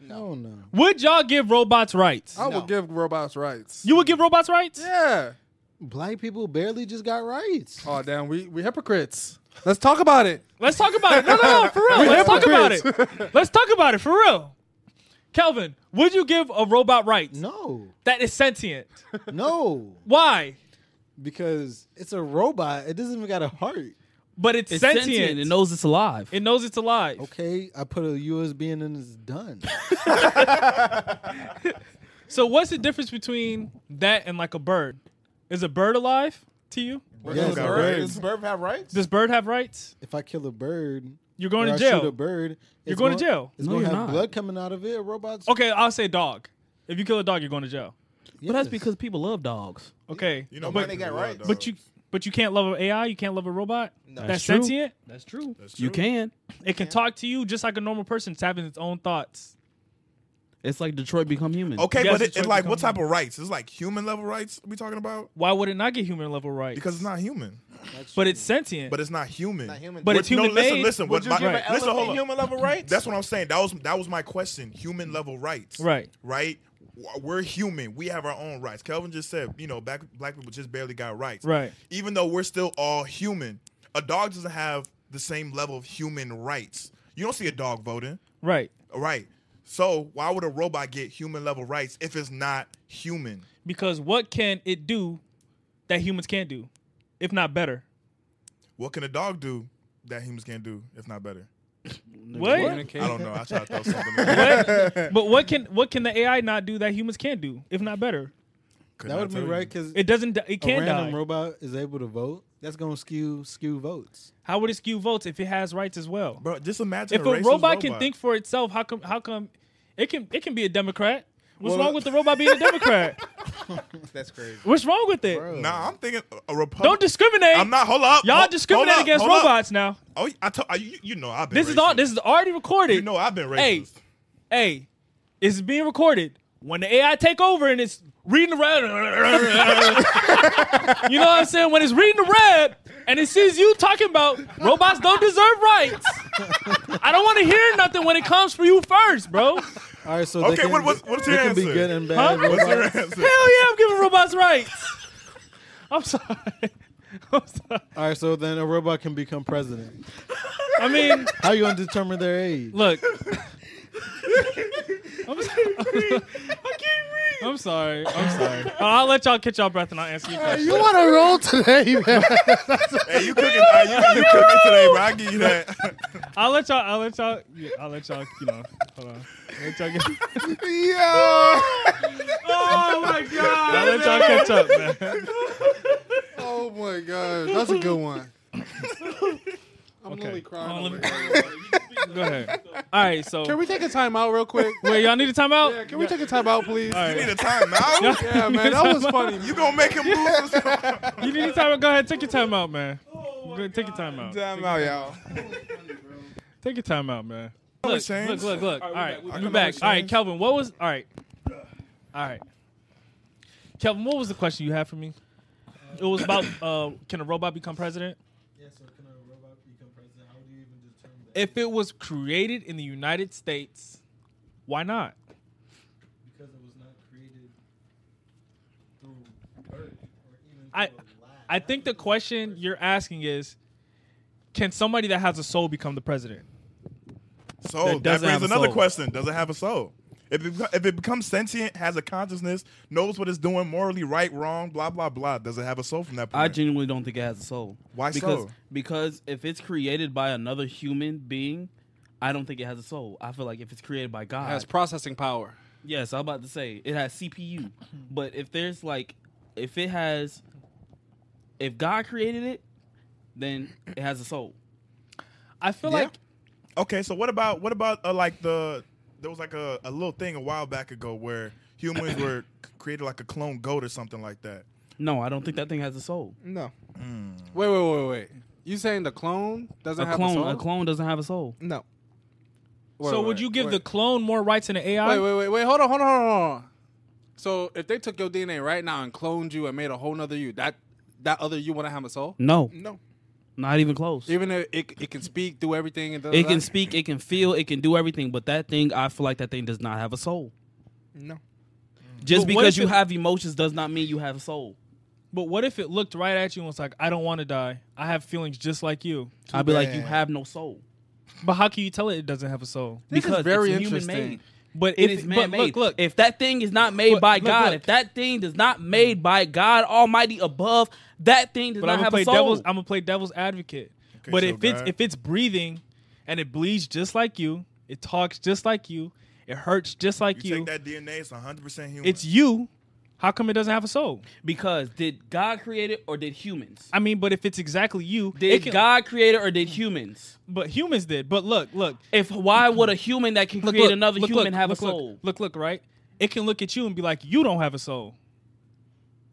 S10: No, no.
S5: would y'all give robots rights?
S8: I
S6: No.
S8: would give robots rights.
S5: You would give robots rights?
S8: yeah.
S10: Black people barely just got rights.
S8: Oh damn, we we hypocrites. Let's talk about it.
S5: Let's talk about it. No, no, no, for real.
S8: We
S5: Let's talk about
S8: hypocrites.
S5: it. Let's talk about it for real. Kelvin, would you give a robot rights
S10: No,
S5: that is sentient?
S10: no,
S5: Why?
S10: because it's a robot. It doesn't even got a heart.
S5: But it's,
S3: It's
S5: sentient.
S3: sentient. It knows it's alive.
S5: It knows it's alive.
S10: Okay, I put a USB in and it's done.
S5: So what's the difference between that and like a bird? Is a bird alive to you?
S10: Yes,
S6: Does
S2: got rights.
S6: bird, does bird have rights?
S5: Does bird have rights?
S10: if I kill a bird,
S5: You're going
S10: or
S5: to
S10: I
S5: jail.
S10: Shoot a bird.
S5: You're
S10: it's
S5: going to
S10: gonna-
S5: jail.
S10: It's
S3: No,
S10: gonna
S3: you're
S10: have
S3: not.
S10: blood coming out of it. A robot's.
S5: Okay, I'll say dog. If you kill a dog, you're going to jail.
S3: But that's
S10: Yes.
S3: because people love dogs.
S5: Okay.
S2: You know,
S6: But
S2: black
S6: Oh, they
S2: people
S6: got
S2: love
S6: rights.
S5: But you but you can't love an AI, you can't love a robot?
S6: No.
S5: That's,
S3: That's true.
S5: sentient?
S3: That's true.
S2: That's
S3: You
S2: true.
S3: can.
S5: It can talk to you just like a normal person. It's having its own thoughts.
S3: It's like Detroit become human.
S2: Okay,
S5: Yes,
S2: but it-
S5: it's
S2: it's like what
S5: become-
S2: type of rights? It's like human level rights we talking about?
S5: Why would it not get human level rights?
S2: Because it's not human.
S5: but it's sentient.
S2: But it's not human.
S6: Not human.
S5: But
S6: Would-
S5: it's human
S2: no, listen,
S5: made.
S2: listen.
S6: Would
S2: What
S6: you
S2: my,
S6: give an
S2: listen,
S6: elephant
S2: hold on.
S6: human level rights?
S2: That's what I'm saying. That was that was my question. Human level rights.
S5: Right.
S2: Right. W- We're human. We have our own rights. Kelvin just said, you know, black black people just barely got rights.
S5: Right.
S2: Even though we're still all human, a dog doesn't have the same level of human rights. You don't see a dog voting.
S5: right.
S2: Right. So why would a robot get human level rights if it's not human?
S5: Because what can it do that humans can't do, if not better?
S2: What can a dog do that humans can't do, if not better?
S5: What?
S2: I don't know. I tried to throw something. in there.
S5: but what can what can the AI not do that humans can do, if not better?
S2: Could
S10: that
S2: not
S10: would be
S2: tell you.
S10: right because
S5: It doesn't. di- It
S10: a
S5: can't
S10: random
S5: die.
S10: robot is able to vote.
S4: That's gonna skew skew votes.
S5: How would it skew votes if it has rights as well?
S2: Bro, just imagine
S5: If a robot, can think for itself, how come? How come? It can. It can be a Democrat. What's
S2: Well,
S5: wrong with the robot being a Democrat?
S6: That's crazy.
S5: What's wrong with it?
S2: Nah, I'm thinking a Republican.
S5: Don't discriminate.
S2: I'm not. Hold up.
S5: Y'all
S2: Hold-
S5: discriminate
S2: hold up,
S5: against
S2: hold up.
S5: robots now.
S2: Oh, I told you. You know, I've been.
S5: This is all.
S2: racist.
S5: This is already recorded.
S2: You know, I've been racist.
S5: hey, hey, it's being recorded. When the AI take over and it's reading the red, you know what I'm saying? When it's reading the red and it sees you talking about robots don't deserve rights, I don't want to hear nothing when it comes for you first, bro. Hell
S4: All right, so
S2: Okay,
S4: they can,
S2: what, what's, what's
S4: they
S2: your
S4: can
S2: answer?
S4: be good and
S5: Huh?
S4: bad.
S2: What's your
S4: robots.
S2: answer?
S5: yeah, I'm giving robots rights. I'm sorry. I'm sorry.
S4: All right, so then a robot can become president.
S5: I mean,
S4: How you gonna determine their age?
S5: look. I'm sorry. I'm sorry. I'm sorry. I'll let y'all catch y'all breath and I'll answer your question.
S4: You want to roll today, man?
S2: Hey, you cooking? hey, you, you cooking today, bro? I give you that.
S5: I'll let y'all. I'll let y'all. Yeah, I'll let y'all. You know. Hold on. I'll let y'all get,
S6: Yo!
S5: oh my god! I'll let y'all catch up, man.
S10: Oh my gosh, that's a good one. I'm
S5: Okay.
S10: literally crying.
S5: Oh,
S10: over
S5: let
S10: here.
S5: Go ahead. All right. So
S10: Can we take a time out real quick?
S5: wait, y'all need a timeout.
S10: Yeah, can we take a time out, please?
S5: All
S2: You need
S5: right.
S2: a timeout.
S10: Yeah, man, that was funny.
S2: You gonna make him lose?
S5: You need a timeout. Go ahead. Take your timeout, man. Go ahead, take your timeout.
S6: Time out, y'all.
S5: Take your timeout, man.
S2: we
S5: Look,
S2: change?
S5: look, look, look. All right, we
S2: we
S5: back.
S2: change?
S5: All right, Kelvin. What was? All right. All right. Kelvin, what was the question you had for me? It was about uh, can a robot become president? If it was created in the United States, why not? I I think the question you're asking is can somebody that has a soul become the president?
S2: So
S5: That
S2: that,
S5: doesn't have
S2: brings
S5: a
S2: another
S5: soul.
S2: question: Does it have a soul? If it, beco- if it becomes sentient, has a consciousness, knows what it's doing, morally right, wrong, blah blah blah, does it have a soul from that point?
S3: I genuinely don't think it has a soul.
S2: Why
S3: because,
S2: so?
S3: Because if it's created by another human being, I don't think it has a soul. I feel like if it's created by God,
S8: Has processing power.
S3: yes, I'm about to say it has CPU. but if there's like, if it has, if God created it, then it has a soul.
S5: I feel like
S2: okay, so what about what about uh, like the there was like a, a little thing a while back ago where humans were c- created like a clone goat or something like that.
S3: No, I don't think that thing has a soul.
S6: No,
S8: Wait, wait, wait, wait. You saying the clone doesn't
S3: A
S8: have
S3: clone,
S8: a soul?
S3: a clone doesn't have a soul.
S6: no.
S8: Wait,
S5: so
S8: wait,
S5: would you give
S8: wait.
S5: the clone more rights than the AI?
S8: Wait, wait, wait, wait. Hold on, hold on, hold on, hold on. So if they took your DNA right now and cloned you and made a whole nother you, that that other you want to have a soul?
S3: No,
S6: No.
S3: not even close.
S8: Even if it, it can speak, do everything, and
S3: it can speak, it can feel, it can do everything, but that thing, I feel like that thing does not have a soul.
S6: No.
S3: Just
S5: But what
S3: because
S5: if
S3: you
S5: it-
S3: have emotions does not mean you have a soul.
S5: But what if it looked right at you and was like, I don't want to die. I have feelings just like you.
S3: I'd be like, you have no soul.
S5: But how can you tell it it doesn't have a soul?
S8: This is
S3: because
S8: very
S3: it's
S8: interesting.
S3: Human made.
S5: But
S3: It
S5: if-
S3: is
S5: but
S3: man made.
S5: Look, look.
S3: if that thing is not made
S5: Look,
S3: by
S5: look,
S3: God,
S5: look.
S3: if that thing is not made by God Almighty above, that thing does
S5: but
S3: not
S5: I'm gonna
S3: have
S5: play
S3: a soul.
S5: devil's. I'm gonna play devil's advocate. but
S2: so
S5: if it's
S2: God-
S5: if it's breathing, and it bleeds just like you, it talks just like you, it hurts just like
S2: You
S5: you.
S2: take that DNA, it's 100 percent human.
S5: it's you. How come it doesn't have a soul?
S3: because did God create it or did humans?
S5: I mean, but if it's exactly you, it
S3: Did
S5: can-
S3: God create it or did humans?
S5: But humans did. But look, look.
S3: If why would a human that can
S5: look,
S3: create
S5: look,
S3: another
S5: look,
S3: human
S5: look,
S3: have
S5: look,
S3: a soul?
S5: Look, look, look, right? It can look at you and be like, "You don't have a soul."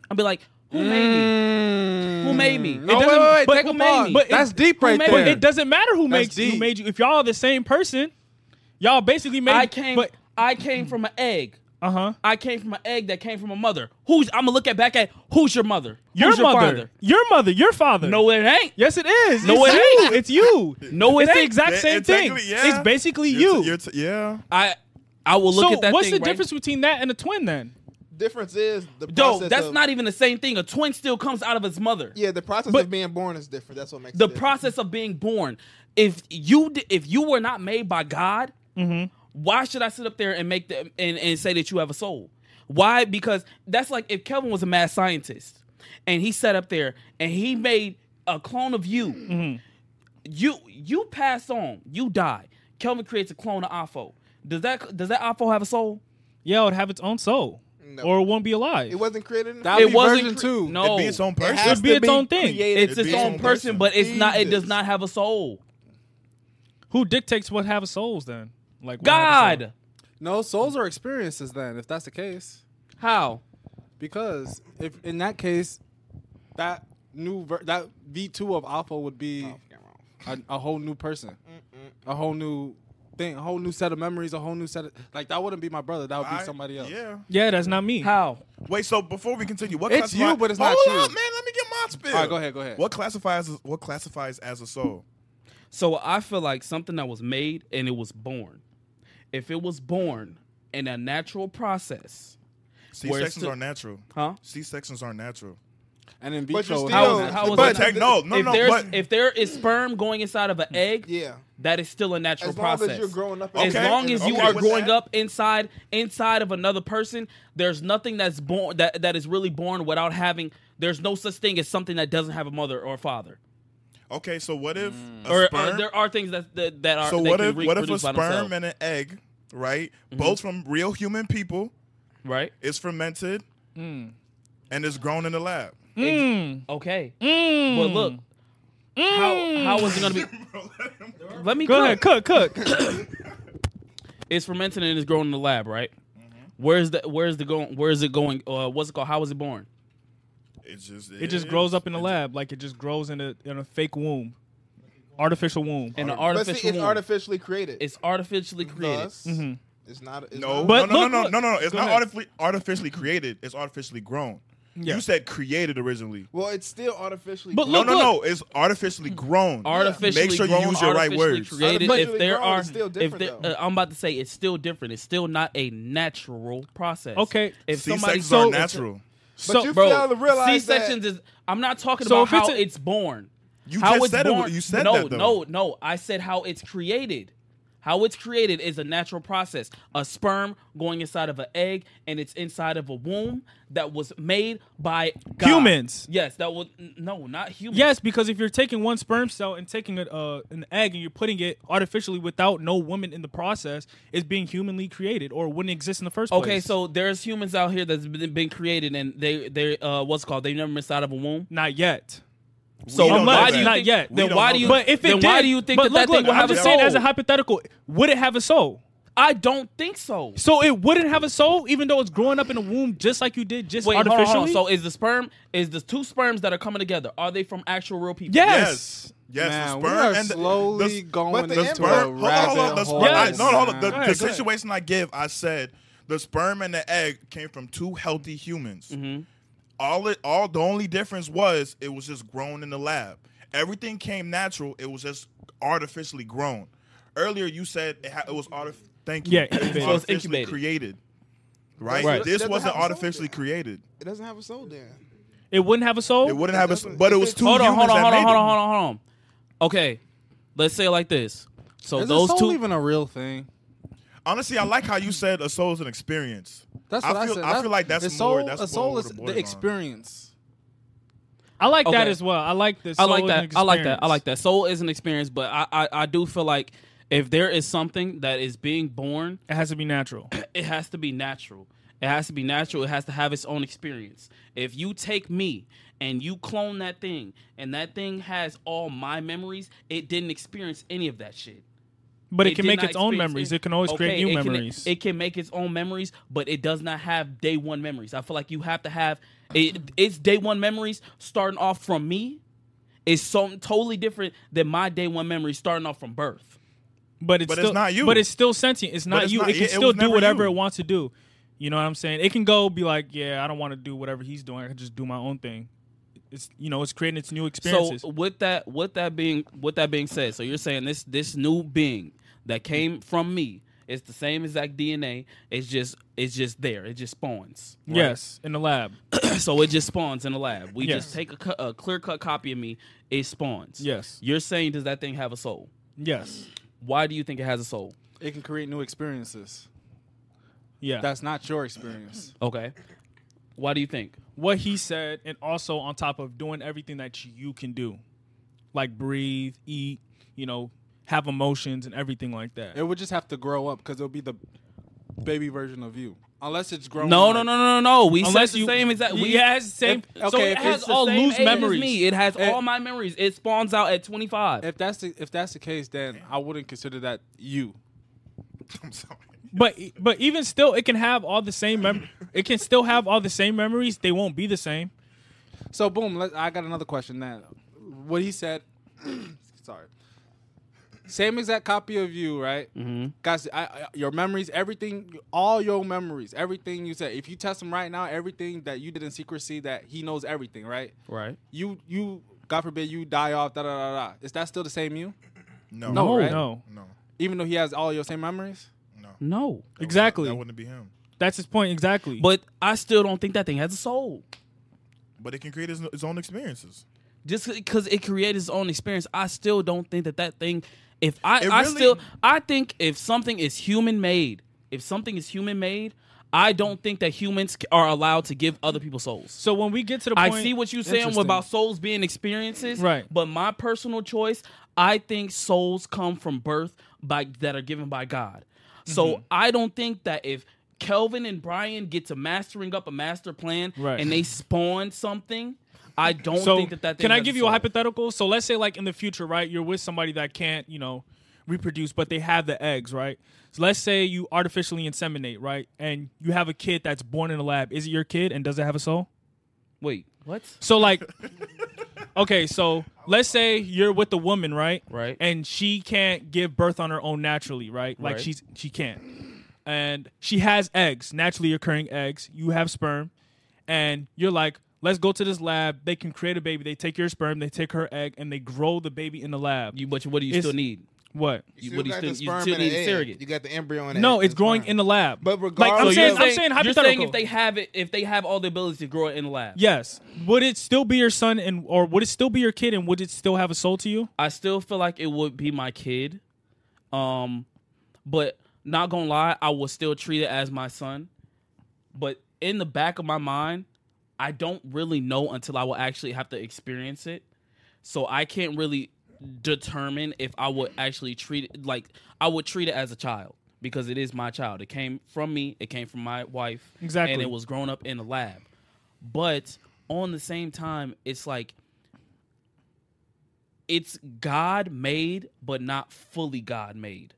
S3: I'd be like, who made me?
S8: Hmm.
S3: Who made
S5: Mm,
S3: me?
S8: No, wait, wait, wait.
S3: but
S8: Take
S3: who
S8: a
S3: made
S8: pause.
S3: me?
S5: But it-
S8: That's deep right
S3: made-
S8: there.
S5: But it doesn't matter who
S8: That's
S5: makes you who
S8: deep.
S5: made you. If y'all the same person, y'all basically made.
S3: I came.
S5: But
S3: I came from an egg.
S5: uh huh.
S3: I came from an egg that came from a mother. Who's? I'm gonna look at back at who's your mother?
S5: Your,
S3: Who's
S5: mother,
S3: father?
S5: your mother, your father.
S3: No, it ain't.
S5: Yes, it is.
S3: No,
S5: it's
S3: it
S5: you.
S3: ain't.
S5: It's you.
S3: No,
S5: it's
S3: it
S5: the
S3: ain't.
S5: exact
S2: Yeah,
S5: same
S2: it
S5: thing.
S2: technically- yeah.
S5: It's basically
S2: You're
S5: you.
S2: t- you're t- yeah.
S3: I I will look
S5: so
S3: at that.
S5: what's
S3: thing,
S5: the
S3: right?
S5: difference between that and a twin then?
S6: Difference is the
S3: No,
S6: process.
S3: that's
S6: of,
S3: not e- even the same thing. A twin still comes out of its mother.
S6: Yeah, the process
S5: But-
S6: of being born is different. That's what makes
S3: The
S6: it
S3: process of being born. If you di- if you were not made by God, why should I sit up there and make the and, and say that you have a soul? Why? Because that's like if Kelvin was a mad scientist and he sat up there and he made a clone of you. You you pass on, you die. Kelvin creates a clone of Afo. Does that does that Afo have a soul?
S5: Yeah, it would have its own soul.
S6: different.
S5: or it won't be alive.
S6: It wasn't created.
S8: That would be version
S3: cre-
S8: two.
S3: No,
S2: It'd be its own person.
S6: has
S3: It'd be
S6: to
S3: its
S6: be
S3: own thing.
S6: created.
S3: It's
S2: It'd
S3: its
S2: be
S3: own
S2: its own
S3: person,
S2: person.
S3: but it's not. It does
S6: Jesus.
S3: not have a soul.
S5: Who dictates what have souls then? Like what have a soul?
S3: God,
S8: No, souls are experiences then, if that's the case.
S3: how?
S8: Because if in that case, that new ver- that V two of Alpha would be a, a whole new person, a whole new thing, a whole new set of memories, a whole new set of like that wouldn't be my brother. That would be
S2: I-
S8: somebody else.
S2: Yeah.
S5: Yeah, that's not me.
S3: How?
S2: Wait, so before we continue, what
S8: It's
S2: classifies-
S8: you, but it's
S2: Hold
S8: not you.
S2: up, man. Let me get my spill.
S8: All right, go ahead, go ahead.
S2: What classifies what classifies as a soul?
S3: So I feel like something that was made and it was born. If it was born in a natural process,
S2: C
S3: Where it's
S2: sections
S3: to-
S2: are natural.
S3: huh?
S2: C sections are natural.
S8: And in
S6: But
S8: vitro,
S6: you're
S3: How
S6: still-
S3: is it- how is
S2: But
S3: it-
S2: tech, no, no,
S3: if
S2: no.
S3: there's
S2: But
S3: if there is sperm going inside of an egg,
S6: Yeah.
S3: that is still a natural
S6: As long
S3: process.
S6: as you're growing up.
S3: as
S2: Okay.
S3: long as you
S2: Okay,
S3: are
S2: what's
S3: growing
S2: that?
S3: up inside inside of another person, there's nothing that's born that, that is really born without having. There's no such thing as something that doesn't have a mother or a father.
S2: okay, so what if
S8: Mm.
S2: a
S3: Or, or
S2: sperm?
S3: there are things that that, that are.
S2: so
S3: that
S2: what
S3: can
S2: if what if a
S3: reproduce by
S2: sperm
S3: themselves, Mm-hmm.
S2: and an egg, right? Both from real human people,
S3: right?
S2: is fermented
S3: Mm.
S2: and is grown in the lab.
S3: Okay,
S5: Mm.
S3: but look, how how is it gonna be? Let me
S5: Go
S3: cook.
S5: ahead, cook, cook.
S3: It's fermented and it's grown in the lab, right? Where's the where's the going? Where's it going? Uh, what's it called? How is it born?
S2: It just
S5: It just grows up in the lab, like it just grows in a in a fake womb, artificial womb.
S3: In an
S6: But
S3: artificial.
S6: see, it's
S3: womb.
S6: artificially created.
S3: It's artificially created.
S6: Thus, It's not. It's
S2: No,
S6: not-
S5: But
S2: no, no,
S5: look,
S2: no,
S5: look.
S2: no, no, no. It's
S5: Go
S2: not
S5: ahead.
S2: artificially artificially created. It's artificially grown.
S5: Yeah.
S2: You said created originally.
S6: well, it's still artificially.
S3: But
S2: No,
S3: look,
S2: no,
S3: look. Mm.
S2: no. It's artificially grown.
S3: Artificially
S2: Make sure
S3: grown,
S2: you use your right
S3: artificially
S2: words.
S3: Created, if
S6: Artificially
S3: there
S6: grown
S3: are,
S6: is still
S3: if
S6: different,
S3: there,
S6: though.
S3: uh, I'm about to say it's still different. It's still not a natural process.
S5: Okay.
S3: If
S2: C
S3: somebody
S2: sections
S3: so,
S2: are natural.
S6: But
S5: So,
S6: you
S3: bro,
S6: fail to realize
S3: C-sections
S6: that.
S3: is. I'm not talking
S5: So
S3: about
S5: if it's
S3: how
S5: a-
S3: it's born.
S2: You
S3: how
S2: just
S3: it's
S2: said it.
S3: born.
S2: You said
S3: no,
S2: that, though.
S3: no, no. I said how it's created. How it's created is a natural process. A sperm going inside of an egg, and it's inside of a womb that was made by God.
S5: Humans.
S3: Yes, that was n- no, not humans.
S5: yes, because if you're taking one sperm cell and taking a, uh, an egg and you're putting it artificially without no woman in the process, it's being humanly created or wouldn't exist in the first place.
S3: Okay, so there's humans out here that's been, been created and they they uh what's it called they've never missed out of a womb.
S5: not yet.
S3: So
S2: don't
S3: why
S2: know
S3: do you
S2: that.
S5: Not
S3: think,
S5: yet.
S3: Then
S2: We
S3: why
S2: don't
S3: do
S2: know
S3: you?
S5: But if it
S3: then
S5: did,
S3: why do you think
S5: but
S3: that
S5: look,
S3: that thing
S5: look,
S3: will
S5: I'm
S3: have
S5: just
S3: a
S5: saying
S3: soul?
S5: as a hypothetical, would it have a soul?
S3: I don't think so.
S5: So it wouldn't have a soul, even though it's growing up in a womb just like you did, just
S3: Wait, hold on,
S5: artificially.
S3: hold on. So is the sperm is the two sperms that are coming together? Are they from actual real people?
S5: yes.
S2: Yes,
S8: Man,
S2: the sperm
S8: we are
S2: and the,
S8: slowly
S2: the,
S8: going
S6: but the
S2: the
S8: into
S2: sperm.
S8: a
S2: Hold on, hold on.
S8: rabbit
S2: The
S8: hole.
S2: sperm. I, no, no, hold on. The,
S8: man.
S2: the situation I give, I said the sperm and the egg came from two healthy humans.
S3: Mm-hmm.
S2: All it, all the only difference was it was just grown in the lab. Everything came natural. It was just artificially grown. Earlier, you said it, ha- it was artif- Thank you.
S5: Yeah,
S2: it was
S5: incubated.
S3: So it's
S2: artificially
S3: incubated.
S2: created. Right.
S6: Right.
S2: This
S6: Doesn't
S2: wasn't
S6: have a soul
S2: artificially
S6: there.
S2: created.
S6: It doesn't have a soul there.
S5: It wouldn't have a soul?
S2: It wouldn't have a. s-
S6: doesn't-
S2: But it
S6: if
S2: was
S6: it's-
S2: two
S3: Hold on, hold
S2: humans
S3: on,
S2: that
S3: hold on,
S2: made
S3: hold
S2: it.
S3: on, hold on, hold on. Okay, let's say it like this. So
S8: Is
S3: those
S8: a soul
S3: two.
S8: even a real thing?
S2: Honestly, I like how you said a soul is an experience.
S8: That's
S2: I
S8: what I,
S2: feel-
S8: said.
S2: I feel like that's
S8: a soul.
S2: more- that's
S8: a soul
S2: more
S8: is
S2: what it
S8: the
S2: boils on.
S8: experience.
S5: I like that
S3: Okay.
S5: as well. I like this.
S3: I like that. I like that. I like that. Soul is an experience, but I, I I do feel like if there is something that is being born,
S5: It has to be natural.
S3: it has to be natural. It has to be natural. It has to have its own experience. If you take me and you clone that thing, and that thing has all my memories, it didn't experience any of that shit.
S5: But it, can
S3: did
S5: make
S3: not
S5: its own
S3: experience
S5: memories.
S3: any-
S5: It can always create
S3: Okay,
S5: new
S3: it can-
S5: memories.
S3: it can make its own memories, but it does not have day one memories. I feel like you have to have it, its day one memories starting off from me is something totally different than my day one memories starting off from birth.
S5: but it's
S2: But it's
S5: still,
S2: not you.
S5: But it's still sentient. It's not
S2: it's
S5: you.
S2: not-
S5: it can
S2: it- it
S5: still
S2: was
S5: do
S2: never
S5: whatever
S2: you.
S5: it wants to do. You know what I'm saying? It can go be like, yeah, I don't want to do whatever he's doing. I can just do my own thing. It's you know, it's creating its new experiences.
S3: So uh, with that, with that being, with that being said, so you're saying this this new being that came from me is the same exact DNA. It's just it's just there. It just spawns. right?
S5: Yes, in the lab.
S3: so it just spawns in the lab. We
S5: Yes.
S3: just take a, clear cut copy of me. It spawns.
S5: Yes.
S3: You're saying does that thing have a soul?
S5: Yes.
S3: Why do you think it has a soul?
S8: It can create new experiences.
S5: Yeah.
S8: That's not your experience.
S3: Okay. Why do you think?
S5: what he said, and also on top of doing everything that you can do, like breathe, eat, you know, have emotions and everything like that.
S8: It would just have to grow up because it'll be the baby version of you, unless it's grown.
S3: No,
S8: like-
S3: no, no, no, no, no. We
S8: Unless
S3: said the
S8: you-
S3: same exact. We
S8: Yeah, it's the same-
S3: If, so
S8: okay,
S3: it
S8: if
S3: has
S8: it's the
S3: all
S8: same
S3: loose
S8: age as
S3: memories.
S8: me.
S3: It has
S8: Eh,
S3: all my memories. It spawns out at twenty five.
S8: If that's the, if that's the case, then I wouldn't consider that you.
S2: I'm sorry.
S5: But but even still, it can have all the same mem- It can still have all the same memories. They won't be the same.
S8: So boom, let, I got another question now. What he said, sorry. Same exact copy of you, right? Mm-hmm. Guys, I, I, your memories, everything, all your memories, everything you said. If you test him right now, everything that you did in secrecy, that he knows everything, right?
S3: Right.
S8: You, you, God forbid, you die off. Da da da da. Is that still the same you?
S2: Oh, No.
S8: No, right?
S5: No.
S2: No.
S8: Even though he has all your same memories.
S3: No,
S5: Exactly.
S2: That wouldn't be him.
S5: That's his point. Exactly.
S3: but I still don't think that thing has a soul.
S2: But it can create his, his own experiences.
S3: Just because it created its own experience, I still don't think that that thing. If I,
S2: It
S3: I
S2: really-
S3: still, I think if something is human made, if something is human made, I don't think that humans c- are allowed to give other people souls.
S5: so when we get to the point,
S3: I see what you're saying
S8: Interesting.
S3: about souls being experiences,
S5: Right.
S3: But my personal choice, I think souls come from birth by that are given by God. So
S5: Mm-hmm.
S3: I don't think that if Kelvin and Brian get to mastering up a master plan
S5: Right.
S3: and they spawn something, I don't
S5: so
S3: think that that. Thing
S5: can I
S3: has
S5: give you a
S3: soul.
S5: hypothetical? So let's say like in the future, right? You're with somebody that can't, you know, reproduce, but they have the eggs, right? So let's say you artificially inseminate, right? And you have a kid that's born in a lab. Is it your kid and does it have a soul?
S3: Wait, what?
S5: So like, okay, so let's say you're with a woman, right?
S3: Right.
S5: And she can't give birth on her own naturally, right? Like
S3: Right.
S5: she's she can't, and she has eggs, naturally occurring eggs. You have sperm, and you're like, let's go to this lab. They can create a baby. They take your sperm, they take her egg, and they grow the baby in the lab.
S3: You but what do you
S5: It's-
S3: still need?
S5: what?
S3: You,
S6: still
S3: what do you
S6: got
S3: still,
S6: the
S3: you
S6: sperm
S3: still
S6: and
S3: need
S6: the
S3: a
S6: egg.
S3: surrogate.
S6: You got the embryo and
S5: No, it's growing in the lab.
S6: But
S5: I'm
S6: regardless,
S5: saying-
S3: you're
S5: I'm saying
S3: you're saying
S5: hypothetical.
S3: if they have it, if they have all the ability to grow it in the lab.
S5: yes. Would it still be your son, and or would it still be your kid, and would it still have a soul to you?
S3: I still feel like it would be my kid. Um, but not gonna lie, I will still treat it as my son. But in the back of my mind, I don't really know until I will actually have to experience it. So I can't really determine if I would actually treat it like I would treat it as a child because it is my child. It came from me, it came from my wife.
S5: Exactly.
S3: And it was grown up in the lab. But on the same time, it's like it's God made, but not fully God made.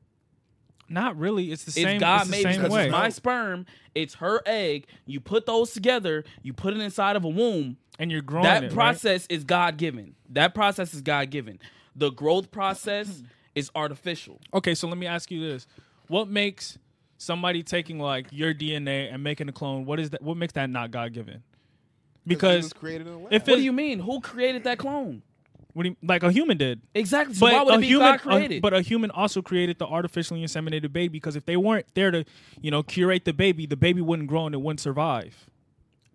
S5: Not really. It's the
S3: It's
S5: same.
S3: God
S5: it's the
S3: made
S5: same
S3: because
S5: way.
S3: it's my sperm, it's her egg. You put those together, you put it inside of a womb.
S5: and you're growing
S3: that
S5: it, right?
S3: process is God given. That process is God given. The growth process is artificial.
S5: Okay, so let me ask you this: What makes somebody taking like your DNA and making a clone? What is that? What makes that not God given? Because
S6: created in a lab.
S5: if
S3: What
S5: it,
S3: do you mean? Who created that clone?
S5: what do you- like a human did,
S3: Exactly. So
S5: but
S3: why would
S5: a
S3: it be
S5: human,
S3: God created?
S5: a- but a human also created the artificially inseminated baby because if they weren't there to, you know, curate the baby, the baby wouldn't grow and it wouldn't survive.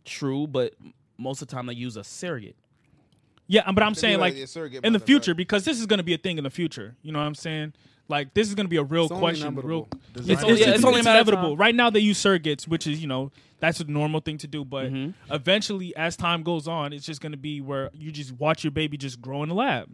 S3: True, but most of the time they use a surrogate.
S5: Yeah, but I'm saying
S6: do
S5: like
S6: like a surrogate
S5: in the
S6: mother,
S5: future because this is going to be a thing in the future. You know what I'm saying? Like this is going to be a real
S10: only
S5: question.
S10: inevitable.
S5: Real, it's,
S10: Design
S5: it's,
S3: is
S5: it's,
S3: Oh, Yeah, it's only a matter of
S5: inevitable.
S3: time.
S5: Right now they use surrogates, which is you know that's a normal thing to do. But
S3: Mm-hmm.
S5: eventually, as time goes on, it's just going to be where you just watch your baby just grow in the lab.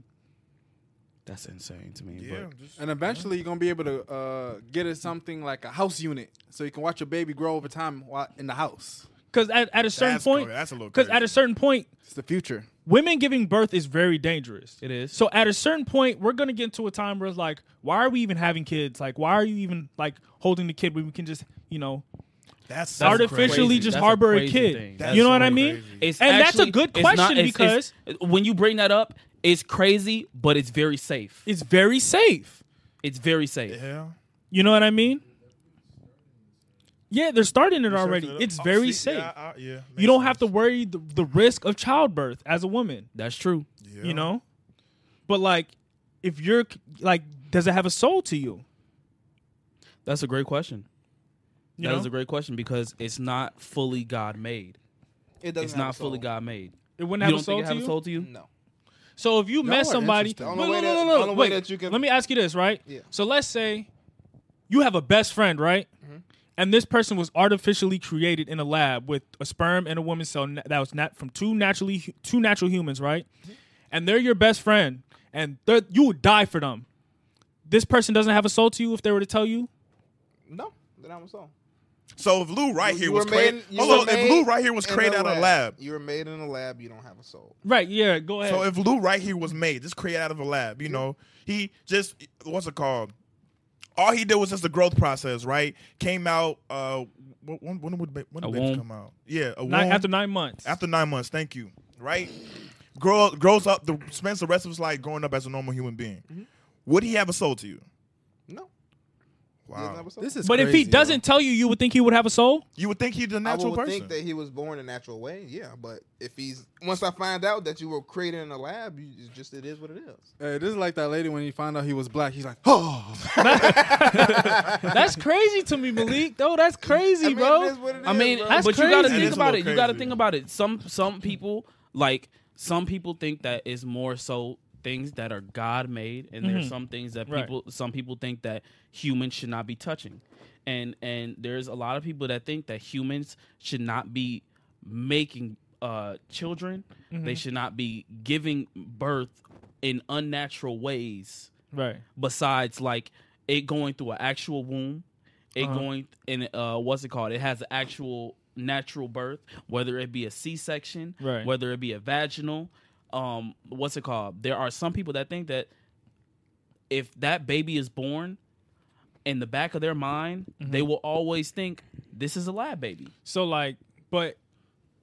S3: That's insane to me.
S2: Yeah.
S3: but-
S2: Just,
S8: And eventually, you're gonna be able to uh, get it something like a house unit, so you can watch your baby grow over time while in the house.
S5: Because at, at a certain
S2: That's
S5: point,
S2: crazy. That's a little
S5: because at a
S2: crazy.
S5: certain point,
S8: It's the future.
S5: women giving birth is very dangerous.
S3: It is.
S5: So at a certain point, we're gonna get into a time where it's like, why are we even having kids? Like, why are you even like holding the kid when we can just you know
S2: that's so
S5: artificially
S2: crazy.
S3: crazy.
S5: just
S3: That's a
S5: harbor a,
S3: crazy
S5: kid.
S3: thing.
S2: That's
S5: You know what
S2: so
S5: I mean?
S2: crazy.
S3: It's
S5: and that's
S3: actually-
S5: a good
S3: it's not-
S5: question
S3: it's-
S5: because
S3: it's- when you bring that up, it's crazy, but it's very safe.
S5: it's, very safe.
S3: It's very safe.
S2: Yeah.
S5: You know what I mean? Yeah, they're starting it already.
S2: Search it up.
S5: It's
S2: Oh,
S5: very
S2: see,
S5: safe.
S2: Yeah, I- yeah,
S5: you
S2: makes
S5: don't have to
S2: sense.
S5: worry the, the risk of childbirth as a woman.
S3: That's true.
S2: Yeah.
S5: You know, but like, if you're c- like, does it have a soul to you?
S3: That's a great question.
S5: You
S3: That
S5: know?
S3: is a great question because it's not fully God made.
S6: it doesn't
S3: It's
S6: have a
S3: not
S6: soul.
S3: fully God made.
S5: it wouldn't
S3: You
S5: have
S3: don't
S5: a soul
S3: think it
S5: to
S3: has
S5: you.
S3: a soul to you?
S6: No.
S5: So if you met somebody,
S10: interesting.
S6: The
S5: no, no,
S6: only way
S5: no,
S6: that-
S5: no,
S6: the
S5: no,
S6: only way
S5: wait.
S6: that you can-
S5: Let me ask you this, right?
S6: Yeah.
S5: So let's say you have a best friend, right?
S6: Mm-hmm.
S5: And this person was artificially created in a lab with a sperm and a woman's cell na- that was not from two naturally hu- two natural humans, right?
S6: Mm-hmm.
S5: And they're your best friend, and they're- you would die for them. This person doesn't have a soul to you if they were to tell you.
S6: No, they don't have a soul.
S2: So if Lou right
S6: You-
S2: here
S6: you
S2: was
S6: were
S2: created,
S6: made- you
S2: hold on,
S6: were
S2: if Lou
S6: made
S2: right here was
S6: in
S2: created out of a lab,
S6: You were made in a lab. You don't have a soul.
S5: Right, yeah, go ahead.
S2: So if Lou right here was made, just created out of a lab, you know, he just what's it called? All he did was just the growth process, right? Came out. Uh, wh- when, when would ba- when
S3: A
S2: did babies
S3: womb.
S2: come out? Yeah, a
S5: Nine-
S2: womb.
S5: after nine months.
S2: After nine months, thank you. Right, grow grows up, the, spends the rest of his life growing up as a normal human being.
S5: Mm-hmm.
S2: Would he have a soul to you?
S6: No. He doesn't
S2: Wow,
S6: have a soul.
S10: This is
S5: but if he
S10: crazy, though.
S5: doesn't tell you, you would think he would have a soul.
S2: you would think he's a
S6: I
S2: natural
S6: would
S2: person.
S6: think that he was born a natural way. Yeah, but if he's once I find out that you were created in a lab, you it's just it is what it is.
S10: Hey, this is like that lady when he found out he was black. He's like, oh.
S5: That's crazy to me, Malik. Though that's crazy,
S6: I mean,
S5: bro.
S6: it is what it
S3: I
S6: is,
S3: mean,
S6: bro.
S5: That's
S3: but you gotta
S5: crazy.
S2: That
S3: think
S2: is a
S3: about it.
S2: little
S3: You gotta
S2: crazy.
S3: think about it. Some some people like some people think that it's more so things that are God made, and there's some things that
S5: Mm-hmm. Right.
S3: people some people think that humans should not be touching, and and there's a lot of people that think that humans should not be making uh children.
S5: Mm-hmm.
S3: They should not be giving birth in unnatural ways
S5: Right.
S3: besides like it going through an actual womb, it
S5: Uh-huh.
S3: going and uh, what's it called? It has an actual natural birth, whether it be a C section,
S5: Right.
S3: whether it be a vaginal. Um, what's it called? There are some people that think that if that baby is born, in the back of their mind,
S5: Mm-hmm.
S3: they will always think this is a lab baby.
S5: So like, but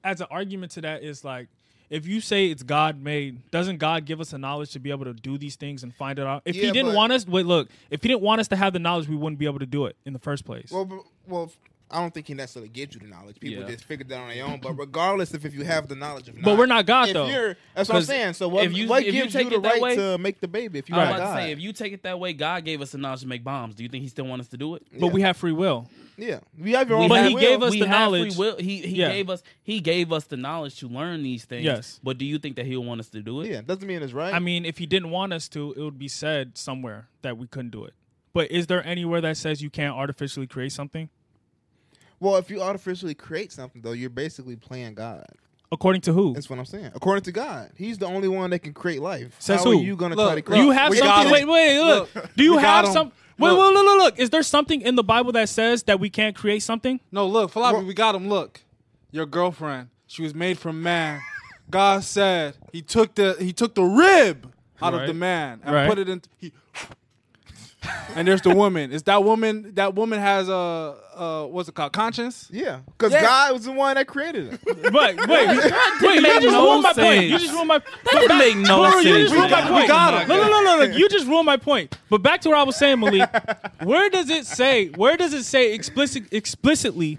S5: as an argument to that is like, if you say it's God made, doesn't God give us the knowledge to be able to do these things and find it out? If He
S6: Yeah,
S5: didn't
S6: but-
S5: want us, wait, look, if He didn't want us to have the knowledge, we wouldn't be able to do it in the first place.
S6: Well, but- well, I don't think he necessarily gives you the knowledge. People
S3: Yeah.
S6: just figure that on their own. But regardless, if, if you have the knowledge of,
S5: But we're not God,
S6: if
S5: though.
S6: You're, that's what I'm
S3: 'Cause
S6: saying. So what,
S3: if you-
S6: what
S3: if you
S6: gives you,
S3: take
S6: the
S3: it that
S6: right
S3: way-
S6: to make the baby? If you
S3: I
S6: are
S3: was about
S6: God,
S3: to say, if you take it that way, God gave us the knowledge to make bombs. Do you think He still wants us to do it?
S5: but we have free will.
S6: yeah, we have your own.
S5: But
S6: free
S5: he
S6: will.
S5: gave us
S3: we
S5: the
S3: have
S5: knowledge.
S3: Free will. He he
S5: Yeah.
S3: gave us he gave us the knowledge to learn these things.
S5: Yes.
S3: But do you think that he'll want us to do it?
S6: Yeah, doesn't mean it's right.
S5: I mean, if He didn't want us to, it would be said somewhere that we couldn't do it. But is there anywhere that says you can't artificially create something?
S6: well, if you artificially create something, though, you're basically playing God.
S5: According to who?
S6: That's what I'm saying. According to God, He's the only one that can create life.
S5: Says
S6: How
S5: who?
S6: are you gonna
S10: Look,
S6: try to create?
S5: You have
S6: We got
S5: something.
S6: him.
S5: Wait, wait, look.
S10: Look,
S5: Do you
S10: we
S5: have
S10: got 'em.
S5: some? Wait,
S10: Look.
S5: wait, look, look, look. Is there something in the Bible that says that we can't create something?
S10: No, look, Falabi,
S6: Well-
S10: we got him. Look, your girlfriend, she was made from man. God said he took the he took the rib out of the
S5: Right.
S10: man and
S5: Right.
S10: put it in. He, and there's the woman. Is that woman? That woman has a uh, what's it called? Conscience.
S6: Yeah, because
S10: Yeah.
S6: God was the one that created it.
S5: Right, wait, wait, you
S3: make
S5: just
S3: no
S5: ruined my point.
S3: sense.
S5: You just ruined my.
S3: That didn't make no
S5: Bro, you
S3: sense.
S5: just ruined my
S3: man.
S5: point.
S10: We got him.
S5: No, no, no, no, no. You just ruined my point. But back to what I was saying, Malik. Where does it say? Where does it say explicit, explicitly,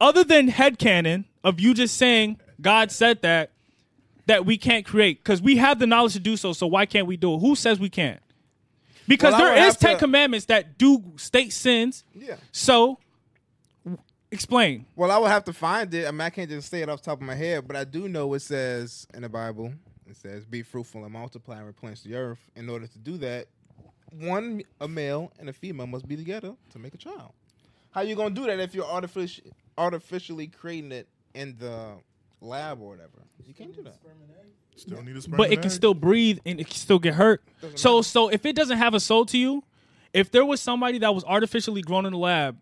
S5: other than headcanon of you just saying God said that that we can't create because we have the knowledge to do so. So why can't we do it? Who says we can't? Because
S6: Well, I would
S5: there is
S6: have
S5: ten
S6: to-
S5: commandments that do state sins.
S6: yeah.
S5: So explain.
S6: Well, I would have to find it. I mean, I can't just say it off the top of my head, but I do know it says in the Bible, it says, "Be fruitful and multiply and replenish the earth." In order to do that, one a male and a female must be together to make a child. How you gonna do that if you're artifici- artificially creating it in the lab or whatever? You can't do that.
S2: Still need a sperm
S5: but
S2: and
S5: it can
S2: egg.
S5: still breathe and it can still get hurt. So so if it doesn't have a soul to you, if there was somebody that was artificially grown in the lab,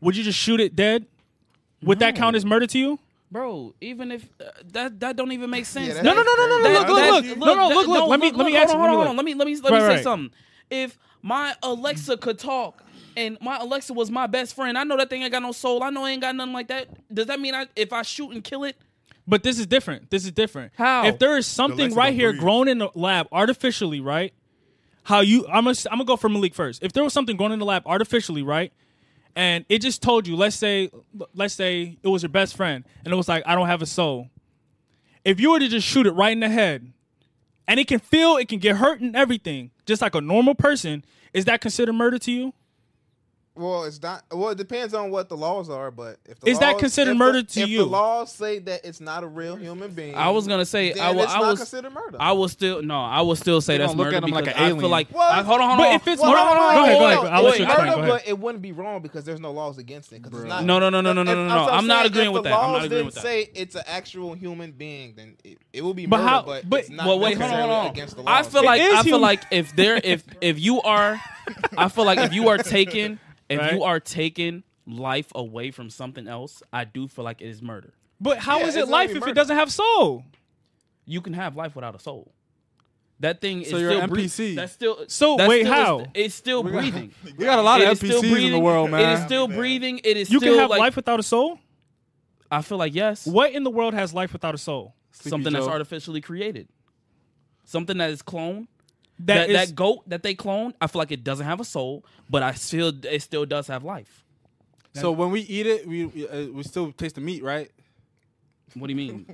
S5: would you just shoot it dead? Would that count as murder to you?
S3: Bro, even if uh, that that don't even make sense.
S6: that
S3: That-
S6: No, no, no, no, no,
S3: that-
S5: look, look,
S3: that-
S5: look, no, no,
S3: that-
S5: look, look, let me- let me
S3: hold
S5: ask
S3: on,
S5: you,
S3: Hold on, hold
S5: look.
S3: on. Let me let me let me
S5: Right,
S3: say
S5: right.
S3: something. If my Alexa could talk and my Alexa was my best friend, I know that thing ain't got no soul. I know it ain't got nothing like that. Does that mean I if I shoot and kill it?
S5: But this is different. This is different.
S3: How?
S5: If there is
S2: The
S5: something
S2: Alexa
S5: right
S2: don't
S5: here
S2: breathe.
S5: grown in the lab artificially, right? How you? I'm gonna I'm gonna go for Malik first. If there was something grown in the lab artificially, right? And it just told you, let's say, let's say it was your best friend, and it was like, I don't have a soul. If you were to just shoot it right in the head, and it can feel, it can get hurt and everything, just like a normal person, is that considered murder to you?
S6: Well, it's not. Well, it depends on what the laws are, but if the
S5: Is that
S6: laws-
S5: considered
S6: if the-
S5: murder to
S6: if
S5: you?
S6: the laws say that it's not a real human being,
S3: I was gonna say
S6: then
S3: I, wa-
S6: it's
S3: I
S6: not
S3: was
S6: considered murder.
S3: I will still no. I will still say
S10: They
S3: that's
S10: gonna look
S3: murder
S10: at 'em
S3: because
S10: like
S3: like
S10: an
S3: I feel
S10: alien.
S3: like
S6: Well,
S3: I, hold on, hold on.
S5: but
S3: hold
S5: if
S3: on.
S5: it's
S3: hold on,
S5: murder-
S3: hold on,
S5: go ahead,
S3: hold
S5: go
S3: on,
S5: ahead,
S3: hold on.
S5: I'll let you
S3: Wait,
S5: explain.
S6: murder,
S5: go ahead.
S6: but it wouldn't be wrong because there's no laws against it. 'cause it's not,
S3: No, no, no, no, no,
S6: if-
S3: no, no, no.
S6: what
S3: I'm not
S6: saying.
S3: agreeing
S6: If
S3: with
S6: the
S3: that. I'm not
S6: laws
S3: agreeing
S6: didn't
S3: with that.
S6: say it's an actual human being, then it, it will be
S5: But
S6: murder,
S5: how-
S6: but,
S5: but-
S6: it's not
S3: Well, wait, hold on,
S6: necessarily
S3: hold on.
S6: against the laws.
S3: I feel like
S5: is
S3: I feel
S5: human.
S3: like if there if if you are, I feel like if you are taken, if
S5: Right.
S3: you are taken life away from something else, I do feel like it is murder.
S5: But how Yeah, is it it's life literally if it murder. doesn't have soul?
S3: You can have life without a soul. That thing
S10: So
S3: is
S10: you're
S3: still
S10: an
S3: breath-
S10: NPC.
S3: That's still
S10: So
S3: that's
S10: wait,
S3: still-
S10: how?
S3: It's still
S10: We got-
S3: breathing.
S10: we got a lot of
S3: It is still
S10: NPCs in the
S3: breathing.
S10: world,
S3: It is
S10: man.
S3: still breathing. It is
S5: You
S3: still
S5: can have
S3: like
S5: life without a soul.
S3: I feel like yes.
S5: What in the world has life without a soul?
S3: something that's artificially created, something that is cloned. That
S5: That
S3: that,
S5: is-
S3: goat that they cloned, I feel like it doesn't have a soul, but I still it still does have life.
S10: So when we eat it, we we, uh, we still taste the meat, right?
S3: What do you mean?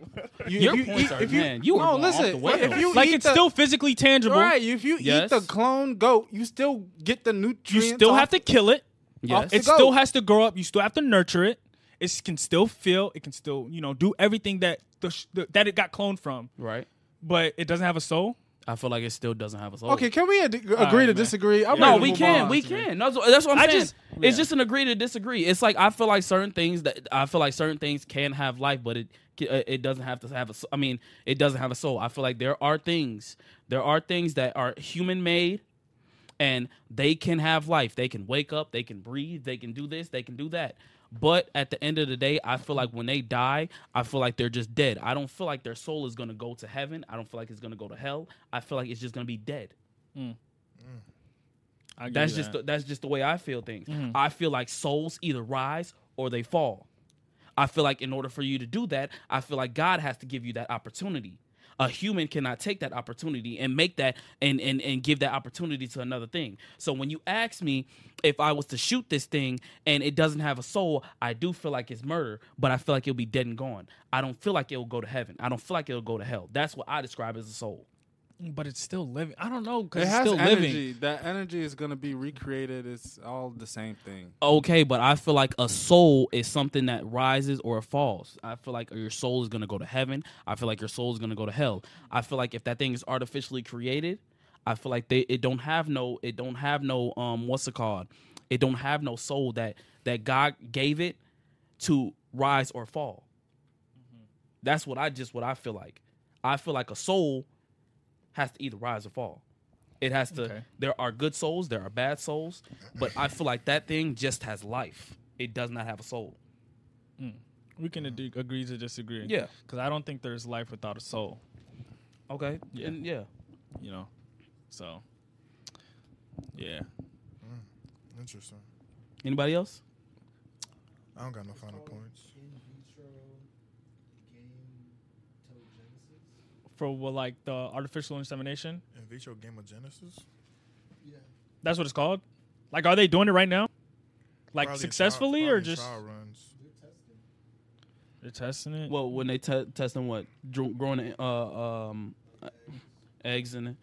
S10: You,
S3: Your points are- man, you are
S10: no,
S3: going off
S10: listen.
S3: the whale.
S10: If you
S5: Like
S10: eat
S5: it's
S10: the-
S5: still physically tangible.
S10: Right. If you
S3: Yes.
S10: eat the clone goat, you still get the nutrients.
S5: You still
S10: off-
S5: have to kill it.
S3: Yes.
S5: It
S10: the
S5: still
S10: goat.
S5: has to grow up. You still have to nurture it. It can still feel. It can still, you know, do everything that the, sh- the that it got cloned from.
S3: Right.
S5: But it doesn't have a soul.
S3: I feel like it still doesn't have a soul.
S10: Okay, can we ad- agree
S5: right,
S10: to
S5: man.
S10: disagree? I'm
S3: No,
S10: ready to
S3: we
S10: move
S3: can.
S10: on.
S3: We can. That's, that's what I'm
S5: I
S3: saying.
S5: just-
S3: It's just an agree to disagree. It's like I feel like certain things that I feel like certain things can have life, but it uh, it doesn't have to have a. s- I mean, it doesn't have a soul. I feel like there are things there are things that are human made, and they can have life. They can wake up. They can breathe. They can do this. They can do that. But at the end of the day, I feel like when they die, I feel like they're just dead. I don't feel like their soul is gonna go to heaven. I don't feel like it's gonna go to hell. I feel like it's just gonna be dead.
S5: I give
S3: That's
S5: you Mm-hmm.
S3: just
S5: that.
S3: the, that's just the way I feel things. I feel like souls either rise or they fall. I feel like in order for you to do that, I feel like God has to give you that opportunity. A human cannot take that opportunity and make that and and and give that opportunity to another thing. So when you ask me if I was to shoot this thing and it doesn't have a soul, I do feel like it's murder, but I feel like it'll be dead and gone. I don't feel like it'll go to heaven. I don't feel like it'll go to hell. That's what I describe as a soul.
S5: but it's still living. I don't know because
S10: It
S5: it's
S10: has
S5: still
S10: energy.
S5: living.
S10: That energy is gonna be recreated. It's all the same thing.
S3: okay, but I feel like a soul is something that rises or falls. I feel like your soul is gonna go to heaven. I feel like your soul is gonna go to hell. I feel like if that thing is artificially created, I feel like they it don't have no it don't have no um what's it called? It don't have no soul that that God gave it to rise or fall. That's what I just what I feel like. I feel like a soul has to either rise or fall. It has to.
S5: Okay.
S3: There are good souls, there are bad souls, but I feel like that thing just has life. It does not have a soul.
S5: We can ad- agree to disagree.
S3: Yeah.
S5: Because I don't think there's life without a soul.
S3: Okay. Yeah. And yeah.
S5: You know. So. Yeah.
S2: Interesting.
S3: Anybody else?
S2: I don't got no final points.
S5: For what, like the artificial insemination?
S2: In vitro game of Genesis?
S5: That's what it's called. Like, are they doing it right now? Like
S2: Probably in trial-
S5: successfully
S2: probably
S5: or
S2: in
S5: just
S2: trial runs.
S5: they're testing it?
S3: Well, when they te- test them, what Dr- growing uh, um, uh, eggs in it.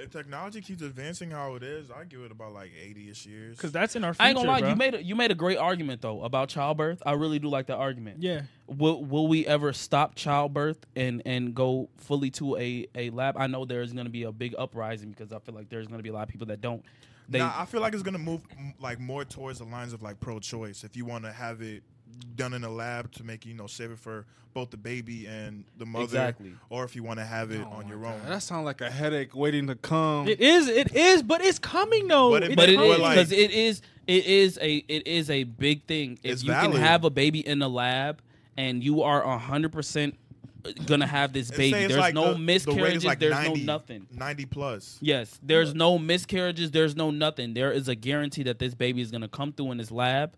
S2: If technology keeps advancing how it is, I give it about like 80 ish years.
S5: Because that's in our future.
S3: I ain't gonna lie,
S5: bruh.
S3: you made a, you made a great argument though about childbirth. I really do like that argument.
S5: yeah.
S3: Will will we ever stop childbirth and and go fully to a a lab? I know there's gonna be a big uprising because I feel like there's gonna be a lot of people that don't. They
S2: nah, I feel like it's gonna move m- like more towards the lines of like pro-choice. If you want to have it done in a lab to make you know safer for both the baby and the mother,
S3: Exactly.
S2: or if you want to have
S5: Oh
S2: it on your own.
S10: That sounds like a headache waiting to come.
S5: It is. It is. But it's coming though.
S2: But it-
S3: but it
S2: Well,
S3: is
S5: coming.
S2: like-
S3: because it is it is a it is a big thing. If
S2: It's
S3: you
S2: valid.
S3: can have a baby in the lab and you are hundred percent gonna have this
S2: It
S3: baby,
S2: says,
S3: there's
S2: like, the-
S3: no
S2: the rate is,
S3: miscarriages,
S2: like,
S3: there's
S2: 90
S3: no nothing.
S2: Ninety plus.
S3: Yes, there's no miscarriages, there's no nothing. There is a guarantee that this baby is gonna come through in this lab.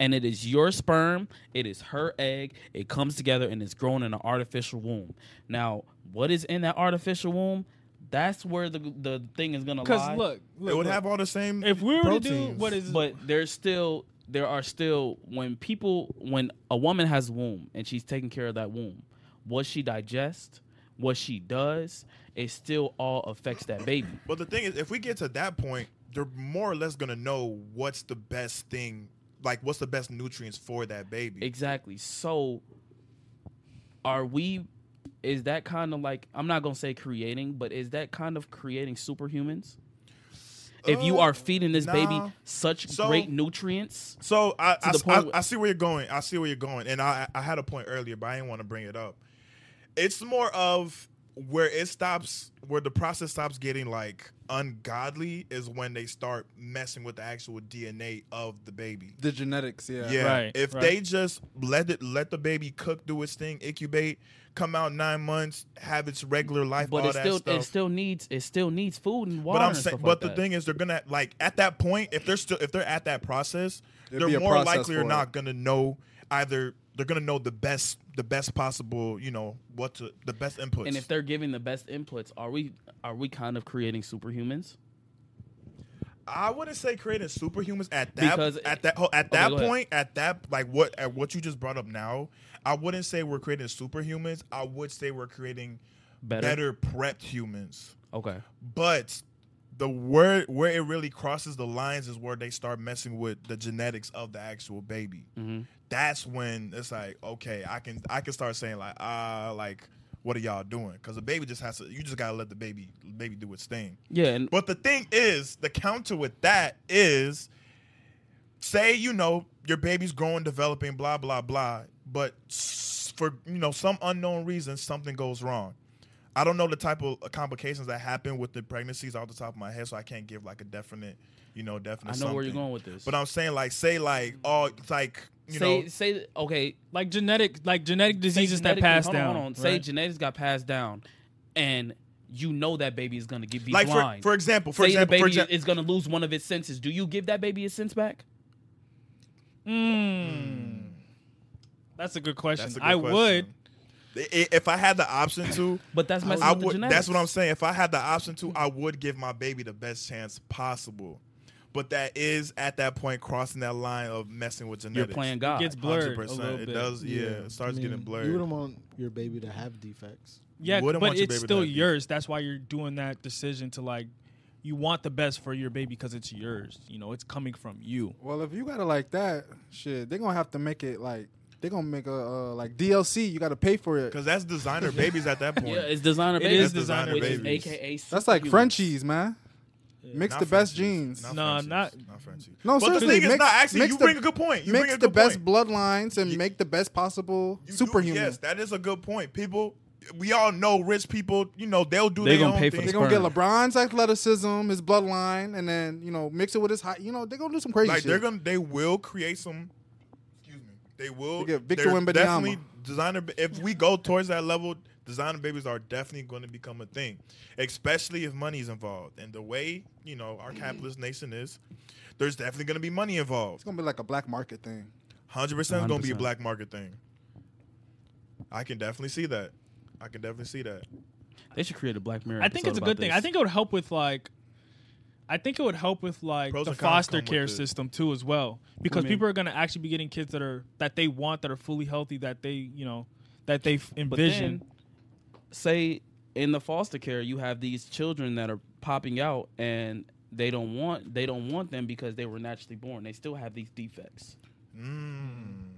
S3: And it is your sperm, it is her egg, it comes together and it's grown in an artificial womb. Now, what is in that artificial womb? That's where the the thing is gonna lie.
S5: Because look, look,
S2: It would
S5: look.
S2: have all the same.
S5: if we were to do
S2: proteins.
S5: what is
S3: but there's still there are still when people when a woman has a womb and she's taking care of that womb what she digests what she does it still all affects that baby
S2: But the thing is, if we get to that point, they're more or less gonna know what's the best thing, like what's the best nutrients for that baby.
S3: exactly so are we is that kind of like i'm not gonna say creating but is that kind of creating superhumans if you
S2: Uh,
S3: are feeding this
S2: nah.
S3: baby such
S2: So-
S3: great nutrients
S2: So I I,
S3: the point
S2: I-
S3: where-
S2: I see where you're going. I see where you're going, and I I had a point earlier, but I didn't want to bring it up. It's more of where it stops where the process stops getting like ungodly is when they start messing with the actual DNA of the baby.
S10: The genetics, yeah.
S2: Yeah. if they just let it let the baby cook, do its thing, incubate, come out nine months, have its regular life,
S3: But
S2: all
S3: it
S2: that
S3: still
S2: stuff.
S3: it still needs it still needs food and water.
S2: but I'm
S3: and
S2: saying,
S3: stuff
S2: but
S3: like
S2: the
S3: that.
S2: thing is, they're gonna like at that point, if they're still if they're at that process,
S10: It'd be
S2: they're
S10: a
S2: more
S10: process
S2: likely or
S10: for
S2: not
S10: it.
S2: gonna know either. They're gonna know the best the best possible, you know, what to the best inputs.
S3: and if they're giving the best inputs, are we are we kind of creating superhumans?
S2: I wouldn't say creating superhumans at that
S3: Because-
S2: at that ho- at
S3: Okay,
S2: that
S3: go ahead.
S2: point at that like what at what you just brought up now. I wouldn't say we're creating superhumans. I would say we're creating
S3: Better?
S2: better prepped humans.
S3: Okay.
S2: But the where where it really crosses the lines is where they start messing with the genetics of the actual baby. That's when it's like, okay, I can I can start saying like, ah, like what are y'all doing? Because the baby just has to. You just gotta let the baby baby do its thing.
S3: Yeah, and
S2: But the thing is, the counter with that is say, you know, your baby's growing, developing, blah, blah, blah, but s- for, you know, some unknown reason, something goes wrong. I don't know the type of complications that happen with the pregnancies off the top of my head, so I can't give like a definite, you know,
S3: I know
S2: definite.
S3: where you're
S2: something.
S3: going with this.
S2: But I'm saying, like, say, like, oh, it's like, you
S3: say
S2: know,
S3: say okay,
S5: Like genetic, like genetic
S3: say
S5: diseases that
S3: genetic-
S5: pass
S3: hold on,
S5: down.
S3: hold on. Say
S5: right?
S3: genetics got passed down, and you know that baby is gonna get be
S2: like for,
S3: blind.
S2: for example, for
S3: say
S2: example,
S3: the
S2: for
S3: baby
S2: example,
S3: is gonna lose one of its senses. Do you give that baby his sense back?
S5: Mm. That's a good question.
S2: That's a good
S5: I
S2: question.
S5: would.
S2: I- i- if I had the option to,
S3: But that's messing
S2: I
S3: with the
S2: would.
S3: genetics.
S2: That's what I'm saying. If I had the option to,
S10: Mm.
S2: I would give my baby the best chance possible. But that is at that point crossing that line of messing with
S3: You're
S2: genetics.
S3: playing God.
S5: Gets blurred a
S2: 100%.
S5: little
S2: Ah, It
S5: bit.
S2: does. Yeah, it starts
S4: I mean,
S2: getting blurred.
S4: You wouldn't want your baby to have defects.
S5: Yeah,
S2: wouldn't
S5: but
S2: want your
S5: it's
S2: baby to
S5: still
S2: have these.
S5: yours. That's why you're doing that decision to like, you want the best for your baby because it's yours. You know, it's coming from you.
S10: Well, if you got it like that, shit, they're gonna have to make it like they're gonna make a uh, like DLC. You got to pay for it.
S2: because that's designer babies at that point.
S3: Yeah, it's designer
S5: It
S3: baby.
S5: is
S2: designer
S3: which is
S2: babies.
S3: AKA
S10: That's like
S3: superhumans.
S10: Frenchies, man. Mix
S2: Not
S10: the best
S2: Frenchies.
S10: genes.
S2: Not
S5: Nah,
S2: Frenchies.
S5: not-
S2: not Frenchies.
S10: No,
S2: but
S10: seriously,
S2: the thing
S10: mix-
S2: is, not actually.
S10: mix
S2: You
S10: the-
S2: bring a good point. You bring
S10: mix
S2: a
S10: the
S2: good point.
S10: best bloodlines and make the best possible
S2: You do-
S10: superhuman.
S2: Yes, that is a good point. People, we all know rich people. You know they'll do.
S3: They
S2: their
S3: gonna
S2: own
S3: pay for
S2: thing.
S3: the
S10: They're gonna get LeBron's athleticism, his bloodline, and then you know mix it with his high. You know they're gonna do some crazy
S2: like
S10: shit.
S2: they're gonna they will create some excuse me they will
S10: They get Victor
S2: they're
S10: Wembanyama.
S2: definitely designer ba- if we go towards that level designer babies are definitely going to become a thing especially if money is involved and the way you know our capitalist nation is there's definitely going to be money
S10: it's
S2: involved
S10: gonna be like a black market thing.
S2: 100% is going to be a
S3: 100%.
S2: black market thing i can definitely see that i can definitely see that
S3: They should create a Black Mirror.
S5: I think
S3: episode
S5: it's a
S3: about
S5: good thing.
S3: this.
S5: I think it would help with like, I think it would help with like
S2: Pros
S5: the
S2: and cons
S5: foster
S2: come with
S5: care
S2: it.
S5: system too as well because
S3: mean?
S5: people are going to actually be getting kids that are that they want that are fully healthy that they you know that they f-
S3: But
S5: envision.
S3: then, say in the foster care, you have these children that are popping out, and they don't want they don't want them because they were naturally born. They still have these defects.
S2: mm.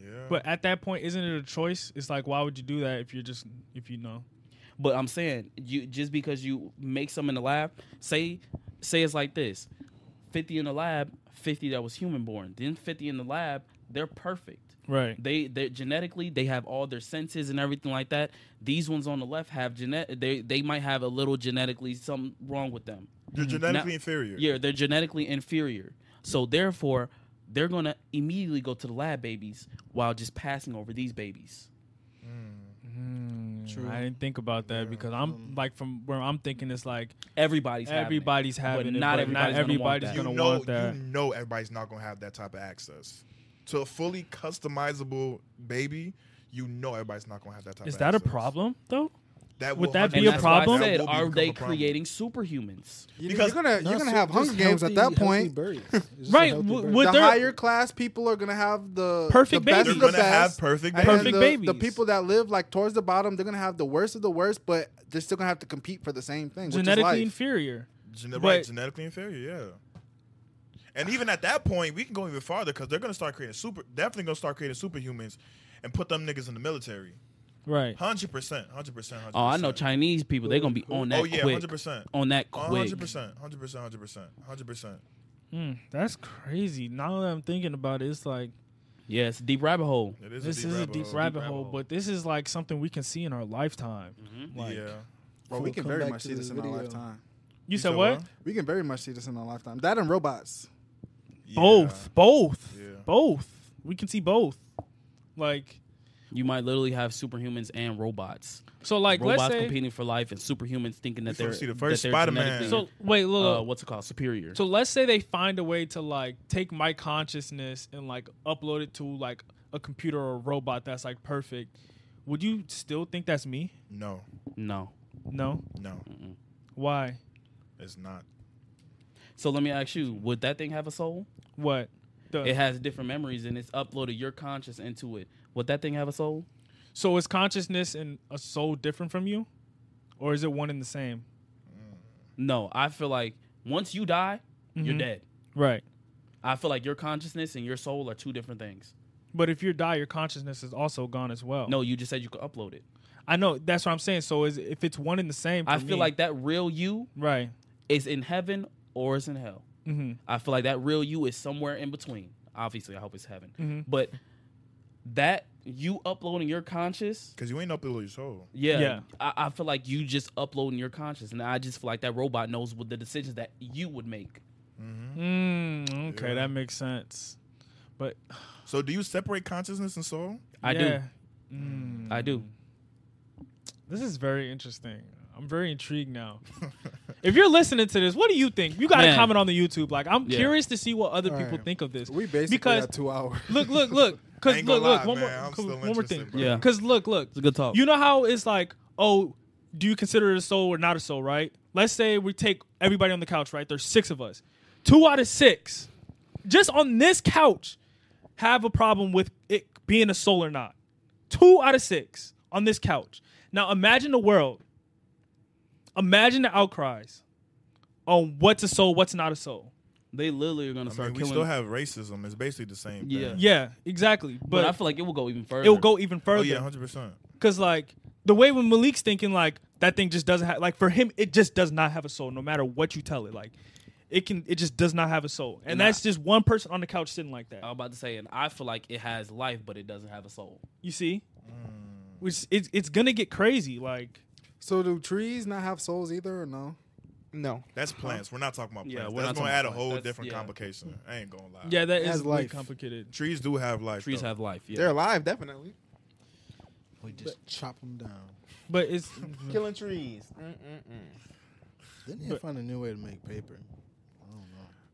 S2: yeah
S5: But at that point, isn't it a choice? It's like, why would you do that if you're just if you know?
S3: But I'm saying you just because you make some in the lab, say say it's like this. 50 in the lab, 50 that was human born. Then 50 in the lab, they're perfect.
S5: Right.
S3: They they genetically they have all their senses and everything like that. These ones on the left have genet they they might have a little genetically something wrong with them.
S2: you're genetically
S3: Now-
S2: inferior
S3: Yeah, they're genetically inferior. So therefore, they're going to immediately go to the lab babies while just passing over these babies.
S5: True. Mm, I didn't think about that because I'm
S2: Um,
S5: like from where I'm thinking it's like
S3: Everybody's having it.
S5: everybody's having
S3: but
S5: it,
S3: not
S5: but
S3: everybody's,
S5: not everybody's
S3: gonna want that.
S2: you
S5: gonna
S2: know,
S5: want that.
S2: You know, everybody's not gonna have that type of access to a fully customizable baby. You know, everybody's not gonna have that type.
S5: is
S2: of
S5: that a
S2: access.
S5: problem though?
S2: That
S5: Would
S2: will
S5: that be
S3: And
S2: 100%
S5: a
S3: that's
S5: problem?
S3: Why I said,
S2: that will
S3: are
S2: become
S3: they
S2: a problem.
S3: creating superhumans?
S10: You-
S2: Because-
S10: you're gonna you're gonna have Hunger Games at that point.
S5: Right, But
S10: the
S5: they're-
S10: higher class people are gonna have the
S5: Perfect
S10: the best
S2: They're
S10: of the
S2: gonna have
S10: best.
S2: perfect.
S10: And
S2: babies.
S5: Perfect
S10: the,
S5: babies.
S10: The people that live like towards the bottom, they're gonna have the worst of the worst, but they're still gonna have to compete for the same thing.
S5: Genetically
S10: which is life.
S5: inferior.
S2: Gene- right,
S5: but-
S2: genetically inferior. Yeah. And even at that point, we can go even farther because they're gonna start creating super. Definitely gonna start creating superhumans, and put them niggas in the military.
S5: Right.
S2: Hundred percent. Hundred percent.
S3: Oh, I know Chinese people. They're gonna be on that
S2: Oh yeah,
S3: quick.
S2: hundred percent.
S3: On that quick.
S2: Hundred percent. Hundred percent.
S5: Hmm,
S2: Hundred percent. Hundred percent.
S5: Mm, that's crazy. Now that I'm thinking about it, it's like
S3: Yeah, it's a deep rabbit hole.
S5: this is a deep rabbit hole, but this is like something we can see in our lifetime. Like,
S2: yeah.
S10: Bro, we can very much see this in our lifetime.
S5: You said what?
S10: We can very much see this in our lifetime. That and robots.
S5: Both, both,
S2: Yeah.
S5: both. We can see both. Like,
S3: You might literally have superhumans and robots.
S5: so like,
S3: robots
S5: let's say.
S3: competing for life and superhumans thinking that
S2: We
S3: they're
S2: finna see the first
S3: that they're
S2: Spider-Man.
S3: genetically,
S5: So wait, look,
S3: uh,
S5: look.
S3: what's it called? Superior.
S5: So let's say they find a way to like take my consciousness and like upload it to like a computer or a robot that's like perfect. Would you still think that's me?
S2: No,
S3: no.
S5: No.
S2: no,
S5: Why?
S2: it's not.
S3: So let me ask you: Would that thing have a soul?
S5: What? The-
S3: It has different memories and it's uploaded your conscience into it. Would that thing have a soul?
S5: so is consciousness and a soul different from you, or is it one and the same?
S3: No. I feel like once you die,
S5: Mm-hmm.
S3: you're dead.
S5: Right.
S3: I feel like your consciousness and your soul are two different things.
S5: But if you die, your consciousness is also gone as well.
S3: No, you just said you could upload it.
S5: I know that's what I'm saying. So is if it's one and the same, for
S3: I feel
S5: me-
S3: like that real you
S5: right.
S3: is in heaven or is in hell.
S5: Mhm.
S3: I feel like that real you is somewhere in between. Obviously, I hope it's heaven.
S5: Mhm.
S3: But that you uploading your conscious,
S2: Because you ain't uploading your soul.
S3: yeah,
S5: Yeah.
S3: I, I feel like you just uploading your conscious, and I just feel like that robot knows what the decisions that you would make.
S5: Mm, okay,
S2: Yeah.
S5: that makes sense. But
S2: So do you separate consciousness and soul?
S3: I
S5: yeah.
S3: do,
S5: Mm. do.
S3: I do.
S5: This is very interesting. I'm very intrigued now. if you're listening to this, what do you think? You got to
S3: Man.
S5: comment on the YouTube. Like, I'm
S3: Yeah.
S5: curious to see what other people
S10: Alright.
S5: think of this.
S10: We basically
S5: because
S10: got two hours.
S5: look, look, look,
S2: I
S5: because
S2: ain't gonna
S5: look, look,
S2: lie,
S5: one
S2: man,
S5: more,
S2: I'm
S5: cause
S2: still
S5: one more thing.
S2: interested, bro.
S3: Yeah.
S5: because look, look,
S3: It's a good talk.
S5: you know how it's like, oh, do you consider it a soul or not a soul, right? Let's say we take everybody on the couch, right? There's six of us. Two out of six, just on this couch, have a problem with it being a soul or not. Two out of six on this couch. Now imagine the world. Imagine the outcries on what's a soul, what's not a soul.
S3: they literally are gonna
S2: I
S3: start
S2: mean, we
S3: killing.
S2: still have racism. It's basically the same.
S3: Yeah.
S2: Thing.
S5: Yeah, exactly.
S3: but,
S5: But,
S3: I feel like it will go even further.
S5: it will go even further.
S2: Oh yeah, hundred percent.
S5: Cause like the way when Malik's thinking, like that thing just doesn't have like for him, it just does not have a soul. No matter what you tell it, like it can, it just does not have a soul. And
S3: Nah.
S5: that's just one person on the couch sitting like that.
S3: I'm about to say, and I feel like it has life, but it doesn't have a soul.
S5: You see, which it's it's gonna get crazy. Like
S10: So do trees not have souls either or no?
S6: No.
S2: That's plants. We're not talking about
S3: Yeah,
S2: plants.
S3: we're
S2: That's
S3: not
S2: gonna
S3: talking
S2: add
S3: about
S2: a whole
S3: plants. That's-
S2: different
S3: yeah.
S2: complication. I ain't gonna lie.
S5: yeah, that
S10: Has
S5: is really
S10: life.
S5: complicated.
S2: Trees do have life.
S3: Trees
S2: though.
S3: have life. Yeah.
S6: They're alive, definitely.
S10: We just chop them down.
S5: But it's
S6: Killing trees.
S10: Didn't they find a new way to make paper?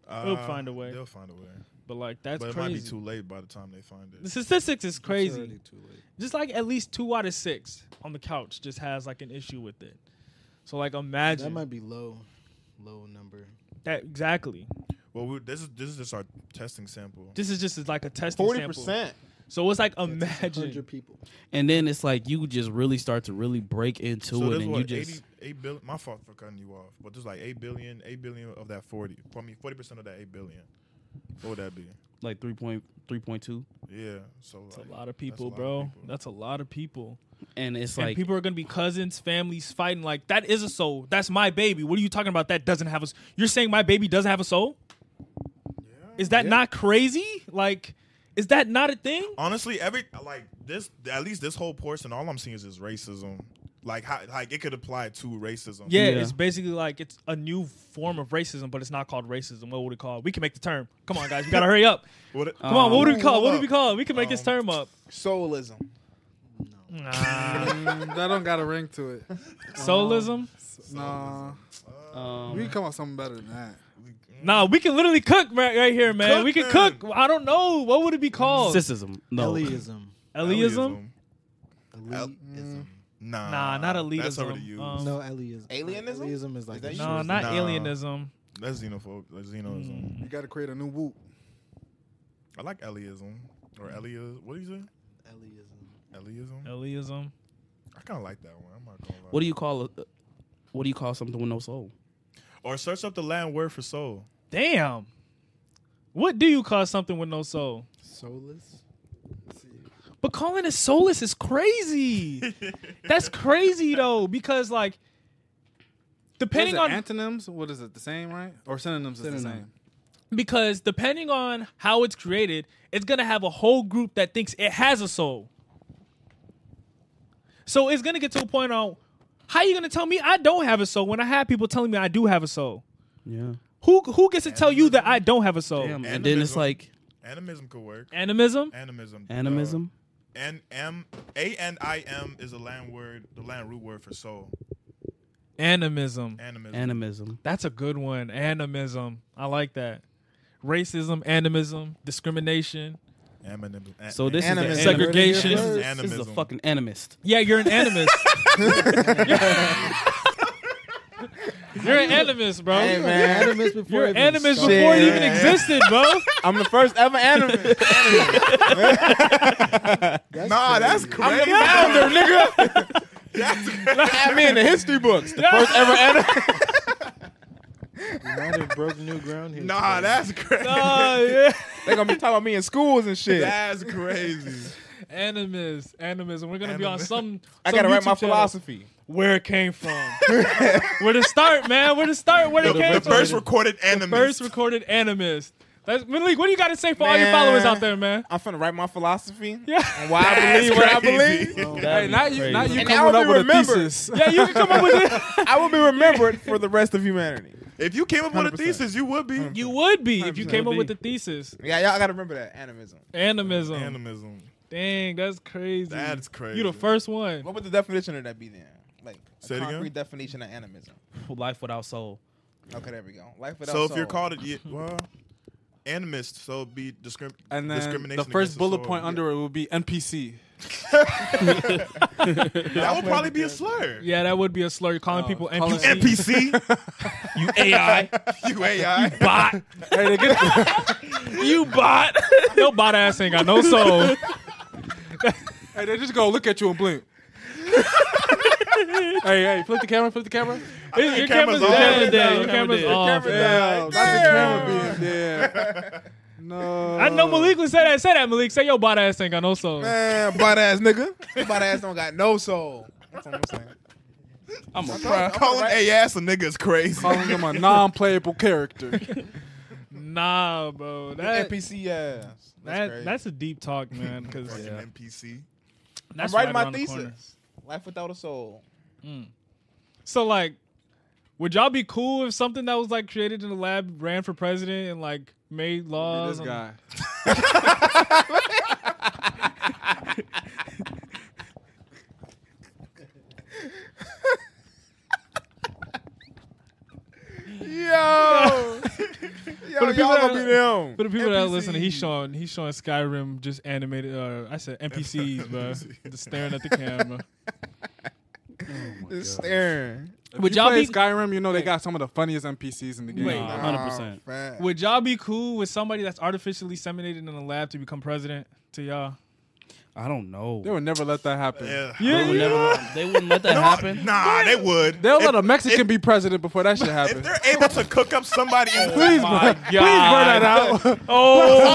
S2: Uh,
S5: They'll find a way.
S2: They'll find a way.
S5: but like that's
S2: but it
S5: crazy.
S2: might be too late by the time they find
S5: the
S2: it.
S5: statistics is
S10: It's
S5: crazy.
S10: already too late.
S5: Just like at least two out of six on the couch just has like an issue with it. So like imagine
S10: That might be low, low number.
S5: that exactly.
S2: Well, we, this is this is just our testing sample.
S5: This is just like a testing
S6: Forty
S5: 40%. sample.
S6: percent.
S5: So it's like
S10: Hundred
S5: imagine.
S10: people.
S3: And then it's like you just really start to really break into
S2: so
S3: it,
S2: there's
S3: and
S2: what
S3: you just
S2: 80, 8 billion. My fault for cutting you off, but there's like eight billion, eight billion of that forty. I mean, forty percent of that eight billion. What would that be?
S3: like three point three point two,
S2: Yeah. So
S5: That's
S2: like,
S5: a lot of people,
S2: lot of
S5: bro.
S2: people.
S5: That's a lot of people.
S3: and it's
S5: and
S3: like
S5: people are gonna be cousins, families fighting. Like that is a soul. That's my baby. What are you talking about? That doesn't have a. s- You're saying my baby doesn't have a soul? Is that not crazy? Like, is that not a thing?
S2: honestly, every like this, at least this whole portion, all I'm seeing is just racism. Like how like it could apply to racism.
S5: Yeah,
S3: Yeah.
S5: it's basically like it's a new form of racism, but it's not called racism. What would it call? We can make the term. Come on, guys, we gotta hurry up.
S2: What,
S5: Come on, what would we
S6: Ooh,
S5: call?
S6: hold
S5: What would
S6: up.
S5: we call? it? We can make this
S2: Uh, Um,
S5: term up.
S6: Soulism.
S5: Nah.
S10: Mm, that don't got a ring to it.
S5: Soulism.
S10: No,
S3: um,
S10: we can come up with something better than that.
S5: Nah, we can literally cook right, right here, man.
S2: Cook
S5: we can
S2: then.
S5: cook. I don't know. What would it be
S3: oh,
S5: called?
S3: Sisism. No.
S8: Eliism.
S5: Eliism?
S2: El- Nah,
S5: Nah, not elitism.
S2: That's already used.
S5: Um,
S8: No, Eliism.
S6: Oh. Alienism?
S8: Eliism is like
S6: Is that you?
S5: No, not
S2: Nah.
S5: alienism.
S2: that's xenophobe. That's xenoism.
S5: mm.
S10: You got to create a new whoop.
S2: I like Eliism
S5: Mm.
S2: or Elia. What do you say?
S8: Eliism.
S2: Eliism.
S5: Eliism.
S2: I kind of like that one. I'm not gonna lie.
S3: What do you call a, What do you call something with no soul?
S2: or search up the Latin word for soul.
S5: Damn. What do you call something with no soul?
S10: Soulless.
S5: But calling it soulless is crazy. That's crazy though, because like depending on
S10: antonyms, what is it? The same, right? Or synonyms is the same.
S5: because depending on how it's created, it's gonna have a whole group that thinks it has a soul. So it's gonna get to a point on how you gonna tell me I don't have a soul when I have people telling me I do have a soul.
S3: Yeah.
S5: Who who gets to tell you that I don't have a soul?
S3: Damn, and then it's like
S2: Animism could work.
S5: Animism?
S2: Animism.
S3: animism.
S2: Uh, N M A N I M is a land word, the land root word for soul.
S5: animism.
S2: Animism.
S3: Animism.
S5: That's a good one. Animism. I like that. Racism, animism, discrimination.
S2: Animism. A-
S3: So this
S6: Animism.
S3: is the
S5: Segregation.
S3: This is,
S2: Animism.
S3: this is a fucking animist.
S5: Yeah, you're an animist. you're an animist, bro.
S6: Hey man, animus
S5: You're
S6: before
S5: an
S6: even
S5: animist
S6: started.
S5: before it even
S6: Yeah.
S5: existed, bro.
S6: I'm the first ever animist.
S2: nah, that's crazy.
S6: Founder, nigga. Had me in the history books. The first ever animist.
S4: We might have broke new ground here.
S2: Nah, that's crazy.
S5: Oh, yeah.
S6: They gonna be talking about me in schools and shit.
S2: That's crazy.
S5: Animist, animism. We're gonna be on
S2: Animist.
S5: some.
S6: I
S5: some
S6: gotta write
S5: YouTube
S6: my
S5: channel.
S6: philosophy.
S5: Where it came from. Where to start, man? Where to start? Where it came
S2: the
S5: from?
S2: first recorded animist.
S5: First recorded animist. That's Malik. What do you got to say for all your
S6: Man.
S5: followers out there, man?
S6: I'm finna write my philosophy.
S5: Yeah.
S6: And why I believe what I believe.
S3: That'd be
S10: not you,
S3: crazy.
S10: not you
S6: And
S10: coming
S6: I'll
S10: up
S6: be
S10: with a
S6: remembered.
S10: thesis.
S5: Yeah, you can come up with it.
S6: I will be remembered for the rest of humanity.
S2: If you came up with a
S6: 100%.
S2: thesis, you would be
S5: You would be if you came up
S3: Would
S5: with
S3: be.
S5: the thesis.
S6: Yeah, y'all gotta remember that animism.
S5: Animism.
S2: animism.
S5: Dang, that's crazy.
S2: That's crazy.
S5: You the first one.
S6: What would the definition of that be then? Like a
S2: Say it again?
S6: concrete definition of animism.
S3: Life without soul.
S6: Okay, there we go. Life without
S2: So if
S6: soul.
S2: you're called it, you- well, animist. So it'd be discrim-
S10: And then
S2: discrimination.
S10: the
S2: against
S10: first bullet
S2: soul.
S10: point under it will be NPC.
S2: that would probably be a slur.
S5: Yeah, that would be a slur. You're Uh, calling people
S10: calling
S5: NPC.
S2: NPC,
S5: You AI.
S2: you AI.
S5: bot.
S10: Hey, they get,
S5: You bot. Your bot ass ain't got no soul.
S10: hey, they just go look at you and blink. hey, hey, flip the camera, flip the camera.
S5: Your, your
S2: camera's
S5: camera's, down
S2: off.
S5: down. Your
S3: Camera
S5: camera's
S3: down.
S5: off.
S10: Yeah, not the camera being there. No,
S5: I know Malik would say that. Say that, Malik. Say your bot ass ain't got no soul.
S6: Man, butt ass nigga. butt ass don't got no soul. That's what I'm saying.
S3: I'm a pro.
S2: Calling a ass a nigga is crazy.
S10: calling him a non-playable character.
S5: Nah, bro. That, that,
S6: NPC ass. That's
S5: that's,
S6: crazy.
S5: a deep talk, man. Because
S2: Fucking NPC.
S5: that's
S6: I'm
S5: right
S6: writing my
S5: around the corner.
S6: thesis. Life without a soul.
S5: So like, would y'all be cool if something that was like created in the lab ran for president and like made
S10: this
S5: laws? on-
S10: guy.
S6: Yo. Yo,
S5: the people
S6: y'all
S5: that-
S6: gonna be them.
S5: For the people that
S6: NPC.
S5: listen, he's showing he's showing Skyrim just animated. Uh, I said NPCs, bro, just staring at the camera.
S6: Just staring.
S10: If
S5: Would
S10: you
S5: y'all
S10: play
S5: be-
S10: Skyrim? You know they got some of the funniest NPCs in the game.
S5: Wait.
S3: Nah, 100%.
S6: Man.
S5: Would y'all be cool with somebody that's artificially inseminated in a lab to become president? To y'all,
S3: I don't know.
S10: They would never let that happen.
S2: Yeah.
S3: They would never let- they wouldn't let that happen.
S2: Nah, they would.
S10: They'll
S2: if,
S10: let a Mexican be president before that shit
S2: if
S10: happens.
S2: they're able to cook up somebody, in
S10: Please, bro.
S5: God. please burn that
S10: out.
S5: Oh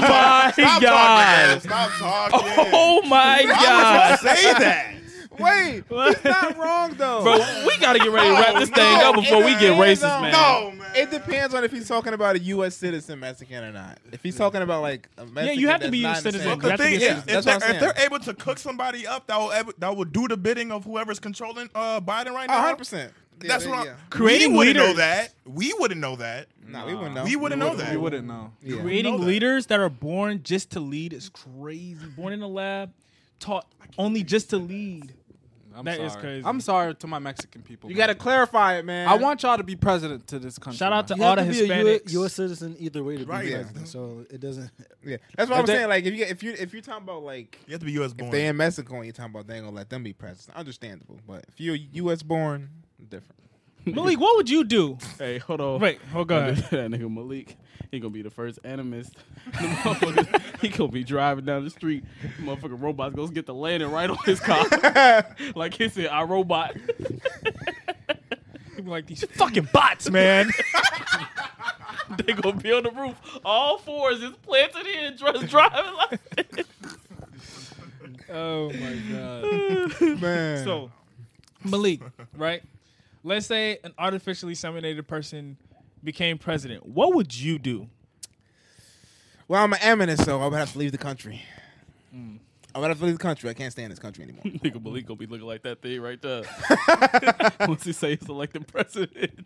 S5: my
S2: Stop
S5: God!
S2: talking. Man. Stop talking.
S3: Oh my
S2: Why
S3: god,
S2: would you say that?
S6: Wait, he's not wrong though.
S3: bro! We gotta get ready to wrap this thing up before we get racist, man.
S2: No, man.
S6: It depends on if he's talking about a U.S. citizen Mexican or not. If he's talking about like a Mexican,
S5: you have to
S6: that's
S5: be a
S6: not in the
S5: citizen.
S6: same
S5: You
S2: The
S5: have to
S2: thing
S5: be
S2: is,
S5: a
S2: if,
S5: citizen.
S6: That's
S2: they're,
S6: what I'm
S2: if they're able to cook somebody up, that will eb- that will do the bidding of whoever's controlling uh, Biden right now.
S6: 100. percent
S2: That's what I'm.
S5: Creating
S2: we wouldn't know
S5: leaders.
S2: that. We wouldn't know that.
S6: Nah, we wouldn't know.
S2: We wouldn't know that.
S10: You wouldn't know.
S6: Yeah.
S5: Creating
S2: know that.
S5: leaders that are born just to lead is crazy. Born in a lab, taught only just to lead.
S10: I'm
S5: That
S10: sorry.
S5: is crazy.
S10: I'm sorry to my Mexican people.
S6: You
S10: man.
S6: gotta clarify it, man.
S10: I want y'all to be president to this country.
S5: Shout out
S10: man.
S5: to
S4: You
S5: all
S4: have
S5: the
S4: to be a U-
S5: Hispanics.
S4: U.S. citizen either way to
S2: Right.
S4: be president, so it doesn't.
S6: Yeah, that's what I'm
S10: they-
S6: saying. Like, if you if you if you're talking about like
S2: You have to be U.S.
S6: if
S2: born.
S6: they in Mexico and you're talking about they ain't gonna let them be president, understandable. But if you're U.S. born, different.
S5: Malik, what would you do?
S3: Hey, hold on.
S5: Wait, hold on.
S3: that nigga Malik, he gonna be the first animist. The motherfucker- he gonna be driving down the street. Motherfucking robots gonna get the landing right on his car. like he said, I robot.
S5: People like these fucking bots, man.
S3: they gonna be on the roof. All fours is planted in, just driving like
S5: oh my god.
S6: Man,
S5: So, Malik, right? Let's say an artificially inseminated person became president. What would you do?
S6: Well, I'm an eminent, so I would have to leave the country.
S2: Mm.
S6: I would have to leave the country. I can't stay in this country anymore.
S3: Nigga Malik gonna be looking like that thing right there. Once he say he's elected president.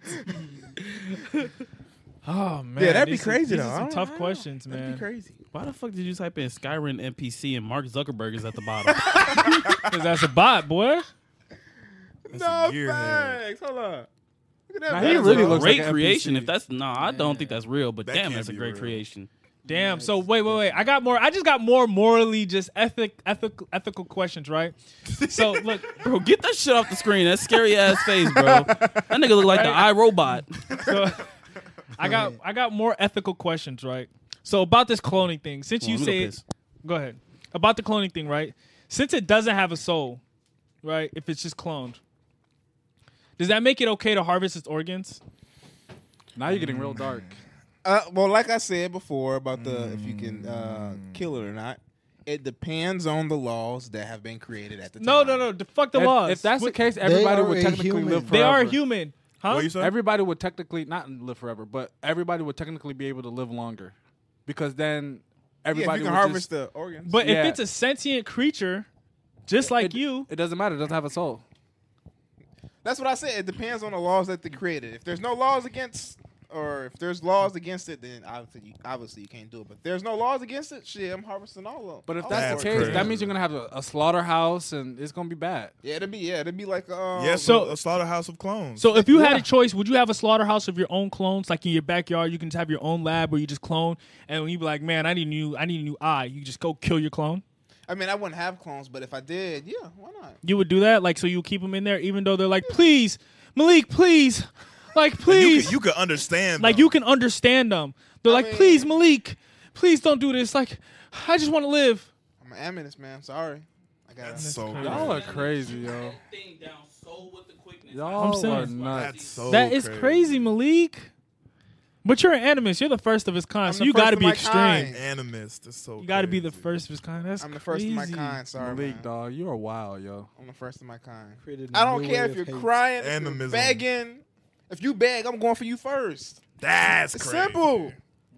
S5: Oh man,
S6: yeah, that'd be
S5: these are-
S6: crazy
S5: these
S6: though.
S5: are
S6: I
S5: Some
S6: don't-
S5: tough
S6: I don't-
S5: questions, man.
S6: That'd be crazy.
S3: Why the fuck did you type in Skyrim NPC and Mark Zuckerberg is at the bottom?
S5: Cause that's a bot, boy.
S6: no
S2: gearhead.
S6: thanks. Hold on. Look at that.
S3: Nah,
S6: man.
S3: he
S6: That's
S3: really
S6: a-
S3: looks great
S10: like an
S3: creation.
S10: NPC.
S3: If that's no, I don't think that's real. But
S2: That
S3: damn,
S2: can't
S3: that's a
S2: be
S3: great
S2: real.
S3: creation.
S5: Damn. So wait, wait, wait. I got more. I just got more morally just ethic, ethic, ethical questions, right? So look,
S3: Bro, get that shit off the screen. That scary ass face, bro. That nigga look like the iRobot.
S5: so I got I got more ethical questions, right? So about this cloning thing, since
S3: Hold
S5: you
S3: on, let me go
S5: say it,
S3: piss.
S5: go ahead about the cloning thing, right? Since it doesn't have a soul, right? If it's just cloned, does that make it okay to harvest its organs?
S10: Now you're getting real dark.
S6: Uh, well, like I said before about the if you can uh,
S10: Mm.
S6: kill it or not, it depends on the laws that have been created at the
S5: No,
S6: time.
S5: no, no. d- Fuck the
S10: If-
S5: laws.
S10: If that's the
S5: What-
S10: case, everybody
S4: are
S10: would
S4: a
S10: technically
S4: human.
S10: live forever.
S5: they are human, huh?
S2: What you say?
S10: Everybody would technically not live forever, but everybody would technically be able to live longer, because then
S6: Yeah, if
S10: everybody
S6: you can
S10: would
S6: harvest
S10: just-
S6: the organs.
S5: But if
S10: Yeah.
S5: it's a sentient creature, just like you,
S10: It doesn't matter. It doesn't have a soul.
S6: That's what I said. It depends on the laws that they created. If there's no laws against, or if there's laws against it, then obviously you, obviously you can't do it. But if there's no laws against it, shit, I'm harvesting all of them.
S10: But if
S6: all
S10: that's,
S6: of
S10: the
S6: them.
S10: case,
S2: crazy.
S10: that means you're gonna have a, a slaughterhouse, and it's gonna be bad.
S6: yeah, it'd be yeah, it'd be like um,
S2: Yes,
S5: So-
S2: a slaughterhouse of clones.
S5: So if you had a choice, would you have a slaughterhouse of your own clones, like in your backyard? You can just have your own lab where you just clone, and when you be like, "Man, I need a new, I need a new eye." You just go kill your clone.
S6: I mean, I wouldn't have clones, but if I did, yeah, why not?
S5: You would do that, like so you keep them in there, even though they're like, "Please, Malik, please, like
S2: you
S5: please,
S2: could, you could understand.
S5: like
S2: though.
S5: you can understand them." They're like,
S6: mean-
S5: "Please, Malik, please don't do this." Like, I just want to live.
S6: I'm an aminist, man. I'm sorry, I got.
S2: That's so.
S10: Y'all are crazy, yo.
S5: I'm
S10: Y'all are
S5: saying-
S10: nuts.
S2: That's so.
S5: that is
S2: Oh, crazy.
S5: crazy. Malik. But you're an animist. You're the first of his kind,
S6: I'm
S5: so
S6: the
S5: you
S6: first
S5: got to
S6: of
S5: be
S6: my
S5: extreme.
S6: kind.
S2: Animist. That's so.
S5: You got to be the
S2: crazy.
S5: first of his kind. That's
S6: I'm the first of my
S5: crazy.
S6: kind. Sorry,
S10: Malik,
S6: man.
S10: dog, you are wild, yo.
S6: I'm the first of my kind.
S4: Created a
S6: I don't
S4: new
S6: care
S4: way
S6: if
S4: of
S6: you're
S4: hate.
S6: crying, if you're
S2: Animism.
S6: begging. If you beg, I'm going for you first.
S2: That's
S6: It's
S2: crazy.
S6: simple.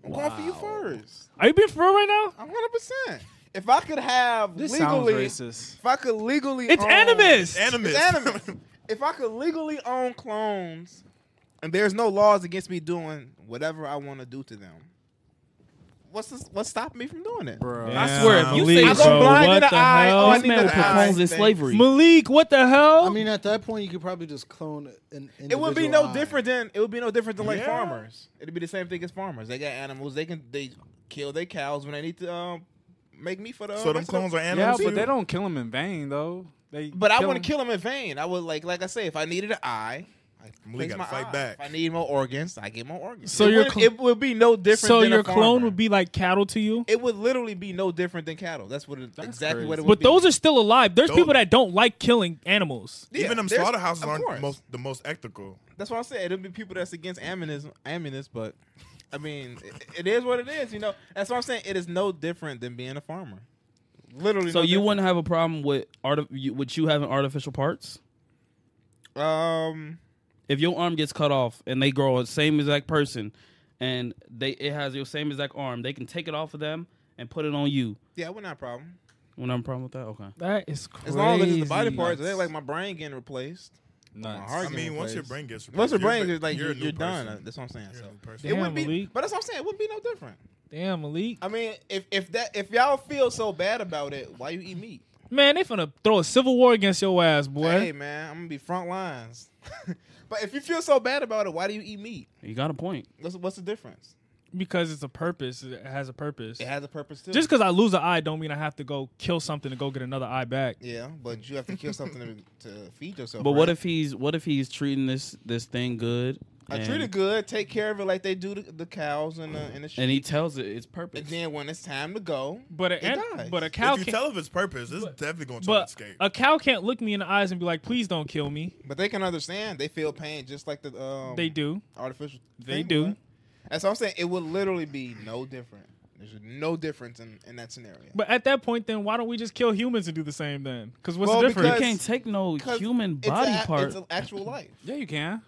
S6: I'm going for you first.
S5: Are you being for real right now?
S6: I'm 100%. If I could have
S10: This
S6: legally,
S10: sounds racist.
S6: if I could legally,
S5: It's
S6: own,
S5: animus.
S2: Animist.
S6: Oh, It's animus. if I could legally own clones, and there's no laws against me doing whatever I want to do to them, what's this, what's stopping me from doing it?
S10: Bro.
S3: I swear, if you
S5: Malik,
S3: say
S6: I
S5: I'm
S3: this,
S6: go
S5: Bro,
S6: blind
S5: what
S6: in the,
S5: the
S6: eye.
S5: hell?
S6: Oh, I
S3: this
S6: need
S3: man
S6: the eye.
S3: propones this
S6: Thanks.
S3: slavery.
S5: Malik, what the hell?
S4: I mean, at that point, you could probably just clone an.
S6: It would be
S4: individual
S6: no
S4: eye.
S6: different than it would be no different than like
S2: Yeah.
S6: farmers. It'd be the same thing as farmers. They got animals. They can they kill their cows when they need to um, make meat for the.
S2: So them clones are
S10: Yeah,
S2: animals.
S10: but
S2: too?
S10: they don't kill him in vain, though. They
S6: But I
S10: kill
S6: wouldn't
S10: him-
S6: kill them in vain. I would like like I say, if I needed an eye, I
S2: We
S6: place
S2: gotta
S6: my
S2: fight
S6: eye.
S2: back.
S6: If I need more organs, I get more organs.
S5: So
S6: it
S5: your
S6: wouldn't-
S5: cl-
S6: it would be no different.
S5: so
S6: than a
S5: your clone
S6: farmer.
S5: would be like cattle to you?
S6: It would literally be no different than cattle. That's what it, exactly what it
S10: crazy.
S5: But
S6: would be.
S5: those are still alive. There's
S2: Those-
S5: people that don't like killing animals.
S6: Yeah,
S2: Even them
S6: there's-
S2: slaughterhouses
S6: of
S2: aren't the
S6: course.
S2: most the most ethical.
S6: That's what I'm saying. It'll be people that's against aminism, aminist, but I mean, it, it is what it is. You know, that's what I'm saying. It is no different than being a farmer. Literally.
S3: so
S6: no
S3: you
S6: different.
S3: wouldn't have a problem with art you, with you having artificial parts
S6: Um.
S3: if your arm gets cut off and they grow a same exact person, and they it has your same exact arm. They can take it off of them and put it on you.
S6: Yeah, we're not a problem.
S3: When I'm problem with that, okay.
S5: That is crazy.
S6: As long as it's the body parts, it ain't like my brain getting replaced. My
S10: Nuts.
S6: heart
S2: I
S6: getting
S2: mean, once your
S6: replaced.
S2: brain gets
S6: Once your
S2: replaced,
S6: brain
S2: ba-
S6: is like
S2: you're
S6: you're,
S2: a new
S6: you're done.
S2: person.
S6: That's what I'm saying.
S2: You're a
S6: So
S2: new
S6: it
S2: person.
S5: Damn,
S6: wouldn't be,
S5: Malik.
S6: but that's what I'm saying. It wouldn't be no different.
S5: Damn, Malik.
S6: I mean, if if that if y'all feel so bad about it, why you eat meat?
S5: Man, they finna throw a civil war against your ass, boy.
S6: Hey man, I'm gonna be front lines. but if you feel so bad about it, why do you eat meat?
S3: You got a point.
S6: What's what's the difference?
S5: Because it's a purpose. It has a purpose.
S6: It has a purpose too.
S5: Just because I lose an eye don't mean I have to go kill something to go get another eye back.
S6: yeah, but you have to kill something to, to feed yourself.
S3: But what
S6: right?
S3: if he's what if he's treating this this thing good?
S6: I
S3: and-
S6: treat it good, take care of it like they do the, the cows and the and the sheep,
S3: and he tells it its purpose.
S6: and then when it's time to go,
S5: But a,
S6: It
S5: an-
S6: dies.
S5: but a
S6: If
S5: cow
S2: if you
S5: can't.
S2: tell of its purpose, it's definitely going to try to
S5: but
S2: escape.
S5: a cow can't look me in the eyes and be like, "Please don't kill me."
S6: But they can understand. They feel pain just like the um,
S5: They do.
S6: artificial.
S5: They
S6: thing
S5: do.
S6: would. That's what I'm saying. It would literally be no different. There's no difference in, in that scenario.
S5: But at that point, then why don't we just kill humans and do the same then? Because what's
S6: Well,
S5: the
S3: you
S5: difference?
S6: because-
S3: can't take no
S6: 'Cause
S3: human
S6: it's
S3: body
S6: a-
S3: part.
S6: It's an actual life.
S10: Yeah, you can.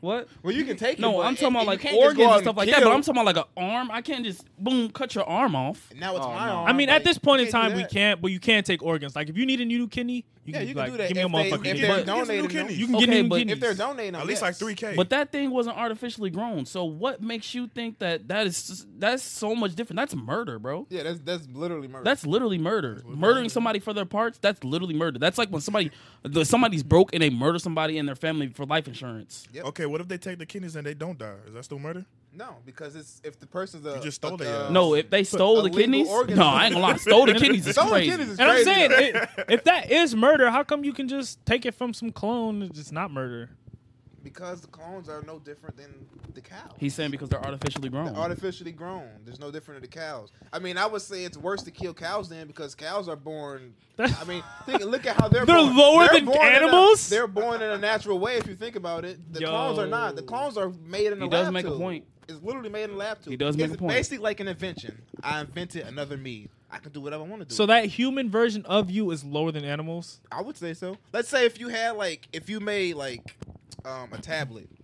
S3: What?
S6: Well, you can take it,
S3: No,
S6: but
S3: I'm talking about
S6: you
S3: like
S6: can't just go
S3: organs
S6: out
S3: and
S6: and
S3: stuff like that. But
S6: kill.
S3: I'm talking about like an arm. I can't just boom cut your arm off.
S6: Now it's my arm.
S5: I mean, at this point in time, we
S6: can't.
S5: can't, but you can take organs. Like, if you need a new kidney, you can,
S6: you can
S5: like,
S6: do that
S5: give me a
S6: if they-
S5: motherfucking
S6: if
S5: kidney.
S6: they're
S5: But-
S6: donating them.
S5: You can
S3: Okay,
S5: get new
S3: but-
S5: kidneys.
S6: If they're donating, them,
S2: At least
S6: yes.
S2: like three K.
S3: But that thing wasn't artificially grown. So what makes you think that that is that's so much different? That's murder, bro.
S6: Yeah, that's that's literally murder.
S3: That's literally murder. Murdering somebody for their parts, that's literally murder. That's like when somebody the, somebody's broke and they murder somebody in their family for life insurance.
S2: Okay, what if they take the kidneys and they don't die? Is that still murder?
S6: no, because it's if the person's a
S2: You just stole
S6: a-
S2: their ass.
S3: No, if they stole the
S6: illegal
S3: kidneys,
S6: organ-
S3: no, I ain't gonna lie. Stole the kidneys is
S6: Stole the
S3: crazy.
S6: kidneys is
S5: And I'm
S6: crazy.
S5: saying, i- if that is murder, how come you can just take it from some clone? It's just not murder.
S6: because the clones are no different than the cow.
S3: He's saying because they're artificially grown.
S6: They're artificially grown. There's no different than the cows. I mean, I would say it's worse to kill cows than because cows are born. I mean, think, look at how they're
S5: They're
S6: born.
S5: lower
S6: They're
S5: than
S6: born in a-
S5: animals?
S6: they're born in a natural way. If you think about it, the clones are not. The
S5: Yo.
S6: clones are made in a
S3: He does
S6: lab
S3: make a
S6: tube.
S3: point.
S6: It's literally made in a lab tube.
S3: He does make
S6: It's
S3: a point.
S6: Basically, like an invention. I invented another me. I can do whatever I want to do.
S5: So that human version of you is lower than animals.
S6: I would say so. Let's say if you had like if you made like um, a tablet, you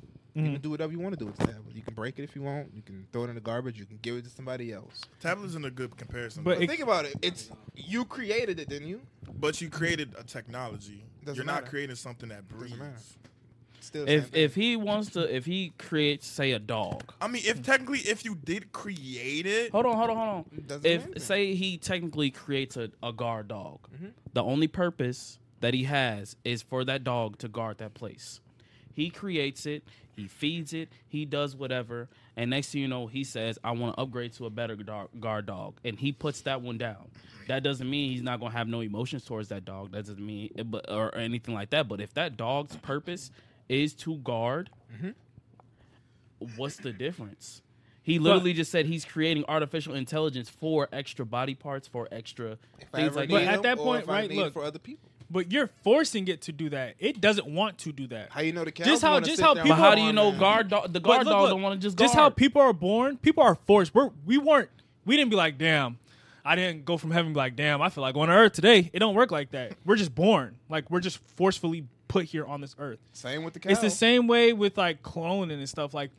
S3: Mm-hmm.
S6: can do whatever you want to do with the tablet. You can break it if you want. You can throw it in the garbage. You can give it to somebody else.
S2: Tablets in a good comparison.
S5: But
S2: But,
S6: But
S5: it-
S6: think about it. It's you created it, didn't you?
S2: but you created a technology.
S6: Doesn't
S2: You're
S6: matter.
S2: not creating something that breathes.
S6: matter. Still,
S3: if
S6: same thing.
S3: if he wants to, if he creates, say a dog.
S2: I mean, if technically, if you did create it,
S3: Hold on, hold on, hold on.
S6: Doesn't
S3: if
S6: matter. Mm-hmm.
S3: say he technically creates a, a guard dog, the only purpose that he has is for that dog to guard that place. He creates it, he feeds it, he does whatever, and next thing you know, he says, "I want to upgrade to a better dog, guard dog," and he puts that one down. That doesn't mean he's not gonna have no emotions towards that dog. That doesn't mean, but or anything like that. But if that dog's purpose is to guard, what's the difference? He literally just said he's creating artificial intelligence for extra body parts, for extra
S6: If I
S3: things
S6: ever
S3: like
S6: need
S5: But
S3: that.
S5: at
S6: them
S5: that
S6: or
S5: point,
S6: if I
S5: right,
S6: need it
S5: look.
S6: for other people.
S5: But you're forcing it to do that. It doesn't want to do that.
S6: How you know the cows?
S5: Just how-
S6: wanna
S5: just
S6: sit
S5: how
S6: there
S5: people-
S3: But how
S6: on the
S3: do you
S6: farm
S3: know
S6: and-
S3: guard dog, the
S5: But
S3: guard
S5: look,
S3: dog
S5: look,
S3: don't want to just guard?
S5: just how people are born. People are forced. We're we weren't. We didn't be like, damn. I didn't go from heaven and be like, damn. I feel like on earth today. It don't work like that. We're just born. Like we're just forcefully put here on this earth.
S6: Same with the cow.
S5: It's the same way with like cloning and stuff. Like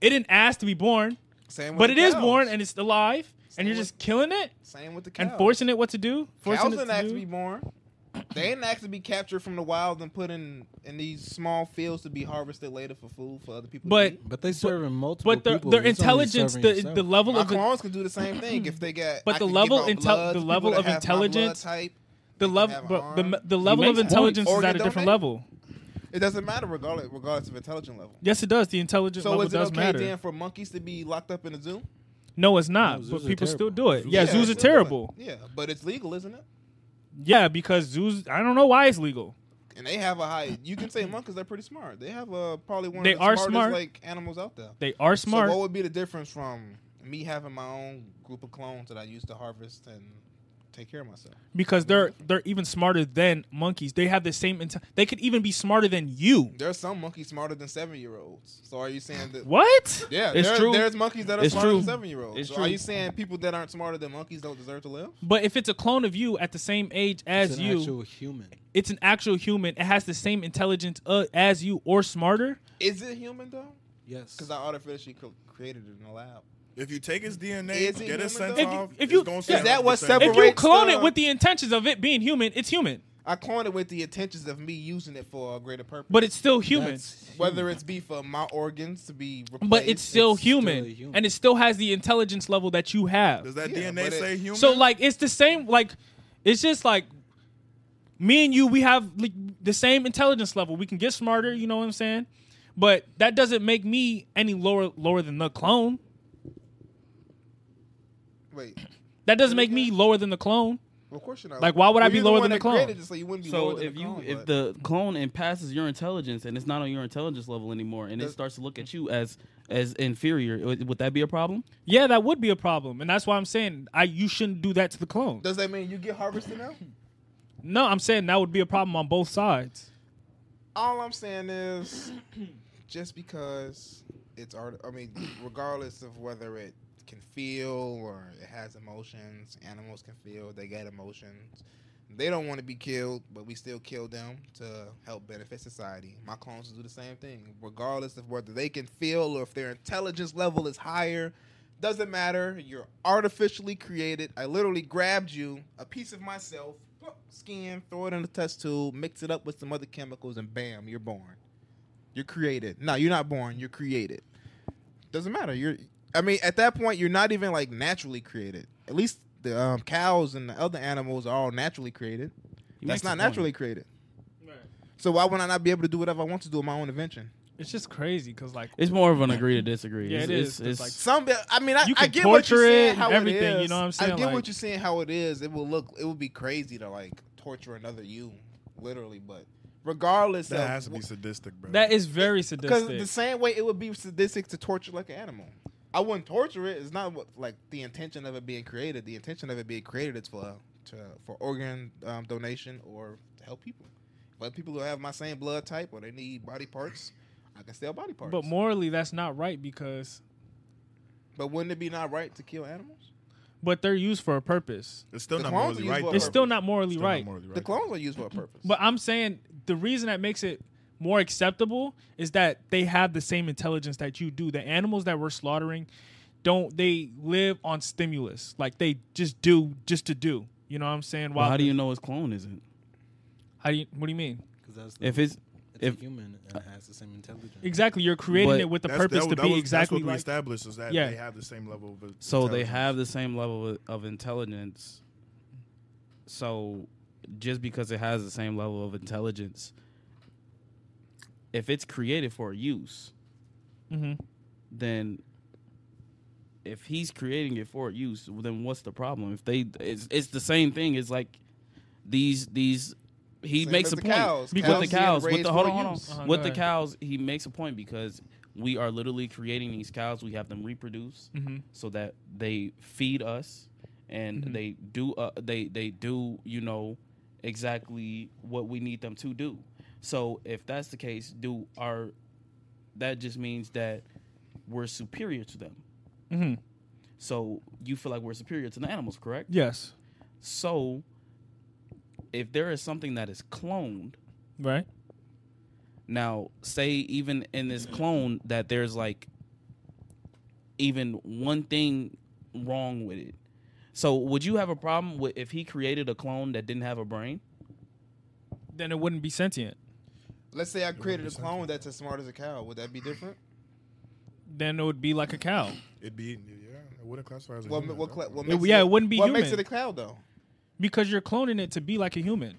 S5: it didn't ask to be born,
S6: Same with
S5: but
S6: the
S5: it is
S6: cows.
S5: born and it's alive, and you're
S6: with-
S5: just killing it
S6: Same with the cows.
S5: and forcing it what to do. Forcing
S6: Cows
S5: it
S6: didn't
S5: to
S6: ask
S5: do.
S6: to be born. They didn't ask to be captured from the wild and put in in these small fields to be harvested later for food for other people.
S5: But-
S6: to eat.
S4: But they serving multiple
S5: but their,
S4: people.
S5: their
S4: It's only
S5: intelligence,
S4: serving
S5: the
S4: yourself.
S5: the level
S6: my
S5: of
S6: clones can do the same thing if they got.
S5: But
S6: I
S5: the
S6: can
S5: level
S6: give out
S5: intel-
S6: blood
S5: the
S6: to people
S5: level
S6: that
S5: of
S6: have my blood
S5: intelligence-
S6: type.
S5: the
S6: can
S5: level,
S6: have
S5: but the,
S6: arms.
S5: the level of
S3: makes points.
S5: intelligence is
S6: Organ
S5: at a different
S6: donate?
S5: level.
S6: It doesn't matter regardless regardless of intelligence level.
S5: Yes, it does. The intelligence
S6: So
S5: level
S6: is it
S5: does
S6: okay
S5: matter.
S6: then for monkeys to be locked up in a zoo?
S5: No, it's not.
S4: No, zoos
S5: but
S4: are
S5: people still do
S4: terrible.
S5: it. Yeah,
S6: it's
S5: zoos are
S6: legal.
S5: terrible.
S6: Yeah, but it's legal, isn't it?
S5: Yeah, because zoos. I don't know why it's legal.
S6: And they have a high. You can say monkeys are pretty smart. They have uh, probably one
S5: They
S6: of the
S5: are
S6: smartest
S5: smart.
S6: like animals out there.
S5: They are smart.
S6: So what would be the difference from me having my own group of clones that I used to harvest and take care of myself?
S5: because they're they're even smarter than monkeys. They have the same. Inte- they could even be smarter than you.
S6: There are some monkeys smarter than seven year olds. So are you saying that?
S5: What?
S6: Yeah,
S3: It's
S6: there-
S3: true.
S6: There's monkeys that are
S3: It's
S6: smarter than
S3: true.
S6: seven year olds.
S3: It's
S6: So
S3: true.
S6: are you saying people that aren't smarter than monkeys don't deserve to live?
S5: But if it's a clone of you at the same age as
S4: It's an
S5: you,
S4: actual human.
S5: it's an actual human. It has the same intelligence uh, as you or smarter.
S6: Is it human though?
S4: Yes.
S6: Because I artificially cr- created it in a lab.
S2: if you take his DNA,
S6: Is it
S2: get his
S6: human,
S2: sense
S6: though? If
S5: you-
S2: off,
S5: if you-
S2: it's gonna
S5: is
S2: sound
S6: that
S2: the
S6: what
S2: same.
S6: separates-
S5: If you
S6: Correct,
S5: clone it
S6: uh,
S5: with the intentions of it being human, it's human.
S6: I coined it with the intentions of me using it for a greater purpose.
S5: But it's still human.
S6: whether it's be for my organs to be replaced,
S5: but it's still human,
S4: still a human.
S5: and it still has the intelligence level that you have.
S2: Does that
S6: Yeah,
S2: DNA
S6: but it-
S2: say human?
S5: So like it's the same like it's just like me and you we have like, the same intelligence level. We can get smarter, you know what I'm saying? But that doesn't make me any lower lower than the clone.
S6: Wait,
S5: That doesn't make me lower than the clone.
S6: well, of course you're not.
S5: Like, why would I
S6: Well,
S5: be
S6: you're
S5: lower
S6: one
S5: than the
S6: that
S5: clone?
S6: created it, so you wouldn't be lower
S3: So
S6: than
S3: if
S6: the
S3: you
S6: clone,
S3: if
S6: but-
S3: the clone and passes your intelligence and it's not on your intelligence level anymore and it
S6: Does-
S3: starts to look at you as as inferior, would would that be a problem?
S5: Yeah, that would be a problem. And that's why I'm saying I you shouldn't do that to the clone.
S6: does that mean you get harvested now?
S5: No, I'm saying that would be a problem on both sides.
S6: All I'm saying is, just because it's art, I mean, regardless of whether it can feel or it has emotions, animals can feel. They get emotions. They don't want to be killed, but we still kill them to help benefit society. My clones do the same thing, regardless of whether they can feel or if their intelligence level is higher. Doesn't matter. You're artificially created. I literally grabbed you, a piece of myself, pluck, skin, throw it in a test tube, mix it up with some other chemicals, and bam, you're born. You're created. No, you're not born. You're created. Doesn't matter. You're. I mean, at that point, you're not even like naturally created. At least the um, cows and the other animals are all naturally created. That's
S5: makes
S6: not
S5: a point.
S6: naturally created. So why would I not be able to do whatever I want to do at my own invention?
S5: It's just crazy because like
S3: It's more of an agree to disagree.
S5: Yeah,
S3: it's,
S5: it is.
S3: It's,
S5: It's
S3: it's-
S6: Some, I mean, I,
S5: You
S6: I
S5: can
S6: get what you're
S5: torture
S6: saying,
S5: it,
S6: how
S5: everything,
S6: it is.
S5: you know what I'm
S6: I
S5: saying?
S6: get
S5: Like-
S6: what you're saying, how it is. It will look, it would be crazy to like torture another you, literally. But regardless
S2: That
S6: of
S2: has to be
S6: wh-
S2: sadistic, bro.
S5: that is very
S6: Because
S5: sadistic.
S6: the same way it would be sadistic to torture like an animal. I wouldn't torture it. It's not what, like the intention of it being created. The intention of it being created is for to, for organ um, donation or to help people. But people who have my same blood type or they need body parts, I can sell body parts.
S5: but
S6: But,
S5: morally, that's not right because
S6: wouldn't it be not right to kill animals?
S5: but they're used for a purpose.
S2: It's still
S6: The
S2: not
S6: clones
S2: morally
S6: use
S2: right.
S6: what-
S2: though.
S5: It's still not morally
S2: Still not
S5: right.
S2: morally
S6: The
S2: right.
S6: clones are used for a purpose.
S5: But I'm saying the reason that makes it more acceptable is that they have the same intelligence that you do. The animals that we're slaughtering don't they live on stimulus. Like they just do just to do. You know what I'm saying?
S3: well,
S5: While
S3: how do
S5: the-
S3: you know it's clone isn't?
S5: how do you what do you mean?
S10: Because that's the,
S3: If it's
S10: it's
S3: if
S10: a human and it has the same intelligence.
S5: Exactly. You're creating
S3: But
S5: it with the
S2: That's-
S5: purpose
S2: that-
S5: to
S2: that
S5: be
S2: was-
S5: exactly
S2: That's what we
S5: like
S2: established is that
S5: Yeah.
S2: they have the same level of.
S3: so they
S2: intelligence.
S3: have the same level of- of intelligence. So just because it has the same level of intelligence, if it's created for use,
S5: Mhm.
S3: then if he's creating it for use, then what's the problem? If they, it's, it's the same thing. It's like these these. He
S6: Same
S3: makes
S6: as
S3: a
S6: the
S3: point
S6: cows.
S3: with
S6: Cows
S3: the
S6: being
S3: cows. With
S6: raised
S3: the hold
S6: for
S3: on, hold
S6: use.
S3: on.
S5: Uh-huh,
S3: with
S5: go
S3: the
S5: ahead.
S3: cows, he makes a point because we are literally creating these cows. We have them reproduce
S5: Mhm.
S3: so that they feed us, and they do uh, they they do you know exactly what we need them to do. So if that's the case, do our that just means that we're superior to them.
S5: Mhm.
S3: So you feel like we're superior to the animals, correct?
S5: Yes.
S3: So if there is something that is cloned,
S5: Right?
S3: now say even in this clone that there's like even one thing wrong with it. So would you have a problem with if he created a clone that didn't have a brain?
S5: Then it wouldn't be sentient.
S6: Let's say I created a clone that's as smart as a cow. Would that be different?
S5: Then it would be like a cow.
S2: It'd be yeah. It wouldn't classify as a
S6: What,
S2: human,
S6: what,
S2: though.
S6: cla- what
S5: Yeah,
S6: makes
S5: yeah, it wouldn't be
S6: What
S5: human.
S6: makes it a cow though?
S5: Because you're cloning it to be like a human.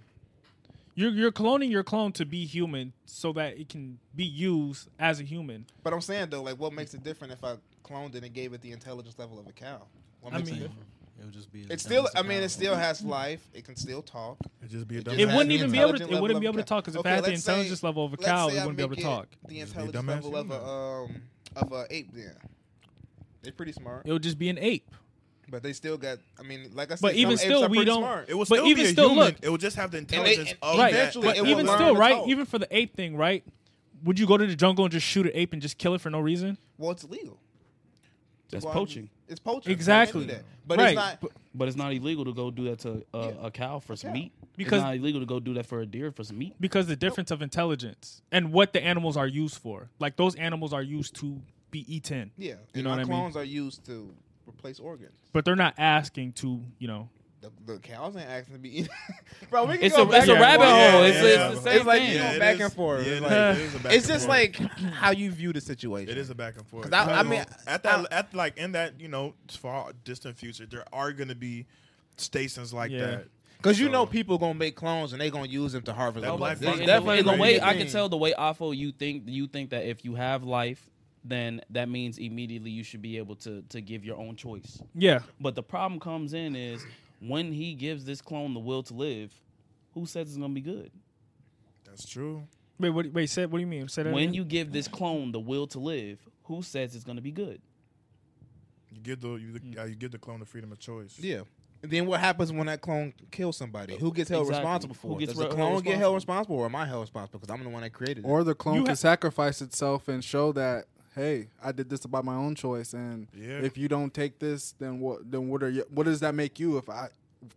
S5: You're you're cloning your clone to be human so that it can be used as a human.
S6: But I'm saying though, like, what makes it different if I cloned it and gave it the intelligence level of a cow? What
S5: I
S6: makes it
S5: mean-
S6: different?
S10: It would just be.
S6: It's still. I mean, it still has life. It can still talk.
S2: It'd just be a
S6: It
S2: dumb
S6: just
S5: It
S6: has
S5: wouldn't
S6: the
S5: even be able to.
S6: intelligence
S5: It
S6: level
S5: wouldn't be
S6: of a
S5: able to
S6: cow.
S5: talk because if
S6: Okay,
S5: I had the
S6: let's say-
S5: intelligence level of a
S6: let's
S5: cow, it
S6: say I
S5: wouldn't be able
S6: make
S5: to
S6: it
S5: talk.
S6: The
S2: Just be a
S6: intelligence
S2: dumbass
S6: level of a um of a ape. Then they're pretty smart,
S5: It would just be an ape.
S6: but they still got. I mean, like I said,
S5: But
S6: some
S5: even
S6: apes
S5: still,
S6: are
S5: we
S6: pretty
S5: don't-
S6: Smart.
S2: It would
S5: But
S2: still
S5: even
S2: be a
S5: still,
S2: human.
S5: look.
S2: it would just have the
S6: they-
S2: intelligence
S6: and
S2: of
S5: Right,
S2: that.
S6: Eventually,
S5: but
S6: it will
S5: even
S6: learn
S5: still,
S6: to
S5: right?
S6: talk.
S5: Even for the ape thing, right? Would you go to the jungle and just shoot an ape and just kill it for no reason?
S6: Well, it's illegal.
S3: That's
S6: Well,
S3: poaching.
S6: It's poaching. You can't
S5: Exactly.
S6: do that. But
S5: Right.
S6: it's not.
S5: But-
S3: But it's not illegal to go do that to uh, a cow for some
S6: cow.
S3: meat.
S5: Because-
S3: it's not illegal to go do that for a deer for some meat.
S5: Because the difference of intelligence and what the animals are used for. Like those animals are used to be eaten.
S6: yeah,
S5: You
S6: and
S5: know
S6: my
S5: what I mean?
S6: clones are used to replace organs.
S5: But they're not asking to, you know.
S6: The, the cows ain't asking to be eaten. Bro, we can
S3: It's
S6: go
S3: a
S6: back
S3: it's a
S6: and
S3: rabbit
S6: forth.
S3: hole.
S2: Yeah,
S3: It's,
S2: yeah,
S3: it's
S2: yeah.
S3: the
S2: It's
S3: same
S6: like,
S3: thing.
S6: you know,
S2: it
S6: back
S2: is-
S6: and forth.
S2: yeah,
S6: It's
S2: it
S6: like-
S2: is- it is a back
S6: It's
S2: and
S6: just
S2: forth.
S6: like how you view the situation.
S2: It is a back and forth.
S6: 'Cause I- I
S2: Because,
S6: mean,
S2: at that, at like in that you know far distant future, there are gonna be stations like
S5: Yeah.
S2: that.
S6: Because you
S2: So-
S6: know people gonna make clones and they gonna use them to harvest.
S2: That
S6: them.
S2: black
S6: This
S2: fuck-
S3: in, the,
S6: definitely
S3: in the
S6: gonna be
S3: way
S6: a
S3: I can
S6: thing.
S3: tell the way Afo, you think you think that if you have life, then that means immediately you should be able to to give your own choice.
S5: Yeah.
S3: But the problem comes in is when he gives this clone the will to live, who says it's gonna be good?
S2: That's true.
S5: Wait, what, wait, say, what do you mean? Say that
S3: When
S5: again.
S3: you give this clone the will to live, who says it's gonna be good?
S2: You give the you,
S5: Mm.
S2: uh, you give the clone the freedom of choice.
S6: Yeah. And then what happens when that clone kills somebody? Who gets held
S3: Exactly.
S6: responsible for
S3: Who
S6: it?
S3: gets
S6: Does the
S3: re-
S6: clone
S3: held
S6: get held responsible, or am I held responsible? Because I'm the one that created it.
S10: Or the clone
S5: You
S10: can
S5: ha-
S10: sacrifice itself and show that hey, I did this about my own choice, and
S2: Yeah.
S10: if you don't take this, then what? Then what are you? What does that make you? If I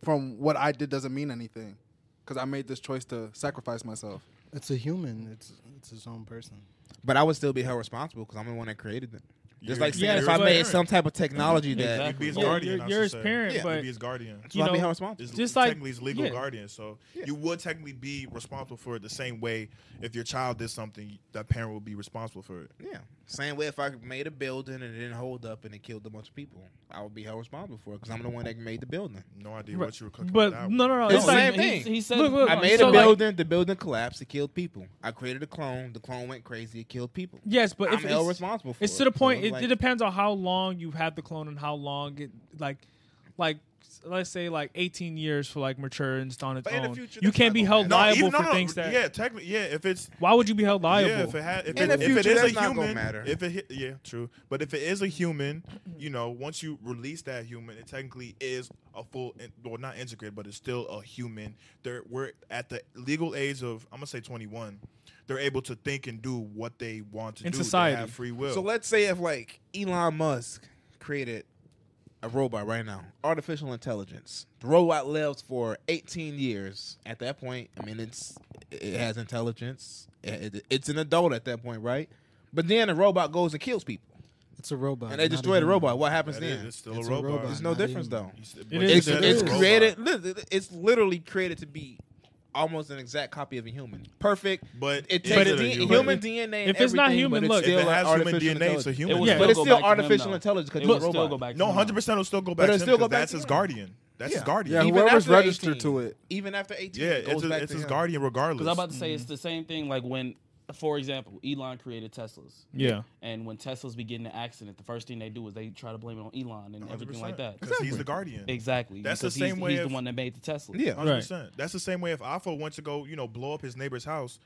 S10: from what I did doesn't mean anything. because I made this choice to sacrifice myself.
S4: It's a human. It's it's his own person.
S6: But I would still be held responsible because I'm the one that created it. Just
S2: You're-
S6: like saying
S2: Yeah,
S6: if
S2: you're
S6: I
S2: his
S6: made
S2: parent.
S6: some type of technology
S2: Exactly.
S6: that
S2: You'd be his guardian.
S5: You're,
S2: I
S5: you're
S2: should
S5: his
S2: say.
S5: parent,
S2: Yeah.
S5: but
S2: You'd be his guardian.
S6: That's why I be held responsible.
S2: It's
S5: Just
S2: just
S5: like-
S2: technically, he's legal
S5: yeah.
S2: guardian, so you would technically be responsible for it the same way if your child did something, that parent would be responsible for it.
S6: Yeah. Same way if I made a building and it didn't hold up and it killed a bunch of people, I would be held responsible for it because I'm the one that made the building.
S2: No idea
S5: Right.
S2: what you were cooking.
S5: But
S2: with that
S5: no, no,
S2: one.
S5: no.
S6: It's
S5: It's
S6: the
S5: like,
S6: same
S3: he,
S6: thing.
S3: he said,
S5: Look, look,
S6: I made
S5: so
S6: a
S5: like-
S6: building. the building collapsed. It killed people. I created a clone. The clone went crazy. It killed people.
S5: yes, but
S6: I'm
S5: if it's,
S6: held responsible for it.
S5: it's to the point.
S6: So,
S5: It,
S6: like,
S5: it depends on how long you've had the clone and how long it like, like let's say like 18 years for like mature and on its
S2: But in
S5: own.
S2: the future,
S5: you
S2: that's
S5: can't
S2: not
S5: be
S2: gonna matter.
S5: held
S2: No,
S5: liable
S2: even- no,
S5: for
S2: no,
S5: things that.
S2: Yeah, technically, yeah. If it's
S5: Why would you be held liable?
S2: Yeah, if it had, if,
S6: In
S2: it,
S6: the
S2: if it
S6: future,
S2: is a
S6: that's not gonna
S2: human,
S6: matter.
S2: if it, hit- yeah, true. But if it is a human, you know, once you release that human, it technically is a full, in- well, not integrated, but it's still a human. They're we're at the legal age of, I'm gonna say 21. They're able to think and do what they want to
S5: In
S2: do.
S5: society.
S2: they have free will.
S6: so let's say if like Elon Musk created a robot right now, artificial intelligence. The robot lives for 18 years. At that point, I mean, it's it has intelligence. It- it- it's an adult at that point, right? But then the robot goes and kills people.
S4: It's a robot.
S6: and they
S4: not a
S6: destroy the
S4: human.
S6: robot. What happens
S2: That is-
S6: then?
S2: it's still
S4: It's
S2: a
S4: a
S2: robot.
S4: robot.
S6: There's no
S4: not a
S6: difference
S4: human.
S6: though.
S2: You s-
S5: It
S2: what you
S5: is a
S6: It's,
S2: said
S5: difference.
S2: is
S6: it's
S2: a robot.
S6: created. li- It's literally created to be almost an exact copy of a human. Perfect.
S2: But
S6: It
S2: is
S6: takes
S5: it a
S6: D-
S2: human?
S6: human DNA. and
S5: If it's not
S6: everything,
S5: human,
S6: but
S5: look,
S6: it's
S2: If
S6: still
S2: it has
S6: an
S2: human
S6: artificial
S2: DNA, it's a
S6: intelligence.
S3: It
S2: human.
S3: would
S5: Yeah.
S3: still
S6: But it's
S3: go
S6: still
S3: back to him,
S6: artificial
S3: though.
S6: intelligence 'cause
S3: It would
S6: it's a
S3: still
S6: robot.
S3: go back to
S2: No,
S3: him, though.
S2: hundred percent will still go back
S6: But
S2: to
S6: it'll
S2: him
S6: still go
S2: 'cause
S6: back
S2: that's
S6: to
S2: his
S6: him.
S2: guardian. That's his
S6: Yeah.
S2: guardian.
S10: Yeah,
S6: Even
S10: whoever's
S6: after 18,
S10: registered to it.
S6: Even after 18,
S2: Yeah,
S6: it goes
S2: it's, a,
S6: back
S2: it's
S6: to
S2: his
S6: him.
S2: guardian regardless.
S3: Because I'm about to say it's the same thing. Like when, for example, Elon created Teslas.
S5: Yeah.
S3: And when Teslas be getting in an accident, the first thing they do is they try to blame it on Elon and everything like that.
S2: 'Cause he's the guardian.
S3: Exactly.
S2: That's the
S3: because he's-
S2: same way
S3: He's
S2: of-
S3: the one that made the Tesla.
S6: Yeah.
S2: hundred percent. That's the same way if Alpha went to go, you know, blow up his neighbor's house,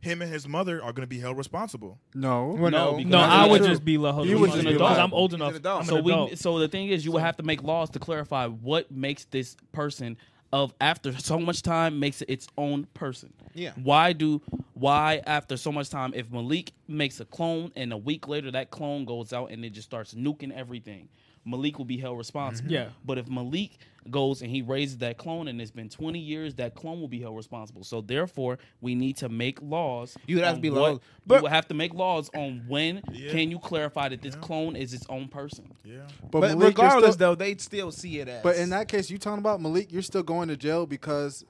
S2: him and his mother are going to be held responsible.
S10: No.
S6: Well,
S3: No,
S6: no.
S3: because-
S5: No,
S3: Not
S5: I would
S3: true.
S5: just be like,
S10: You would just be
S5: because
S10: liable.
S5: I'm old
S6: He's an
S5: enough.
S6: adult.
S5: I'm
S3: so
S5: an adult.
S3: we so the thing is you will have to make laws to clarify what makes this person of after so much time makes it its own person.
S6: Yeah.
S3: Why do why after so much time if Malik makes a clone and a week later that clone goes out and it just starts nuking everything, Malik will be held responsible.
S5: Mm-hmm. Yeah.
S3: But if Malik goes and he raises that clone and it's been 20 years, that clone will be held responsible. So therefore, we need to make laws.
S6: You would have
S3: on
S6: to be
S3: what-
S6: laws.
S3: you
S6: But-
S3: would have to make laws on when
S2: Yeah.
S3: can you clarify that this clone is its own person.
S2: Yeah.
S10: But,
S6: But
S10: Malik, you're
S6: regardless,
S10: still-
S6: though, they'd still see it as.
S10: But in that case, you talking about Malik, you're still going to jail because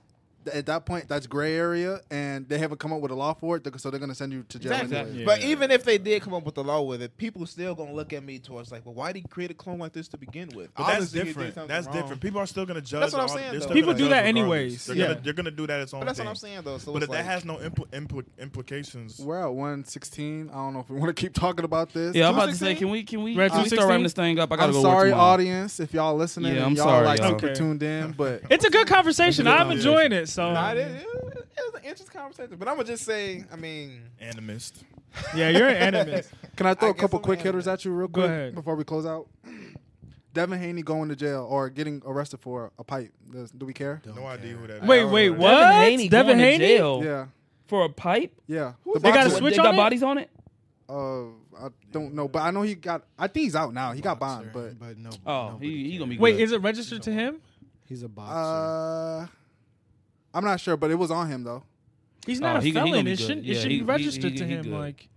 S10: th- at that point, that's gray area, and they haven't come up with a law for it, th- so they're going to send you to jail.
S6: Exactly.
S10: Anyway.
S5: Yeah.
S6: But even if they did come up with the law with it, people still gonna look at me towards like, well, why did he create a clone like this to begin with?
S2: But that's
S6: Obviously, he did
S2: different.
S6: something
S2: That's
S6: wrong.
S2: different. People are still going to judge.
S6: That's what I'm
S2: all-
S6: saying,
S2: they're
S6: though.
S2: still
S5: People
S2: gonna
S5: do
S2: judge
S5: that
S2: regardless.
S5: anyways.
S2: They're
S5: Yeah.
S2: gonna, they're gonna do that its own
S6: But that's
S2: thing.
S6: what I'm saying though. So
S2: But
S6: it's
S2: if that
S6: like-
S2: has no impl- impl- implications,
S10: We're at 116. I don't know if we want to keep talking about this.
S3: Yeah, I'm about to say, can we can we,
S5: Red
S3: can we start
S5: 216?
S3: wrapping this thing up? I gotta
S10: I'm
S3: go. work
S10: sorry,
S3: tomorrow.
S10: audience, if y'all listening
S3: Yeah,
S10: and
S3: I'm
S10: y'all
S3: sorry,
S10: like
S3: y'all.
S10: super
S5: Okay.
S10: tuned in, but
S5: It's a good conversation. I'm
S2: conversation.
S5: enjoying it. So
S6: Nah, it, it, it was an interesting conversation. But I'm gonna just say, I mean,
S2: animist.
S5: yeah, you're an animist.
S10: can I throw
S6: I
S10: a couple
S6: guess I'm
S10: quick
S6: ahead of
S10: hitters
S6: that.
S10: at you real
S5: Go
S10: quick
S5: ahead.
S10: before we close out? Devin Haney going to jail or getting arrested for a pipe. Does, do we care?
S2: No idea who that is.
S5: Wait, wait, what?
S3: Devin Haney going to jail
S10: Yeah,
S3: for a pipe.
S10: yeah. The
S5: They got a
S10: boxer.
S5: switch
S3: they got
S5: on it?
S3: bodies on it.
S10: Uh, I don't know, but I know he got. I think he's out now. He got bond, but
S4: but no.
S3: Oh,
S4: nobody
S3: he, he
S4: cares.
S3: gonna be.
S5: Wait,
S3: good.
S5: is it registered to him?
S4: He's a
S10: uh,
S4: boxer.
S10: I'm not sure, but it was on him though.
S5: He's
S3: Oh,
S5: not a
S3: he- he gonna
S5: felon.
S3: be
S5: it
S3: good.
S5: shouldn't.
S3: Yeah,
S5: it should
S3: he- he-
S5: be registered
S3: he-
S5: to
S3: he
S5: him.
S3: good.
S5: Like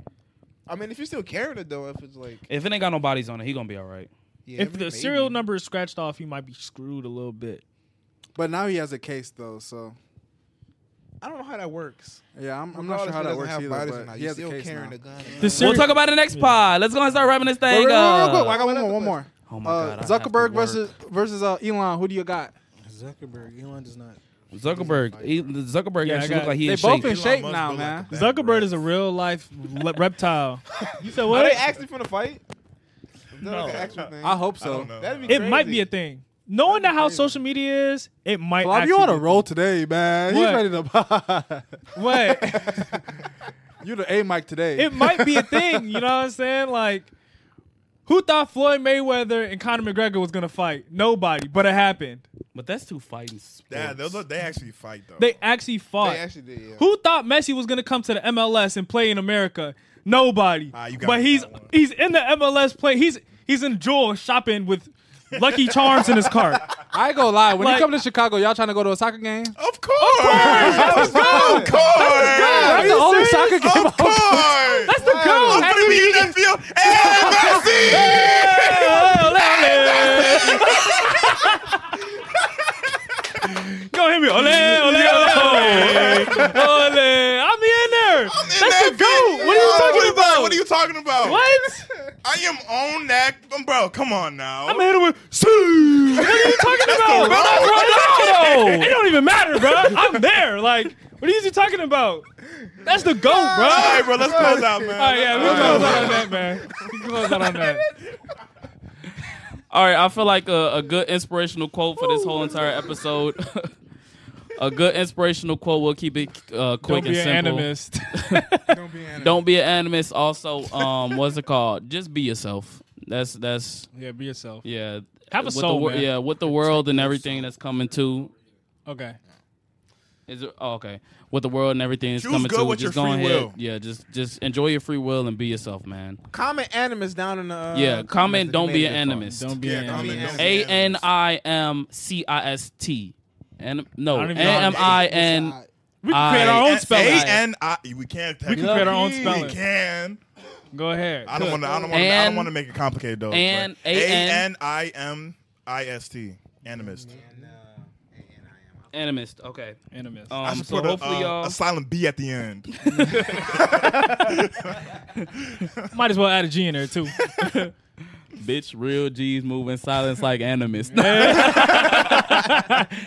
S6: I mean, if you're still carrying it though, if it's like,
S3: if it ain't got no bodies on it, he gonna be all right.
S6: yeah,
S5: if the
S6: maybe.
S5: serial number is scratched off, he might be screwed a little bit.
S10: But now he has a case though, so
S6: I don't know how that works.
S10: yeah, I'm, I'm not sure
S6: Regardless if
S10: how that
S6: it doesn't
S10: works
S6: have
S10: either.
S6: bodies or
S10: But
S6: not,
S10: he
S6: you're
S10: has a
S6: still
S10: case now.
S6: carrying a gun.
S5: The
S3: We'll
S5: serial,
S3: talk about it next pod. Let's go and start wrapping this
S10: Wait,
S3: thing
S10: real, real, real
S3: up.
S10: quick, I got one more. One more.
S3: Oh my
S10: Uh,
S3: God, I have to
S10: Zuckerberg
S3: work.
S10: versus versus uh, Elon. Who do you got?
S4: Zuckerberg, Elon does not.
S3: Zuckerberg, he, Zuckerberg
S5: Yeah, I
S3: actually
S5: got-
S3: look like he
S10: They
S3: in
S10: both
S3: shape.
S10: in
S2: Elon
S10: shape
S2: Musk
S10: now,
S2: look like
S10: man.
S2: the bad
S5: Zuckerberg
S2: breath.
S5: is a real life le- reptile. You said
S6: Are
S5: what?
S6: they actually finna fight? Is that like an actual thing?
S10: I hope
S2: I
S10: so.
S2: don't know.
S6: That'd be
S5: it might
S6: crazy.
S5: be a thing. Knowing that how social media is, it might.
S10: Bob,
S5: actually
S10: you on a
S5: be-
S10: roll today, man. He's
S5: What?
S10: ready to buy.
S5: What?
S10: you the A mic today.
S5: it might be a thing. You know what I'm saying? Like, who thought Floyd Mayweather and Conor McGregor was gonna fight? Nobody, but it happened.
S3: But that's two fighting sports.
S2: Yeah, those are, they actually fight though.
S5: They actually fought.
S6: They actually did. Yeah.
S5: who thought Messi was gonna come to the MLS and play in America? Nobody.
S2: Ah, you got
S5: but
S2: me
S5: he's
S2: that one.
S5: he's in the MLS play. He's he's in Jewel shopping with Lucky Charms in his cart.
S10: I go lie. When
S5: Like-
S10: you come to Chicago, y'all trying to go to a soccer game?
S2: Of course. Of
S10: course. That's the only soccer game.
S2: Oh
S10: Of course.
S5: That's the goal.
S2: I'm gonna be in that field.
S5: Go hit me. Ole, ole, ole. Ole. I'm in there. That's the goal. What are you talking about?
S2: What are you talking about?
S5: What?
S2: I am on that, bro. Come on now.
S5: I'm hitting with Sue. What are you talking about? Bro, that's Ronaldo. It don't even matter, bro. I'm there. Like, what are you talking about? That's the goat, bro.
S2: All right, bro. Let's close out, man.
S5: All right, yeah, we can close out on that, man. Oh. We can close out on that.
S3: All right, I feel like a, a good inspirational quote for this whole entire episode. a good inspirational quote will keep it uh, quick
S5: Don't be
S3: and
S5: an
S3: simple.
S5: animist.
S3: Don't be an animist. Also, um, what's it called? Just be yourself. That's that's
S5: yeah, be yourself.
S3: yeah.
S5: Have a
S3: With the
S5: soul,
S3: wor-
S5: man.
S3: Yeah, with the world and everything that's coming to.
S5: Okay.
S3: Is it, oh, okay. With the world and everything that's
S2: Choose
S3: coming
S2: good
S3: to,
S2: with
S3: just
S2: your
S3: go
S2: free
S3: ahead.
S2: will.
S3: Yeah, just just enjoy your free will and be yourself, man.
S6: Comment animus down in the. Uh,
S3: yeah, comment.
S6: comments if you
S3: Don't
S6: made
S3: be
S6: it
S3: an
S6: this
S3: animist.
S6: far.
S5: Don't be
S2: Yeah,
S5: an
S2: don't be
S5: animist.
S2: an
S3: A N I M C I S T. And no,
S5: I
S3: A
S5: don't even know how to
S3: M I N.
S5: We can create our own spelling.
S2: A and I. We can't.
S5: We can create our own
S2: We
S5: spelling.
S2: can.
S5: Go ahead.
S2: I don't want to. I don't want to. I don't
S3: And-
S2: want to make it complicated though.
S3: and-
S2: A
S3: A-N-
S2: N I M I S T. Animist.
S3: Animist. Okay.
S5: Animist.
S2: I
S3: Um,
S2: should
S3: so
S2: put a,
S3: hopefully
S2: uh,
S3: y'all.
S2: a silent B at the end.
S5: Might as well add a G in there too.
S3: Bitch, real G's move in silence like animist.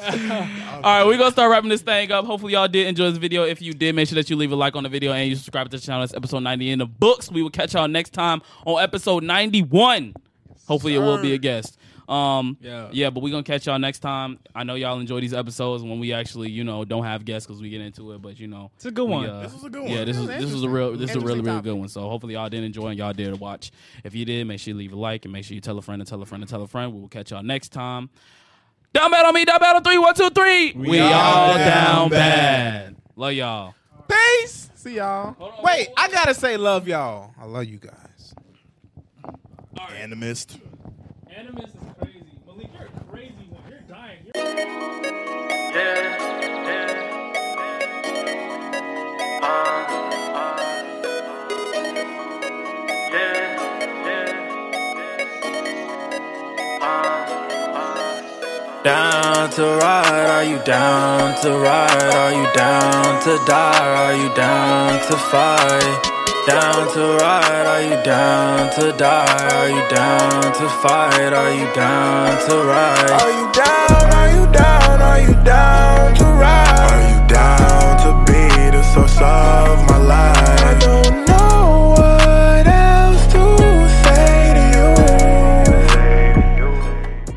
S3: All right, we're gonna start wrapping this thing up. Hopefully, y'all did enjoy this video. If you did, make sure that you leave a like on the video and you subscribe to the channel. That's episode 90 in the books. We will catch y'all next time on episode 91. Hopefully, it will be a guest. Um, yeah.
S5: Yeah.
S3: but we're gonna catch y'all next time. I know y'all enjoy these episodes when we actually, you know, don't have guests because we get into it, but you know,
S5: It's a good
S3: we,
S5: one.
S3: uh,
S2: This was a good
S3: Yeah,
S2: one.
S3: this
S2: That
S3: was
S2: was
S3: this was a real this is a really
S6: Interesting
S3: really
S6: topic.
S3: good one. So hopefully y'all did enjoy and y'all did watch. If you did, make sure you leave a like and make sure you tell a friend and tell a friend and tell a friend. We will catch y'all next time. Down bad on me, down bad on three, one, two, three. We, all down, bad. Love y'all.
S6: Peace. See y'all. Wait, I gotta say, love y'all. I love you guys.
S2: Animist.
S5: Animus is crazy. Malik, you're a crazy one. You're dying. You're-
S11: Down to ride, are you down to ride? Are you down to die? Are you down to fight? Down to ride, are you down to die? Are you down to fight? Are you down to ride? Are you down? Are you down? Are you down to ride? Are you down to be the source of my life? I don't know what else to Say to you.